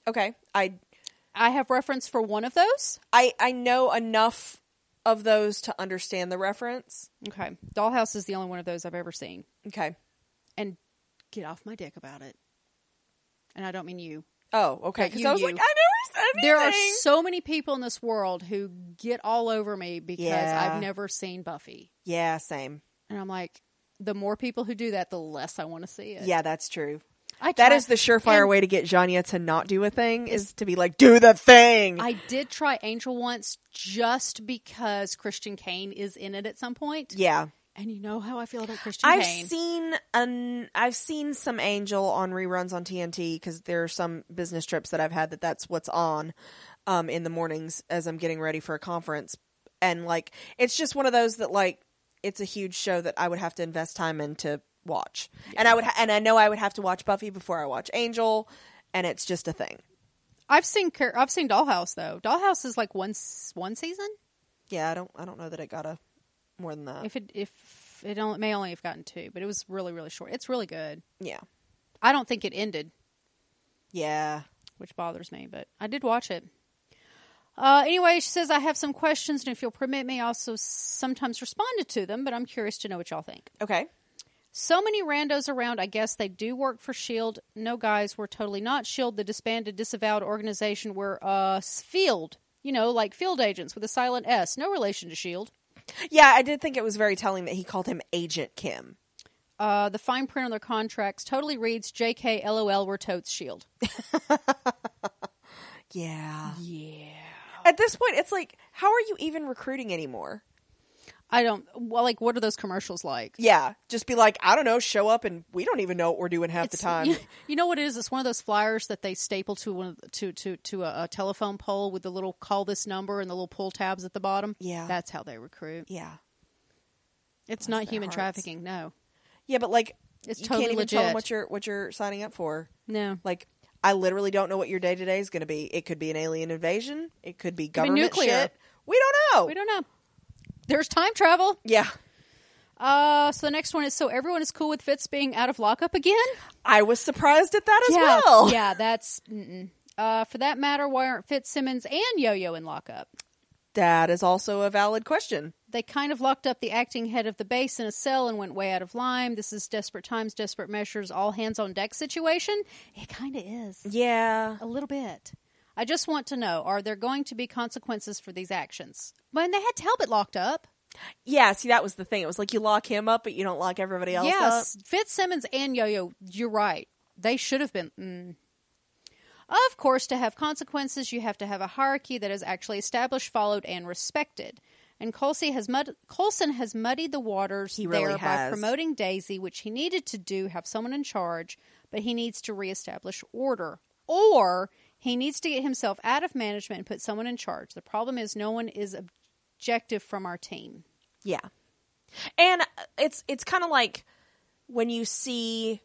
Speaker 1: Okay. I
Speaker 2: I have reference for one of those.
Speaker 1: I I know enough of those to understand the reference.
Speaker 2: Okay. Dollhouse is the only one of those I've ever seen.
Speaker 1: Okay.
Speaker 2: And get off my dick about it. And I don't mean you.
Speaker 1: Oh, okay. Because
Speaker 2: you-
Speaker 1: I was
Speaker 2: you.
Speaker 1: like, I never said anything.
Speaker 2: There are so many people in this world who get all over me because
Speaker 1: Yeah.
Speaker 2: I've never seen Buffy.
Speaker 1: yeah, same.
Speaker 2: And I'm like, the more people who do that, the less I want to see it.
Speaker 1: Yeah, that's true.
Speaker 2: I
Speaker 1: That
Speaker 2: try-
Speaker 1: is the surefire
Speaker 2: and
Speaker 1: way to get Janya to not do a thing is to be like, do the thing.
Speaker 2: I did try Angel once just because Christian Kane is in it at some point.
Speaker 1: yeah,
Speaker 2: And you know how I feel about Christian
Speaker 1: I've
Speaker 2: Kane.
Speaker 1: seen an I've seen some Angel on reruns on TNT because there are some business trips that I've had that that's what's on um, in the mornings as I'm getting ready for a conference, and like it's just one of those that like it's a huge show that I would have to invest time in to watch, and I would ha- and I know I would have to watch Buffy before I watch Angel, and it's just a thing.
Speaker 2: I've seen Car- I've seen Dollhouse though. Dollhouse is like one s- one season.
Speaker 1: Yeah, I don't I don't know that it got a more than that.
Speaker 2: If it if it only, may only have gotten two, but it was really really short. It's really good.
Speaker 1: yeah,
Speaker 2: I don't think it ended,
Speaker 1: yeah.
Speaker 2: which bothers me, but I did watch it. Uh, anyway, she says I have some questions, and if you'll permit me, I also sometimes responded to them. But I'm curious to know what y'all think.
Speaker 1: Okay.
Speaker 2: So many randos around. I guess they do work for Shield. E No, guys, we're totally not Shield, E the disbanded, disavowed organization. We're uh Field. You know, like field agents with a silent S. E No relation to Shield.
Speaker 1: Yeah, I did think it was very telling that he called him Agent Kim.
Speaker 2: Uh, the fine print on their contracts totally reads "JK LOL." We're totes Shield.
Speaker 1: Yeah.
Speaker 2: Yeah.
Speaker 1: At this point, it's like, how are you even recruiting anymore?
Speaker 2: I don't. Well, like, what are those commercials like?
Speaker 1: Yeah, just be like, I don't know, show up, and we don't even know what we're doing half the time.
Speaker 2: You, know what it is? It's one of those flyers that they staple to one of the, to to to a, a telephone pole with the little call this number and the little pull tabs at the bottom.
Speaker 1: Yeah.
Speaker 2: that's how they recruit.
Speaker 1: yeah,
Speaker 2: It's
Speaker 1: Bless
Speaker 2: not
Speaker 1: their
Speaker 2: human
Speaker 1: hearts.
Speaker 2: trafficking. No,
Speaker 1: yeah, but like,
Speaker 2: It's
Speaker 1: you
Speaker 2: totally
Speaker 1: can't even tell them
Speaker 2: legit.
Speaker 1: what you're what you're signing up for.
Speaker 2: no.
Speaker 1: Like, I literally don't know what your day to day is going to be. It could be an alien invasion. It could be government
Speaker 2: nuclear.
Speaker 1: shit. We don't know.
Speaker 2: We don't know. There's time travel.
Speaker 1: yeah,
Speaker 2: Uh, so the next one is so everyone is cool with Fitz being out of lockup again.
Speaker 1: I was surprised at that as
Speaker 2: yeah,
Speaker 1: well.
Speaker 2: yeah, that's mm-mm. uh, for that matter. Why aren't Fitzsimmons and Yo-Yo in lockup?
Speaker 1: That is also a valid question.
Speaker 2: They kind of locked up the acting head of the base in a cell and went way out of line. This is desperate times, desperate measures, all hands on deck situation. It kind of is
Speaker 1: Yeah,
Speaker 2: a little bit. I just want to know: Are there going to be consequences for these actions? When they had Talbot locked up,
Speaker 1: yeah. See, that was the thing. It was like you lock him up, but you don't lock everybody else up.
Speaker 2: Yes, Fitzsimmons and Yo-Yo. You're right. They should have been. Mm. Of course, to have consequences, you have to have a hierarchy that is actually established, followed, and respected. And Colson has mud- Coulson has muddied the waters
Speaker 1: He really
Speaker 2: there by
Speaker 1: has.
Speaker 2: promoting Daisy, which he needed to do, have someone in charge, but he needs to reestablish order, or he needs to get himself out of management and put someone in charge. The problem is, no one is objective from our team.
Speaker 1: Yeah. And uh, it's it's kind of like when you see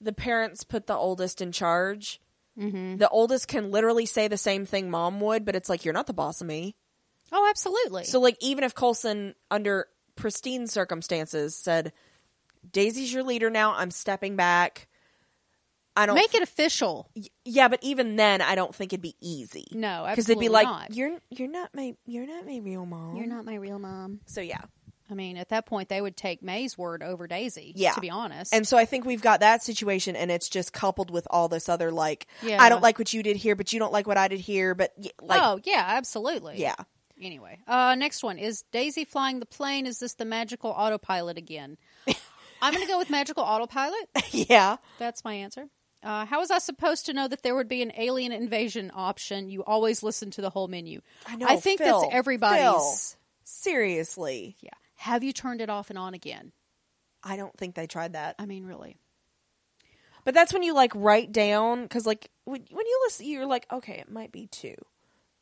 Speaker 1: the parents put the oldest in charge.
Speaker 2: Mm-hmm.
Speaker 1: The oldest can literally say the same thing mom would, but it's like you're not the boss of me.
Speaker 2: Oh, absolutely.
Speaker 1: So like even if Colson under pristine circumstances said Daisy's your leader now, I'm stepping back. I don't
Speaker 2: Make it official.
Speaker 1: Yeah, but even then, I don't think it'd be easy.
Speaker 2: No,
Speaker 1: because they'd be
Speaker 2: absolutely
Speaker 1: like,
Speaker 2: not.
Speaker 1: "You're you're not my you're not my real mom."
Speaker 2: You're not my real mom.
Speaker 1: So yeah,
Speaker 2: I mean, at that point, they would take May's word over Daisy.
Speaker 1: Yeah.
Speaker 2: to be honest.
Speaker 1: and so I think we've got that situation, and it's just coupled with all this other like,
Speaker 2: Yeah.
Speaker 1: "I don't like what you did here, but you don't like what I did here," but y- like,
Speaker 2: oh yeah, absolutely.
Speaker 1: yeah,
Speaker 2: Anyway, uh, next one is Daisy flying the plane. Is this the magical autopilot again? I'm going to go with magical autopilot.
Speaker 1: yeah,
Speaker 2: That's my answer. Uh, how was I supposed to know that there would be an alien invasion option? You always listen to the whole menu.
Speaker 1: I know.
Speaker 2: I think
Speaker 1: Phil,
Speaker 2: that's everybody's.
Speaker 1: Phil, seriously,
Speaker 2: Yeah. Have you turned it off and on again?
Speaker 1: I don't think they tried that.
Speaker 2: I mean, really.
Speaker 1: But that's when you like write down because like when, when you listen, you're like, okay, it might be two.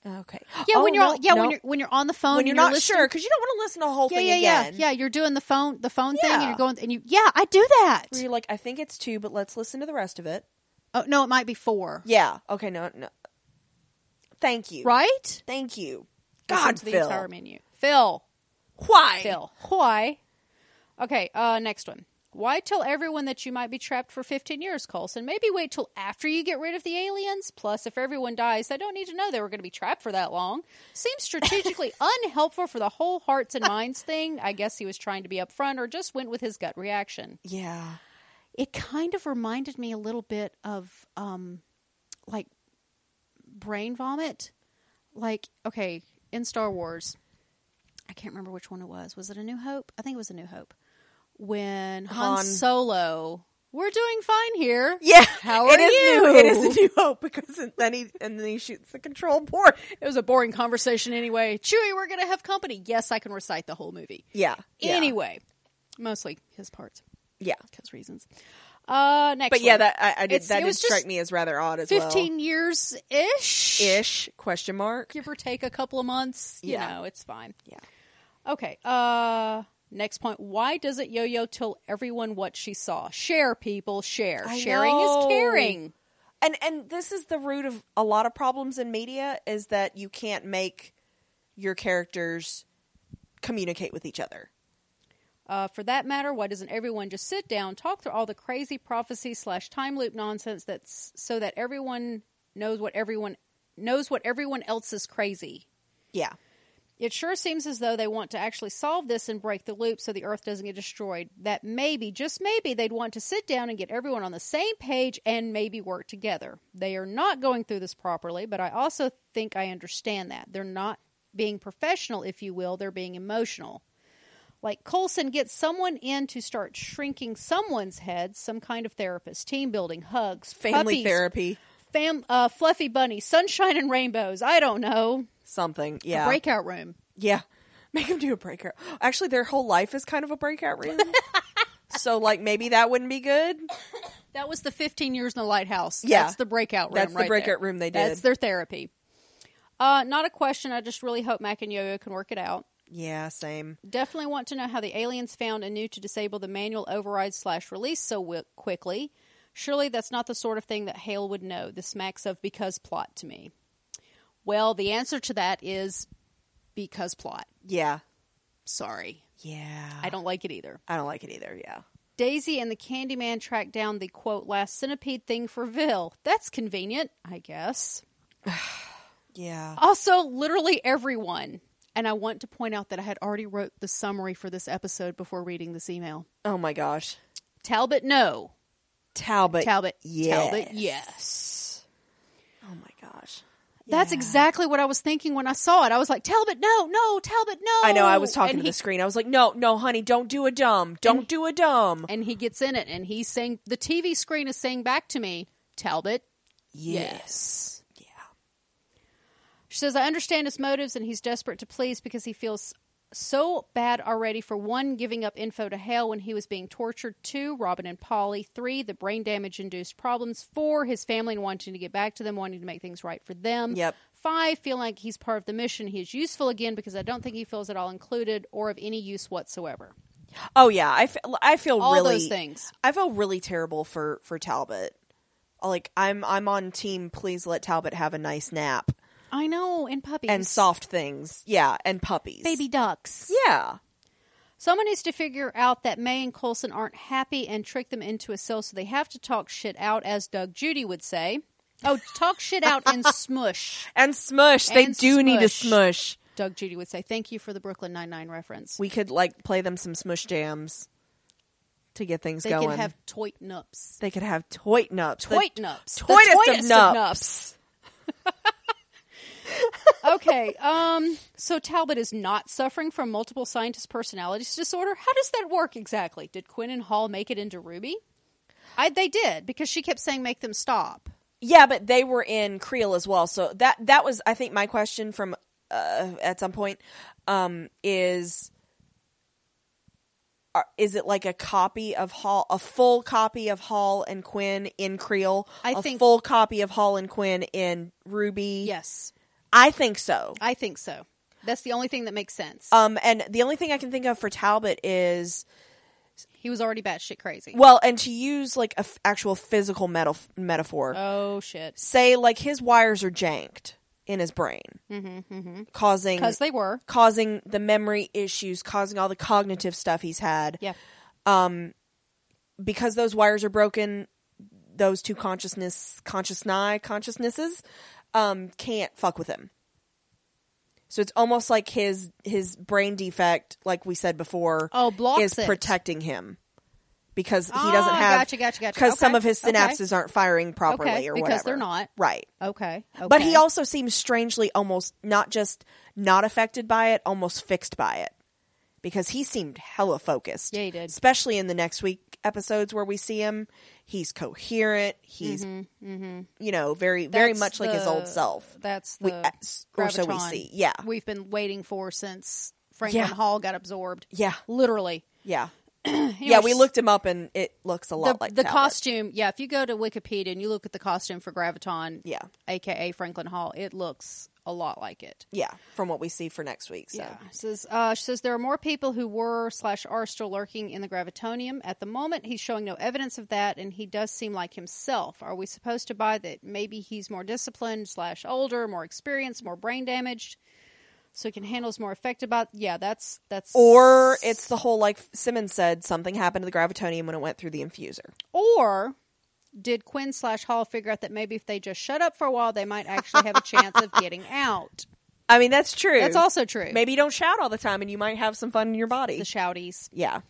Speaker 1: Okay.
Speaker 2: Yeah,
Speaker 1: Oh,
Speaker 2: when you're
Speaker 1: no,
Speaker 2: on, yeah
Speaker 1: no.
Speaker 2: when you're when you're on the phone,
Speaker 1: when
Speaker 2: and
Speaker 1: you're not
Speaker 2: listening-
Speaker 1: sure because you don't want to listen to the whole
Speaker 2: Yeah,
Speaker 1: thing
Speaker 2: yeah, yeah,
Speaker 1: again.
Speaker 2: yeah. You're doing the phone the phone thing, and
Speaker 1: Yeah.
Speaker 2: you're going and you. Yeah, I do that.
Speaker 1: Where you're like, I think it's two, but let's listen to the rest of it.
Speaker 2: Oh no, it might be four.
Speaker 1: Yeah. Okay. No. No. Thank you.
Speaker 2: Right?
Speaker 1: Thank you.
Speaker 2: Listen
Speaker 1: God,
Speaker 2: to the
Speaker 1: Phil.
Speaker 2: entire menu. Phil,
Speaker 1: Why?
Speaker 2: Phil, why? Okay, uh, next one. Why tell everyone that you might be trapped for 15 years, Colson? Maybe wait till after you get rid of the aliens. Plus, if everyone dies, they don't need to know they were going to be trapped for that long. Seems strategically unhelpful for the whole hearts and minds thing. I guess he was trying to be upfront or just went with his gut reaction.
Speaker 1: Yeah.
Speaker 2: It kind of reminded me a little bit of um, like brain vomit. Like, okay, in Star Wars, I can't remember which one it was. Was it A New Hope? I think it was A New Hope. When Han,
Speaker 1: Han-
Speaker 2: Solo, we're doing fine here.
Speaker 1: Yeah.
Speaker 2: How
Speaker 1: It
Speaker 2: are
Speaker 1: is
Speaker 2: you?
Speaker 1: New, it is a new hope because it- then he and then he shoots the control board.
Speaker 2: It was a boring conversation anyway. Chewie, we're going to have company. Yes, I can recite the whole movie.
Speaker 1: Yeah. yeah,
Speaker 2: Anyway, mostly his parts
Speaker 1: Yeah.
Speaker 2: because reasons. Uh, next,
Speaker 1: But yeah,
Speaker 2: one.
Speaker 1: that I, I did
Speaker 2: It's-
Speaker 1: that
Speaker 2: it
Speaker 1: did
Speaker 2: was
Speaker 1: strike
Speaker 2: just
Speaker 1: me as rather odd as
Speaker 2: fifteen years ish,
Speaker 1: well. Ish question mark.
Speaker 2: give or take a couple of months. You
Speaker 1: Yeah.
Speaker 2: know, it's fine.
Speaker 1: Yeah.
Speaker 2: Okay. Uh next point. Why does it yo-yo tell everyone what she saw? Share people, share.
Speaker 1: I
Speaker 2: Sharing
Speaker 1: know.
Speaker 2: is caring.
Speaker 1: and and this is the root of a lot of problems in media is that you can't make your characters communicate with each other
Speaker 2: Uh, for that matter, why doesn't everyone just sit down, talk through all the crazy prophecy slash time loop nonsense that's so that everyone knows what everyone knows what everyone else is crazy?
Speaker 1: yeah
Speaker 2: It sure seems as though they want to actually solve this and break the loop so the Earth doesn't get destroyed. That maybe, just maybe, they'd want to sit down and get everyone on the same page and maybe work together. They are not going through this properly, but I also think I understand that. They're not being professional, if you will, they're being emotional. Like Colson gets someone in to start shrinking someone's head, some kind of therapist, team building, hugs,
Speaker 1: family
Speaker 2: puppies,
Speaker 1: therapy
Speaker 2: fam- uh, fluffy bunny, sunshine and rainbows. I don't know,
Speaker 1: something yeah
Speaker 2: breakout room.
Speaker 1: yeah make them do a breakout actually their whole life is kind of a breakout room so like maybe that wouldn't be good
Speaker 2: That was the 15 years in the lighthouse.
Speaker 1: Yeah.
Speaker 2: That's the breakout room.
Speaker 1: That's the
Speaker 2: right
Speaker 1: breakout
Speaker 2: there.
Speaker 1: room they
Speaker 2: That's
Speaker 1: did.
Speaker 2: their therapy. Uh, not a question. I just really hope Mac and Yo-Yo can work it out.
Speaker 1: yeah same
Speaker 2: Definitely want to know how the aliens found and knew to disable the manual override slash release so wi- quickly. Surely that's not the sort of thing that Hale would know. This smacks of because plot to me. Well, the answer to that is because plot.
Speaker 1: yeah
Speaker 2: Sorry.
Speaker 1: yeah
Speaker 2: I don't like it either.
Speaker 1: i don't like it either yeah
Speaker 2: Daisy and the Candyman track down the quote last centipede thing for Vil. That's convenient, I guess.
Speaker 1: yeah
Speaker 2: Also, literally everyone. And I want to point out that I had already wrote the summary for this episode before reading this email.
Speaker 1: oh my gosh
Speaker 2: Talbot, no.
Speaker 1: talbot
Speaker 2: Talbot,
Speaker 1: yes.
Speaker 2: Talbot, yes.
Speaker 1: oh my gosh
Speaker 2: That's
Speaker 1: Yeah.
Speaker 2: exactly what I was thinking when I saw it. I was like, Talbot, no, no, Talbot, no.
Speaker 1: I know. I was talking
Speaker 2: Oh, And
Speaker 1: to
Speaker 2: he-
Speaker 1: the screen. I was like, "No, no, honey, don't do a dumb. Don't do a dumb."
Speaker 2: And he gets in it, and he's saying, the TV screen is saying back to me, Talbot, yes.
Speaker 1: Yeah.
Speaker 2: She says, I understand his motives and he's desperate to please because he feels so bad already for one, giving up info to Hale when he was being tortured, two, Robin and Polly, three, the brain damage induced problems, four, his family and wanting to get back to them, wanting to make things right for them.
Speaker 1: Yep.
Speaker 2: Five, feeling like he's part of the mission. He is useful again because I don't think he feels at all included or of any use whatsoever.
Speaker 1: Oh yeah. I fe- I feel
Speaker 2: All
Speaker 1: really
Speaker 2: those things.
Speaker 1: I feel really terrible for for Talbot. Like I'm I'm on team. Please let Talbot have a nice nap
Speaker 2: I know, and puppies.
Speaker 1: and soft things. Yeah, and puppies.
Speaker 2: Baby ducks.
Speaker 1: Yeah.
Speaker 2: Someone needs to figure out that May and Coulson aren't happy and trick them into a cell, so they have to talk shit out, as Doug Judy would say. Oh, talk shit out and smush.
Speaker 1: And smush. they
Speaker 2: And
Speaker 1: do need to
Speaker 2: smush.
Speaker 1: smush.
Speaker 2: Doug Judy would say. Thank you for the Brooklyn Nine Nine reference.
Speaker 1: We could like play them some smush jams to get things
Speaker 2: they
Speaker 1: going.
Speaker 2: could have toit nups.
Speaker 1: they could have toit nups. The
Speaker 2: Toit nups. The
Speaker 1: toitest of
Speaker 2: nups. okay. Um. So Talbot is not suffering from multiple scientist personalities disorder. How does that work exactly? Did Quinn and Hall make it into Ruby? I, they did because she kept saying, "Make them stop."
Speaker 1: Yeah, but they were in Creel as well. So that that was, I think, my question from uh, at some point um, is are, is it like a copy of Hall, a full copy of Hall and Quinn in Creel,
Speaker 2: I
Speaker 1: a
Speaker 2: think-
Speaker 1: full copy of Hall and Quinn in Ruby?
Speaker 2: Yes,
Speaker 1: I think so.
Speaker 2: I think so. That's the only thing that makes sense.
Speaker 1: Um, and the only thing I can think of for Talbot is
Speaker 2: he was already batshit crazy.
Speaker 1: well, and to use like a f- actual physical metal metaphor,
Speaker 2: oh shit!
Speaker 1: say like his wires are janked in his brain,
Speaker 2: Mm-hmm,
Speaker 1: causing
Speaker 2: Because they were.
Speaker 1: causing the memory issues, causing all the cognitive stuff he's had.
Speaker 2: Yeah.
Speaker 1: Because those wires are broken, those two consciousness conscious nigh consciousnesses um, can't fuck with him. So it's almost like his his brain defect, like we said before,
Speaker 2: Oh, blocks
Speaker 1: is
Speaker 2: it.
Speaker 1: protecting him because he
Speaker 2: Ah,
Speaker 1: doesn't have
Speaker 2: gotcha, gotcha, gotcha.
Speaker 1: because
Speaker 2: Okay,
Speaker 1: some of his
Speaker 2: okay.
Speaker 1: synapses aren't firing properly
Speaker 2: Okay,
Speaker 1: or
Speaker 2: because
Speaker 1: whatever.
Speaker 2: they're not.
Speaker 1: right.
Speaker 2: Okay. okay.
Speaker 1: But he also seems strangely almost not just not affected by it, almost fixed by it. Because he seemed hella focused.
Speaker 2: Yeah, he did.
Speaker 1: Especially in the next week episodes where we see him. He's coherent. He's, you know, very, very
Speaker 2: Mm-hmm, That's
Speaker 1: much like his
Speaker 2: the-
Speaker 1: old self.
Speaker 2: That's
Speaker 1: We- uh,
Speaker 2: the
Speaker 1: or so we
Speaker 2: graviton
Speaker 1: see. Yeah.
Speaker 2: we've been waiting for since Franklin
Speaker 1: Yeah.
Speaker 2: Hall got absorbed.
Speaker 1: Yeah.
Speaker 2: Literally.
Speaker 1: Yeah.
Speaker 2: He
Speaker 1: yeah,
Speaker 2: was-
Speaker 1: we looked him up and it looks a lot
Speaker 2: the,
Speaker 1: like
Speaker 2: the
Speaker 1: Talbot.
Speaker 2: costume. Yeah, if you go to Wikipedia and you look at the costume for Graviton,
Speaker 1: Yeah.
Speaker 2: aka Franklin Hall, it looks a lot like it.
Speaker 1: Yeah. From what we see for next week. So.
Speaker 2: Yeah. Says, uh, she says there are more people who were slash are still lurking in the gravitonium at the moment. He's showing no evidence of that, and he does seem like himself. Are we supposed to buy that? Maybe he's more disciplined slash older, more experienced, more brain damaged, so he can handle is more effective. About yeah, that's that's
Speaker 1: Or it's the whole, like Simmons said, something happened to the Gravitonium when it went through the infuser.
Speaker 2: or did Quinn slash Hall figure out that maybe if they just shut up for a while, they might actually have a chance of getting out?
Speaker 1: I mean, that's true.
Speaker 2: That's also true.
Speaker 1: Maybe you don't shout all the time and you might have some fun in your body.
Speaker 2: the shouties.
Speaker 1: yeah.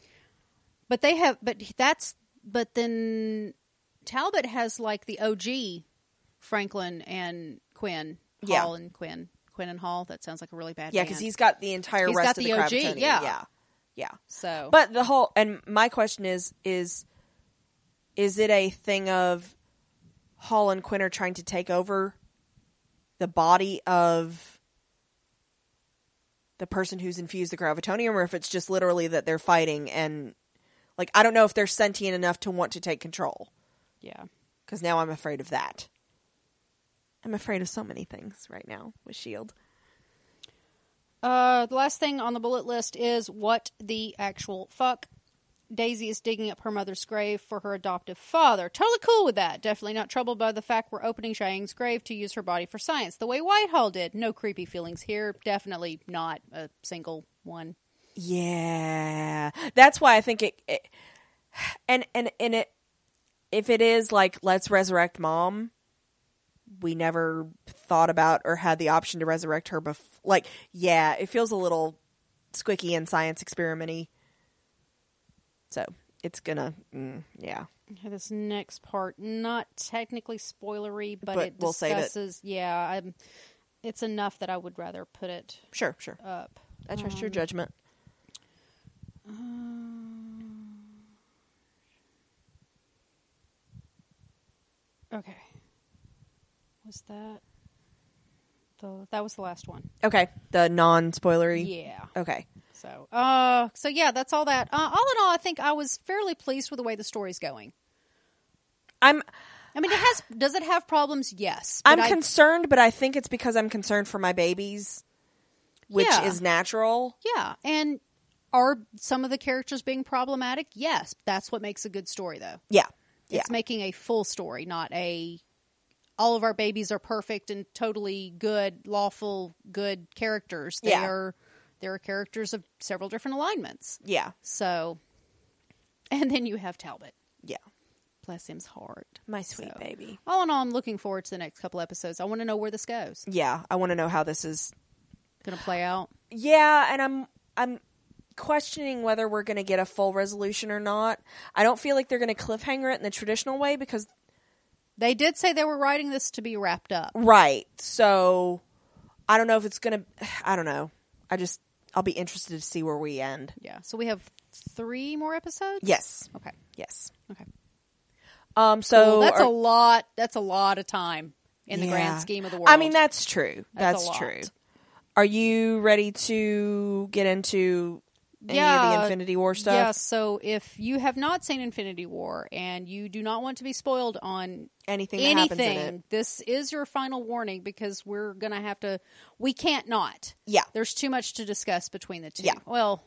Speaker 2: But they have, but that's, but then Talbot has like the OG Franklin and Quinn,
Speaker 1: Yeah.
Speaker 2: Hall and Quinn, Quinn and Hall. That sounds like a really bad.
Speaker 1: Yeah,
Speaker 2: band.
Speaker 1: because he's got the entire
Speaker 2: He's
Speaker 1: rest
Speaker 2: got
Speaker 1: of
Speaker 2: the
Speaker 1: the
Speaker 2: OG,
Speaker 1: Gravitonium.
Speaker 2: yeah.
Speaker 1: yeah. Yeah.
Speaker 2: so.
Speaker 1: But the whole and my question is is is it a thing of Hall and Quinn are trying to take over the body of the person who's infused the gravitonium or if it's just literally that they're fighting and like I don't know if they're sentient enough to want to take control
Speaker 2: yeah,
Speaker 1: because now I'm afraid of that. I'm afraid of so many things right now with Shield.
Speaker 2: uh, the last thing on the bullet list is what the actual fuck. Daisy is digging up her mother's grave for her adoptive father. Totally cool with that. Definitely not troubled by the fact we're opening Cheyenne's grave to use her body for science, the way Whitehall did. No creepy feelings here. Definitely not a single one.
Speaker 1: Yeah, that's why I think it, it and and and it if it is like let's resurrect mom, we never thought about or had the option to resurrect her. Bef- like, yeah, it feels a little squicky and science experimenty. So it's gonna, mm, yeah,
Speaker 2: Okay, this next part not technically spoilery but,
Speaker 1: But
Speaker 2: it
Speaker 1: we'll save it.
Speaker 2: discusses yeah I'm, it's enough that i would rather put it
Speaker 1: sure, sure.
Speaker 2: up
Speaker 1: I trust your judgment.
Speaker 2: okay was that the that was the last one
Speaker 1: Okay, the non-spoilery.
Speaker 2: yeah
Speaker 1: Okay.
Speaker 2: so uh so yeah that's all that uh, all in all i think i was fairly pleased with the way the story's going
Speaker 1: I'm
Speaker 2: i mean it has does it have problems yes but
Speaker 1: I'm
Speaker 2: I-
Speaker 1: concerned, but I think it's because I'm concerned for my babies, which
Speaker 2: Yeah.
Speaker 1: is natural.
Speaker 2: yeah and are some of the characters being problematic yes that's what makes a good story though
Speaker 1: Yeah. Yeah.
Speaker 2: It's making a full story, not a all of our babies are perfect and totally good, lawful, good characters. They
Speaker 1: Yeah.
Speaker 2: are There are characters of several different alignments.
Speaker 1: Yeah.
Speaker 2: So, and then you have Talbot.
Speaker 1: Yeah.
Speaker 2: Bless him's heart.
Speaker 1: My sweet
Speaker 2: So,
Speaker 1: baby.
Speaker 2: All in all, I'm looking forward to the next couple episodes. I want to know where this goes.
Speaker 1: Yeah. I want to know how this is
Speaker 2: Going to play out.
Speaker 1: Yeah, and I'm I'm questioning whether we're going to get a full resolution or not. I don't feel like they're going to cliffhanger it in the traditional way because
Speaker 2: They did say they were writing this to be wrapped up.
Speaker 1: right. So I don't know if it's going to I don't know. I just I'll be interested to see where we end.
Speaker 2: Yeah. So we have three more episodes.
Speaker 1: Yes.
Speaker 2: Okay.
Speaker 1: Yes.
Speaker 2: Okay.
Speaker 1: Um so
Speaker 2: well, that's a
Speaker 1: are-
Speaker 2: lot. That's a lot of time in the
Speaker 1: Yeah.
Speaker 2: grand scheme of the world.
Speaker 1: I mean that's true. That's,
Speaker 2: That's a lot.
Speaker 1: true. Are you ready to get into any of
Speaker 2: Yeah.
Speaker 1: the Infinity War stuff?
Speaker 2: Yeah, so if you have not seen Infinity War and you do not want to be spoiled on
Speaker 1: Anything that happens in it.
Speaker 2: anything, this is your final warning because we're going to have to, we can't not.
Speaker 1: Yeah.
Speaker 2: There's too much to discuss between the two.
Speaker 1: Yeah.
Speaker 2: Well,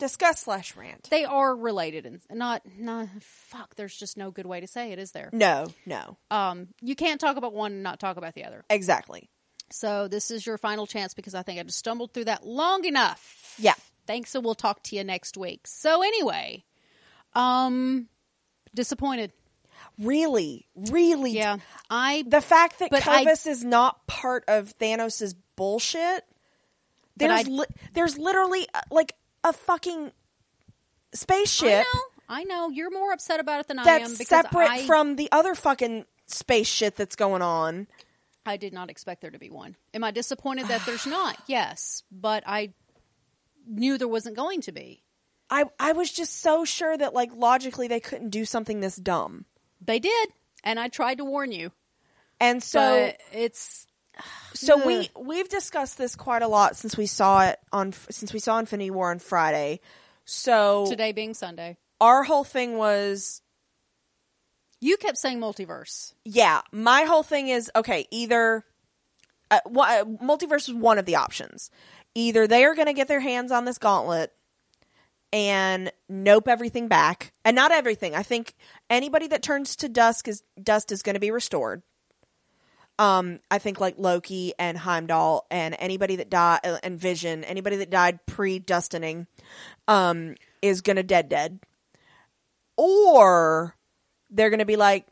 Speaker 1: Discuss slash rant.
Speaker 2: they are related and not, not, fuck, there's just no good way to say it, is there?
Speaker 1: No, no.
Speaker 2: Um, you can't talk about one and not talk about the other.
Speaker 1: Exactly.
Speaker 2: So this is your final chance because I think I just stumbled through that long enough.
Speaker 1: Yeah.
Speaker 2: Thanks, and we'll talk to you next week. So anyway, um, disappointed.
Speaker 1: Really, really.
Speaker 2: Yeah, I
Speaker 1: The fact that
Speaker 2: But I-
Speaker 1: Covis is not part of Thanos' bullshit.
Speaker 2: But I-
Speaker 1: There's li- there's literally uh, like a fucking
Speaker 2: I
Speaker 1: spaceship
Speaker 2: know, I know you're more upset about it than I am
Speaker 1: that's
Speaker 2: because
Speaker 1: separate
Speaker 2: I,
Speaker 1: from the other fucking space shit that's going on.
Speaker 2: I did not expect there to be one. Am I disappointed that there's not? Yes, but I knew there wasn't going to be.
Speaker 1: I I was just so sure that like logically they couldn't do something this dumb.
Speaker 2: They did, and I tried to warn you.
Speaker 1: And so
Speaker 2: but it's
Speaker 1: so
Speaker 2: Ugh.
Speaker 1: we we've discussed this quite a lot since we saw it on since we saw Infinity War on Friday. So
Speaker 2: today being Sunday.
Speaker 1: our whole thing was
Speaker 2: You kept saying multiverse.
Speaker 1: yeah my whole thing is okay either uh, wha- uh, multiverse is one of the options either they are going to get their hands on this gauntlet and nope everything back and not everything i think anybody that turns to dusk is dust is going to be restored um i think like loki and heimdall and anybody that died and vision anybody that died pre-dustening um is going to dead dead or they're going to be like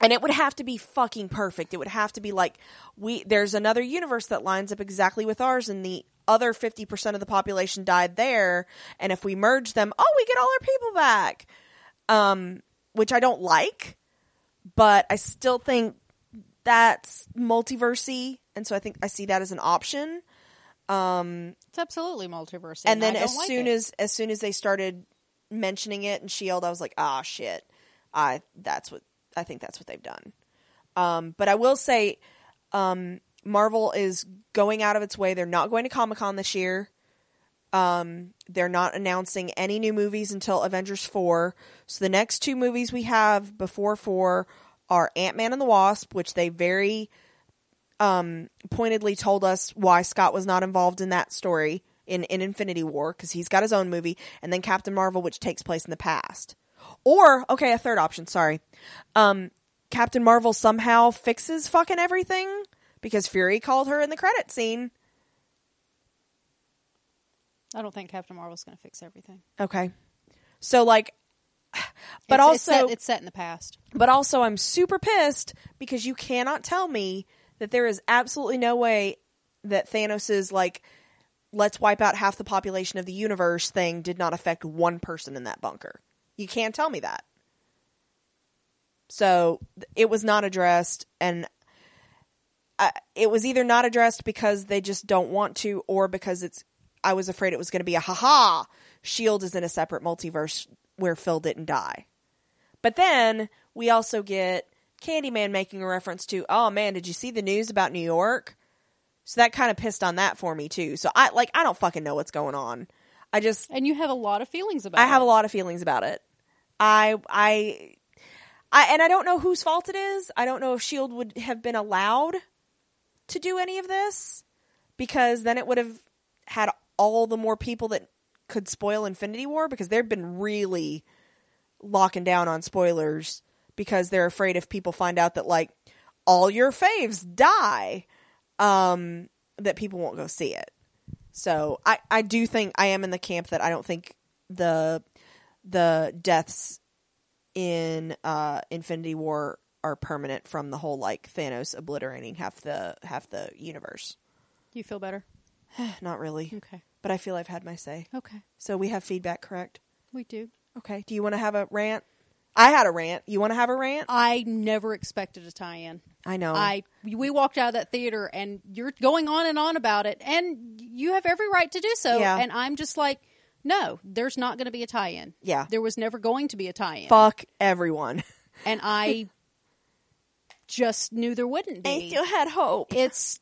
Speaker 1: and it would have to be fucking perfect. It would have to be like we there's another universe that lines up exactly with ours and the other 50% of the population died there and if we merge them, oh, we get all our people back. Um which I don't like, but I still think that's multiversy and so I think I see that as an option.
Speaker 2: It's absolutely multiverse.
Speaker 1: And then
Speaker 2: I don't
Speaker 1: as
Speaker 2: like
Speaker 1: soon
Speaker 2: it.
Speaker 1: as as soon as they started mentioning it in Shield, I was like, ah, shit. I that's what I think that's what they've done. Um, but I will say, um, Marvel is going out of its way. They're not going to Comic Con this year. Um, they're not announcing any new movies until Avengers four. So the next two movies we have before four are Ant Man and the Wasp, which they very pointedly told us why Scott was not involved in that story in, in Infinity War because he's got his own movie, and then Captain Marvel, which takes place in the past. Or, okay, a third option, sorry. Um, Captain Marvel somehow fixes fucking everything because Fury called her in the credit scene.
Speaker 2: I don't think Captain Marvel's going to fix everything.
Speaker 1: Okay. So, like, but
Speaker 2: It's-
Speaker 1: also.
Speaker 2: it's set, it's set in the past.
Speaker 1: But also, I'm super pissed because you cannot tell me that there is absolutely no way that Thanos' like, let's wipe out half the population of the universe thing did not affect one person in that bunker. You can't tell me that. So th- it was not addressed, and uh, it was either not addressed because they just don't want to, or because it's. I was afraid it was going to be a haha. Shield is in a separate multiverse where Phil didn't die. But then we also get Candyman making a reference to, oh man, did you see the news about New York? So that kind of pissed on that for me too. So I like I don't fucking know what's going on. I just
Speaker 2: And you have a lot of feelings about
Speaker 1: I have
Speaker 2: it.
Speaker 1: a lot of feelings about it. I I I and I don't know whose fault it is. I don't know if Shield would have been allowed to do any of this because then it would have had all the more people that could spoil Infinity War because they've been really locking down on spoilers because they're afraid if people find out that like all your faves die um that people won't go see it. So I, I do think I am in the camp that I don't think the the deaths in uh, Infinity War are permanent from the whole like Thanos obliterating half the half the universe.
Speaker 2: You feel better?
Speaker 1: Not really.
Speaker 2: Okay.
Speaker 1: But I feel I've had my say.
Speaker 2: Okay.
Speaker 1: So we have feedback, correct?
Speaker 2: We do.
Speaker 1: Okay. Do you want to have a rant? I had a rant. You want to have a rant?
Speaker 2: I never expected a tie in.
Speaker 1: I know.
Speaker 2: I we walked out of that theater and you're going on and on about it and you have every right to do so
Speaker 1: Yeah.
Speaker 2: and I'm just like no there's not going to be a tie-in.
Speaker 1: Yeah.
Speaker 2: There was never going to be a tie-in.
Speaker 1: fuck everyone.
Speaker 2: And I just knew there wouldn't be.
Speaker 1: had hope.
Speaker 2: It's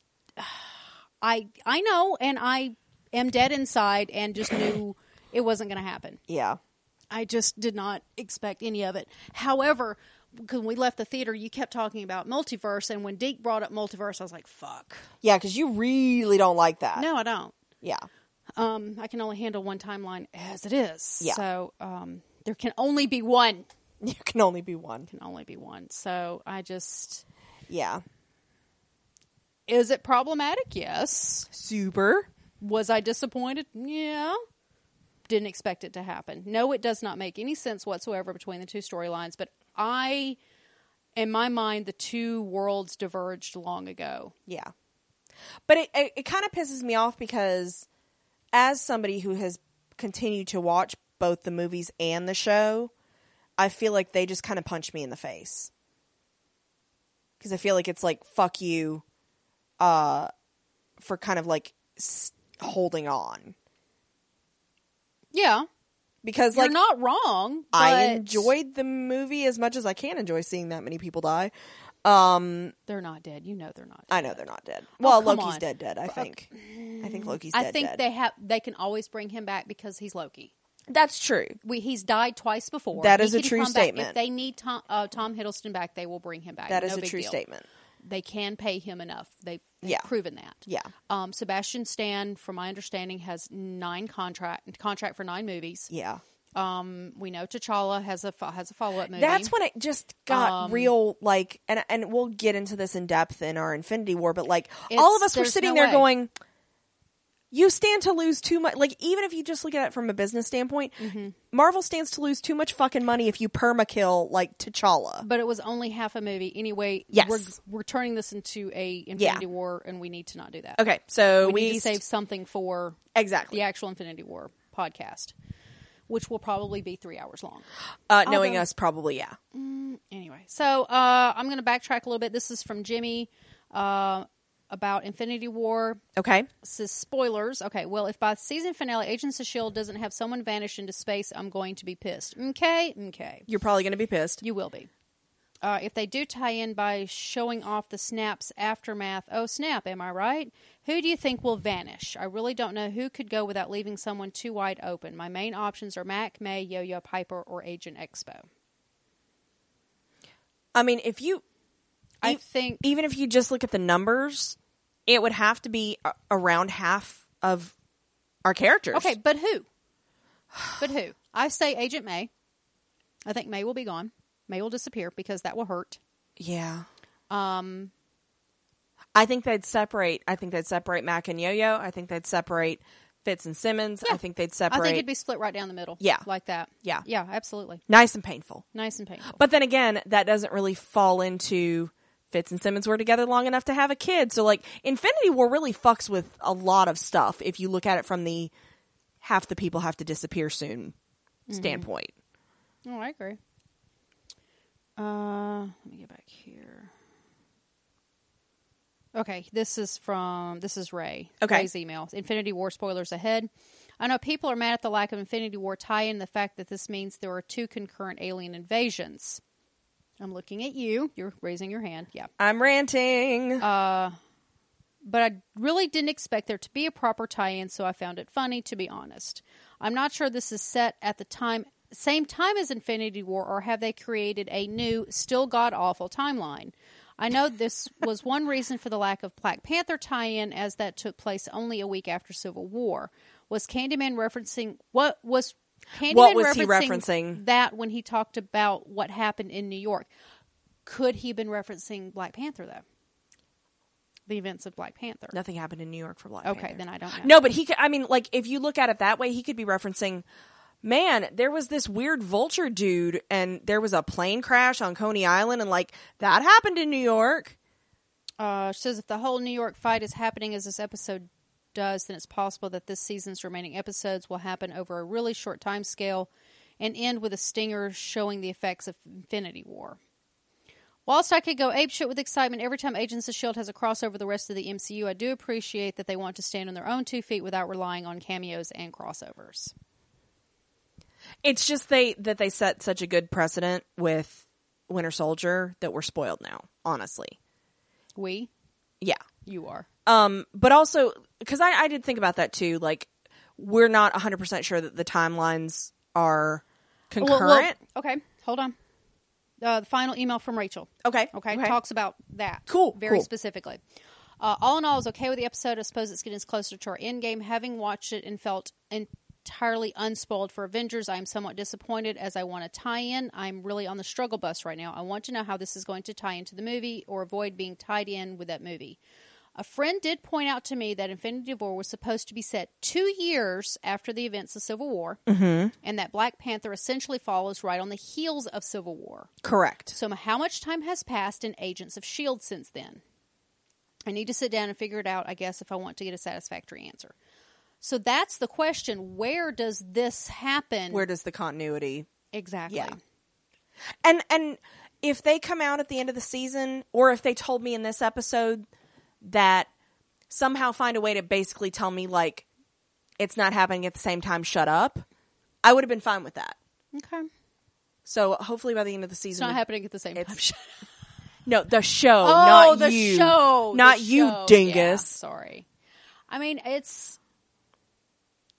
Speaker 2: I I know and I am dead inside and just knew it wasn't going to happen.
Speaker 1: Yeah.
Speaker 2: I just did not expect any of it. However, when we left the theater, you kept talking about multiverse, and when Deke brought up multiverse, I was like, "Fuck,
Speaker 1: Yeah, because you really don't like that.
Speaker 2: no, I don't.
Speaker 1: Yeah.
Speaker 2: Um, I can only handle one timeline as it is.
Speaker 1: Yeah.
Speaker 2: So um, there can only be one.
Speaker 1: You can only be one.
Speaker 2: Can only be one. So I just
Speaker 1: Yeah.
Speaker 2: is it problematic? Yes.
Speaker 1: Super.
Speaker 2: Was I disappointed? Yeah. Didn't expect it to happen. No, it does not make any sense whatsoever between the two storylines, but I, in my mind, the two worlds diverged long ago.
Speaker 1: Yeah. But it, it, it kind of pisses me off because, as somebody who has continued to watch both the movies and the show, I feel like they just kind of punch me in the face. Because I feel like it's like, fuck you uh, for kind of like s- holding on.
Speaker 2: Yeah.
Speaker 1: Because,
Speaker 2: You're
Speaker 1: like,
Speaker 2: not wrong.
Speaker 1: I
Speaker 2: but
Speaker 1: enjoyed the movie as much as I can enjoy seeing that many people die.
Speaker 2: They're not dead. You know they're not dead.
Speaker 1: I know they're not dead. Well,
Speaker 2: Oh, come
Speaker 1: Loki's
Speaker 2: on. Mm.
Speaker 1: dead, dead. I think. I think Loki's dead.
Speaker 2: I think
Speaker 1: dead.
Speaker 2: they have they can always bring him back because he's Loki.
Speaker 1: That's true.
Speaker 2: We, he's died twice before.
Speaker 1: That
Speaker 2: He
Speaker 1: is a
Speaker 2: can
Speaker 1: true
Speaker 2: come back.
Speaker 1: statement.
Speaker 2: If they need Tom, uh, Tom Hiddleston back, they will bring him back.
Speaker 1: That is
Speaker 2: No
Speaker 1: a
Speaker 2: big
Speaker 1: true
Speaker 2: deal.
Speaker 1: statement.
Speaker 2: They can pay him enough. They've, they've
Speaker 1: Yeah.
Speaker 2: proven that.
Speaker 1: Yeah.
Speaker 2: Um, Sebastian Stan, from my understanding, has nine contract contract for nine movies.
Speaker 1: Yeah.
Speaker 2: Um, we know T'Challa has a fo- has a follow up movie.
Speaker 1: That's when it just got
Speaker 2: Um,
Speaker 1: real like and and we'll get into this in depth in our Infinity War, but like
Speaker 2: It's-
Speaker 1: all of us were
Speaker 2: there's
Speaker 1: sitting
Speaker 2: no
Speaker 1: there
Speaker 2: way.
Speaker 1: going you stand to lose too much like even if you just look at it from a business standpoint,
Speaker 2: Mm-hmm.
Speaker 1: Marvel stands to lose too much fucking money if you perma kill like T'Challa.
Speaker 2: but it was only half a movie anyway.
Speaker 1: Yes.
Speaker 2: we're, we're turning this into a Infinity War, and we need to not do that.
Speaker 1: Okay, so
Speaker 2: we,
Speaker 1: we,
Speaker 2: need to save something for
Speaker 1: exactly
Speaker 2: the actual Infinity War podcast, which will probably be three hours long.
Speaker 1: uh, knowing
Speaker 2: Although-
Speaker 1: us probably yeah.
Speaker 2: Anyway, so uh, I'm going to backtrack a little bit. This is from Jimmy uh, about Infinity War.
Speaker 1: Okay.
Speaker 2: says spoilers. Okay, well, if by season finale Agents of Shield E doesn't have someone vanish into space, I'm going to be pissed. Okay, okay,
Speaker 1: You're probably going to be pissed.
Speaker 2: you will be. Uh, if they do tie in by showing off the snap's aftermath, oh snap, am I right? Who do you think will vanish? I really don't know who could go without leaving someone too wide open. My main options are Mac, May, Yo Yo, Piper, or Agent Expo.
Speaker 1: I mean, if you
Speaker 2: I
Speaker 1: E-
Speaker 2: think
Speaker 1: even if you just look at the numbers, it would have to be a- around half of our characters.
Speaker 2: Okay, but who? But who? I say Agent May. I think May will be gone. May will disappear because that will hurt.
Speaker 1: Yeah.
Speaker 2: Um,
Speaker 1: I think they'd separate. I think they'd separate Mac and Yo-Yo. I think they'd separate Fitz and Simmons. I think they'd separate.
Speaker 2: I think it'd be split right down the middle.
Speaker 1: Yeah.
Speaker 2: Like that.
Speaker 1: Yeah.
Speaker 2: Yeah, absolutely.
Speaker 1: nice and painful.
Speaker 2: Nice and painful.
Speaker 1: But then again, that doesn't really fall into Fitz and Simmons were together long enough to have a kid. So like Infinity War really fucks with a lot of stuff if you look at it from the half the people have to disappear soon
Speaker 2: Mm-hmm.
Speaker 1: standpoint.
Speaker 2: oh, I agree. Uh, let me get back here. Okay, this is from this is Ray.
Speaker 1: Okay.
Speaker 2: Ray's email. Infinity War spoilers ahead. I know people are mad at the lack of Infinity War tie-in. The fact that this means there are two concurrent alien invasions. I'm looking at you. You're raising your hand. Yeah.
Speaker 1: I'm ranting.
Speaker 2: Uh, but I really didn't expect there to be a proper tie-in, so I found it funny to be honest. I'm not sure this is set at the time same time as Infinity War or have they created a new still god awful timeline? I know this was one reason for the lack of Black Panther tie-in as that took place only a week after Civil War. Was Candyman referencing what was Candyman
Speaker 1: What was he
Speaker 2: referencing
Speaker 1: referencing?
Speaker 2: that when he talked about what happened in New York? Could he have been referencing Black Panther though? the events of Black Panther.
Speaker 1: Nothing happened in New York for Black
Speaker 2: okay,
Speaker 1: Panther.
Speaker 2: then I don't know.
Speaker 1: No, but he could. I mean, like if you look at it that way, he could be referencing. Man, there was this weird vulture dude, and there was a plane crash on Coney Island, and like that happened in New York.
Speaker 2: Uh, she says if the whole New York fight is happening as this episode does, then it's possible that this season's remaining episodes will happen over a really short time scale and end with a stinger showing the effects of Infinity War. Whilst I could go apeshit with excitement every time Agents of S.H.I.E.L.D. E has a crossover with the rest of the MCU, I do appreciate that they want to stand on their own two feet without relying on cameos and crossovers.
Speaker 1: It's just they that they set such a good precedent with Winter Soldier that we're spoiled now. Honestly,
Speaker 2: We?
Speaker 1: yeah.
Speaker 2: You are.
Speaker 1: Um, but also because I, I did think about that too. Like we're not hundred percent sure that the timelines are
Speaker 2: Well,
Speaker 1: concurrent.
Speaker 2: well, okay, hold on. Uh, the final email from Rachel.
Speaker 1: okay.
Speaker 2: Okay, talks about that.
Speaker 1: Cool,
Speaker 2: Very
Speaker 1: cool.
Speaker 2: specifically. Uh, all in all, I was okay with the episode. I suppose it's getting us closer to our end game. Having watched it and felt entirely unspoiled for Avengers, I am somewhat disappointed as I want a tie in. I'm really on the struggle bus right now. I want to know how this is going to tie into the movie or avoid being tied in with that movie. A friend did point out to me that Infinity War was supposed to be set two years after the events of Civil War,
Speaker 1: Mm-hmm.
Speaker 2: and that Black Panther essentially follows right on the heels of Civil War.
Speaker 1: Correct.
Speaker 2: So, m- how much time has passed in Agents of S.H.I.E.L.D. E since then? I need to sit down and figure it out, I guess, if I want to get a satisfactory answer. So, that's the question. Where does this happen?
Speaker 1: Where does the continuity
Speaker 2: exactly?
Speaker 1: Yeah. and and if they come out at the end of the season, or if they told me in this episode that somehow find a way to basically tell me like it's not happening at the same time, shut up, I would have been fine with that.
Speaker 2: Okay.
Speaker 1: So hopefully by the end of the
Speaker 2: It's
Speaker 1: season,
Speaker 2: not happening at the same time.
Speaker 1: no, the show,
Speaker 2: oh,
Speaker 1: not
Speaker 2: the
Speaker 1: you,
Speaker 2: show. the
Speaker 1: not you,
Speaker 2: show. Yeah,
Speaker 1: dingus.
Speaker 2: sorry. I mean, it's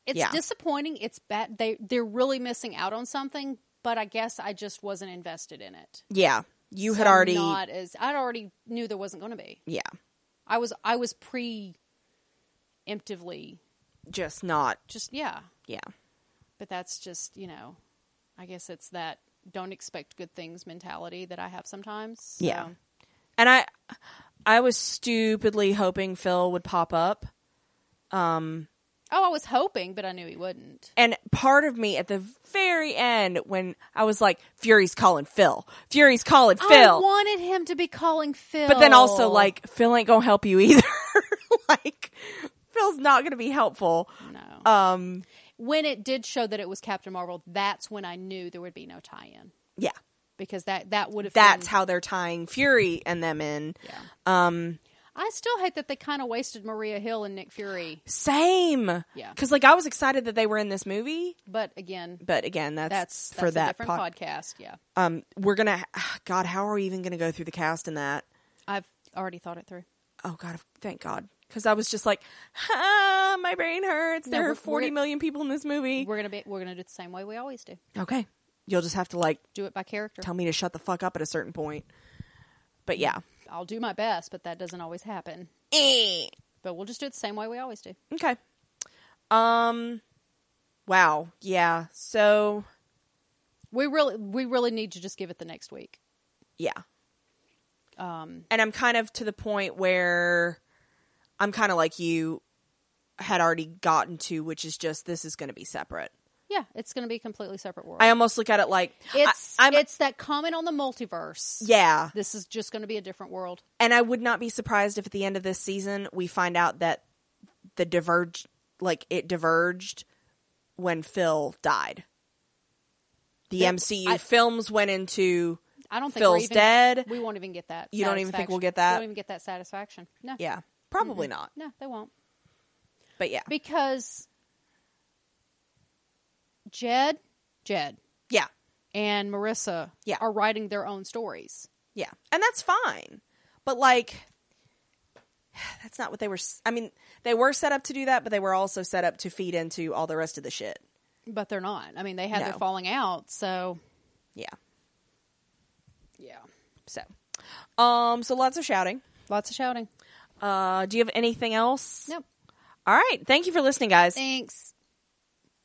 Speaker 2: it's
Speaker 1: Yeah.
Speaker 2: disappointing. It's bad. They they're really missing out on something. But I guess I just wasn't invested in it.
Speaker 1: Yeah, you had
Speaker 2: So
Speaker 1: already,
Speaker 2: not as I'd already knew there wasn't going to be.
Speaker 1: yeah,
Speaker 2: I was I was preemptively
Speaker 1: just not,
Speaker 2: just yeah,
Speaker 1: yeah,
Speaker 2: but that's just you know, I guess it's that don't expect good things mentality that I have sometimes. So,
Speaker 1: yeah. And I, I was stupidly hoping Phil would pop up. Um,
Speaker 2: Oh, I was hoping, but I knew he wouldn't.
Speaker 1: And part of me at the very end, when I was like, Fury's calling Phil. Fury's calling
Speaker 2: I
Speaker 1: Phil.
Speaker 2: wanted him to be calling Phil,
Speaker 1: but then also, like, Phil ain't going to help you either. like, Phil's not going to be helpful.
Speaker 2: no.
Speaker 1: Um,
Speaker 2: when it did show that it was Captain Marvel, that's when I knew there would be no tie-in
Speaker 1: yeah.
Speaker 2: because that that would have
Speaker 1: That's
Speaker 2: been-
Speaker 1: how they're tying Fury and them in.
Speaker 2: yeah.
Speaker 1: Um,
Speaker 2: I still hate that they kind of wasted Maria Hill and Nick Fury,
Speaker 1: same.
Speaker 2: Yeah.
Speaker 1: Cause like I was excited that they were in this movie,
Speaker 2: but again,
Speaker 1: but again, that's,
Speaker 2: that's, that's
Speaker 1: for
Speaker 2: a
Speaker 1: that
Speaker 2: different
Speaker 1: pod-
Speaker 2: podcast. Yeah,
Speaker 1: Um, we're gonna, God, how are we even gonna go through the cast in that?
Speaker 2: I've already thought it through.
Speaker 1: oh god thank god because i was just like ah, my brain hurts
Speaker 2: No,
Speaker 1: there
Speaker 2: we're-
Speaker 1: are forty
Speaker 2: we're-
Speaker 1: million people in this movie
Speaker 2: We're gonna be we're gonna do it the same way we always do.
Speaker 1: okay you'll just have to like
Speaker 2: Do it by character.
Speaker 1: tell me to shut the fuck up at a certain point but yeah
Speaker 2: I'll do my best, but that doesn't always happen.
Speaker 1: Eh.
Speaker 2: But we'll just do it the same way we always do.
Speaker 1: okay um wow yeah so
Speaker 2: We really we really need to just give it the next week.
Speaker 1: yeah
Speaker 2: Um,
Speaker 1: and i'm kind of to the point where i'm kind of like you had already gotten to which is just this is going to be separate
Speaker 2: yeah, it's gonna be a completely separate world.
Speaker 1: i almost look at it like
Speaker 2: it's
Speaker 1: I, am
Speaker 2: it's that comment on the multiverse.
Speaker 1: yeah
Speaker 2: This is just gonna be a different world.
Speaker 1: and I would not be surprised if at the end of this season we find out that the diverge like it diverged when Phil died. The
Speaker 2: Yeah,
Speaker 1: MCU
Speaker 2: I-
Speaker 1: films went into
Speaker 2: I don't think
Speaker 1: Phil's
Speaker 2: we're even,
Speaker 1: dead.
Speaker 2: We won't even get that.
Speaker 1: You don't even think we'll
Speaker 2: satisfaction.
Speaker 1: get that?
Speaker 2: We won't even get that satisfaction. No.
Speaker 1: yeah, probably not.
Speaker 2: No, they won't.
Speaker 1: But yeah,
Speaker 2: Because Jed Jed
Speaker 1: yeah,
Speaker 2: and Marissa
Speaker 1: Yeah.
Speaker 2: are writing their own stories.
Speaker 1: yeah, and that's fine. But like, that's not what they were. s- I mean, they were set up to do that, but they were also set up to feed into all the rest of the shit.
Speaker 2: But they're not. I mean, they had
Speaker 1: No.
Speaker 2: their falling out, so
Speaker 1: Yeah.
Speaker 2: yeah.
Speaker 1: So, um, so lots of shouting.
Speaker 2: Lots of shouting.
Speaker 1: Uh, do you have anything else?
Speaker 2: Nope.
Speaker 1: All right. Thank you for listening, guys.
Speaker 2: Thanks.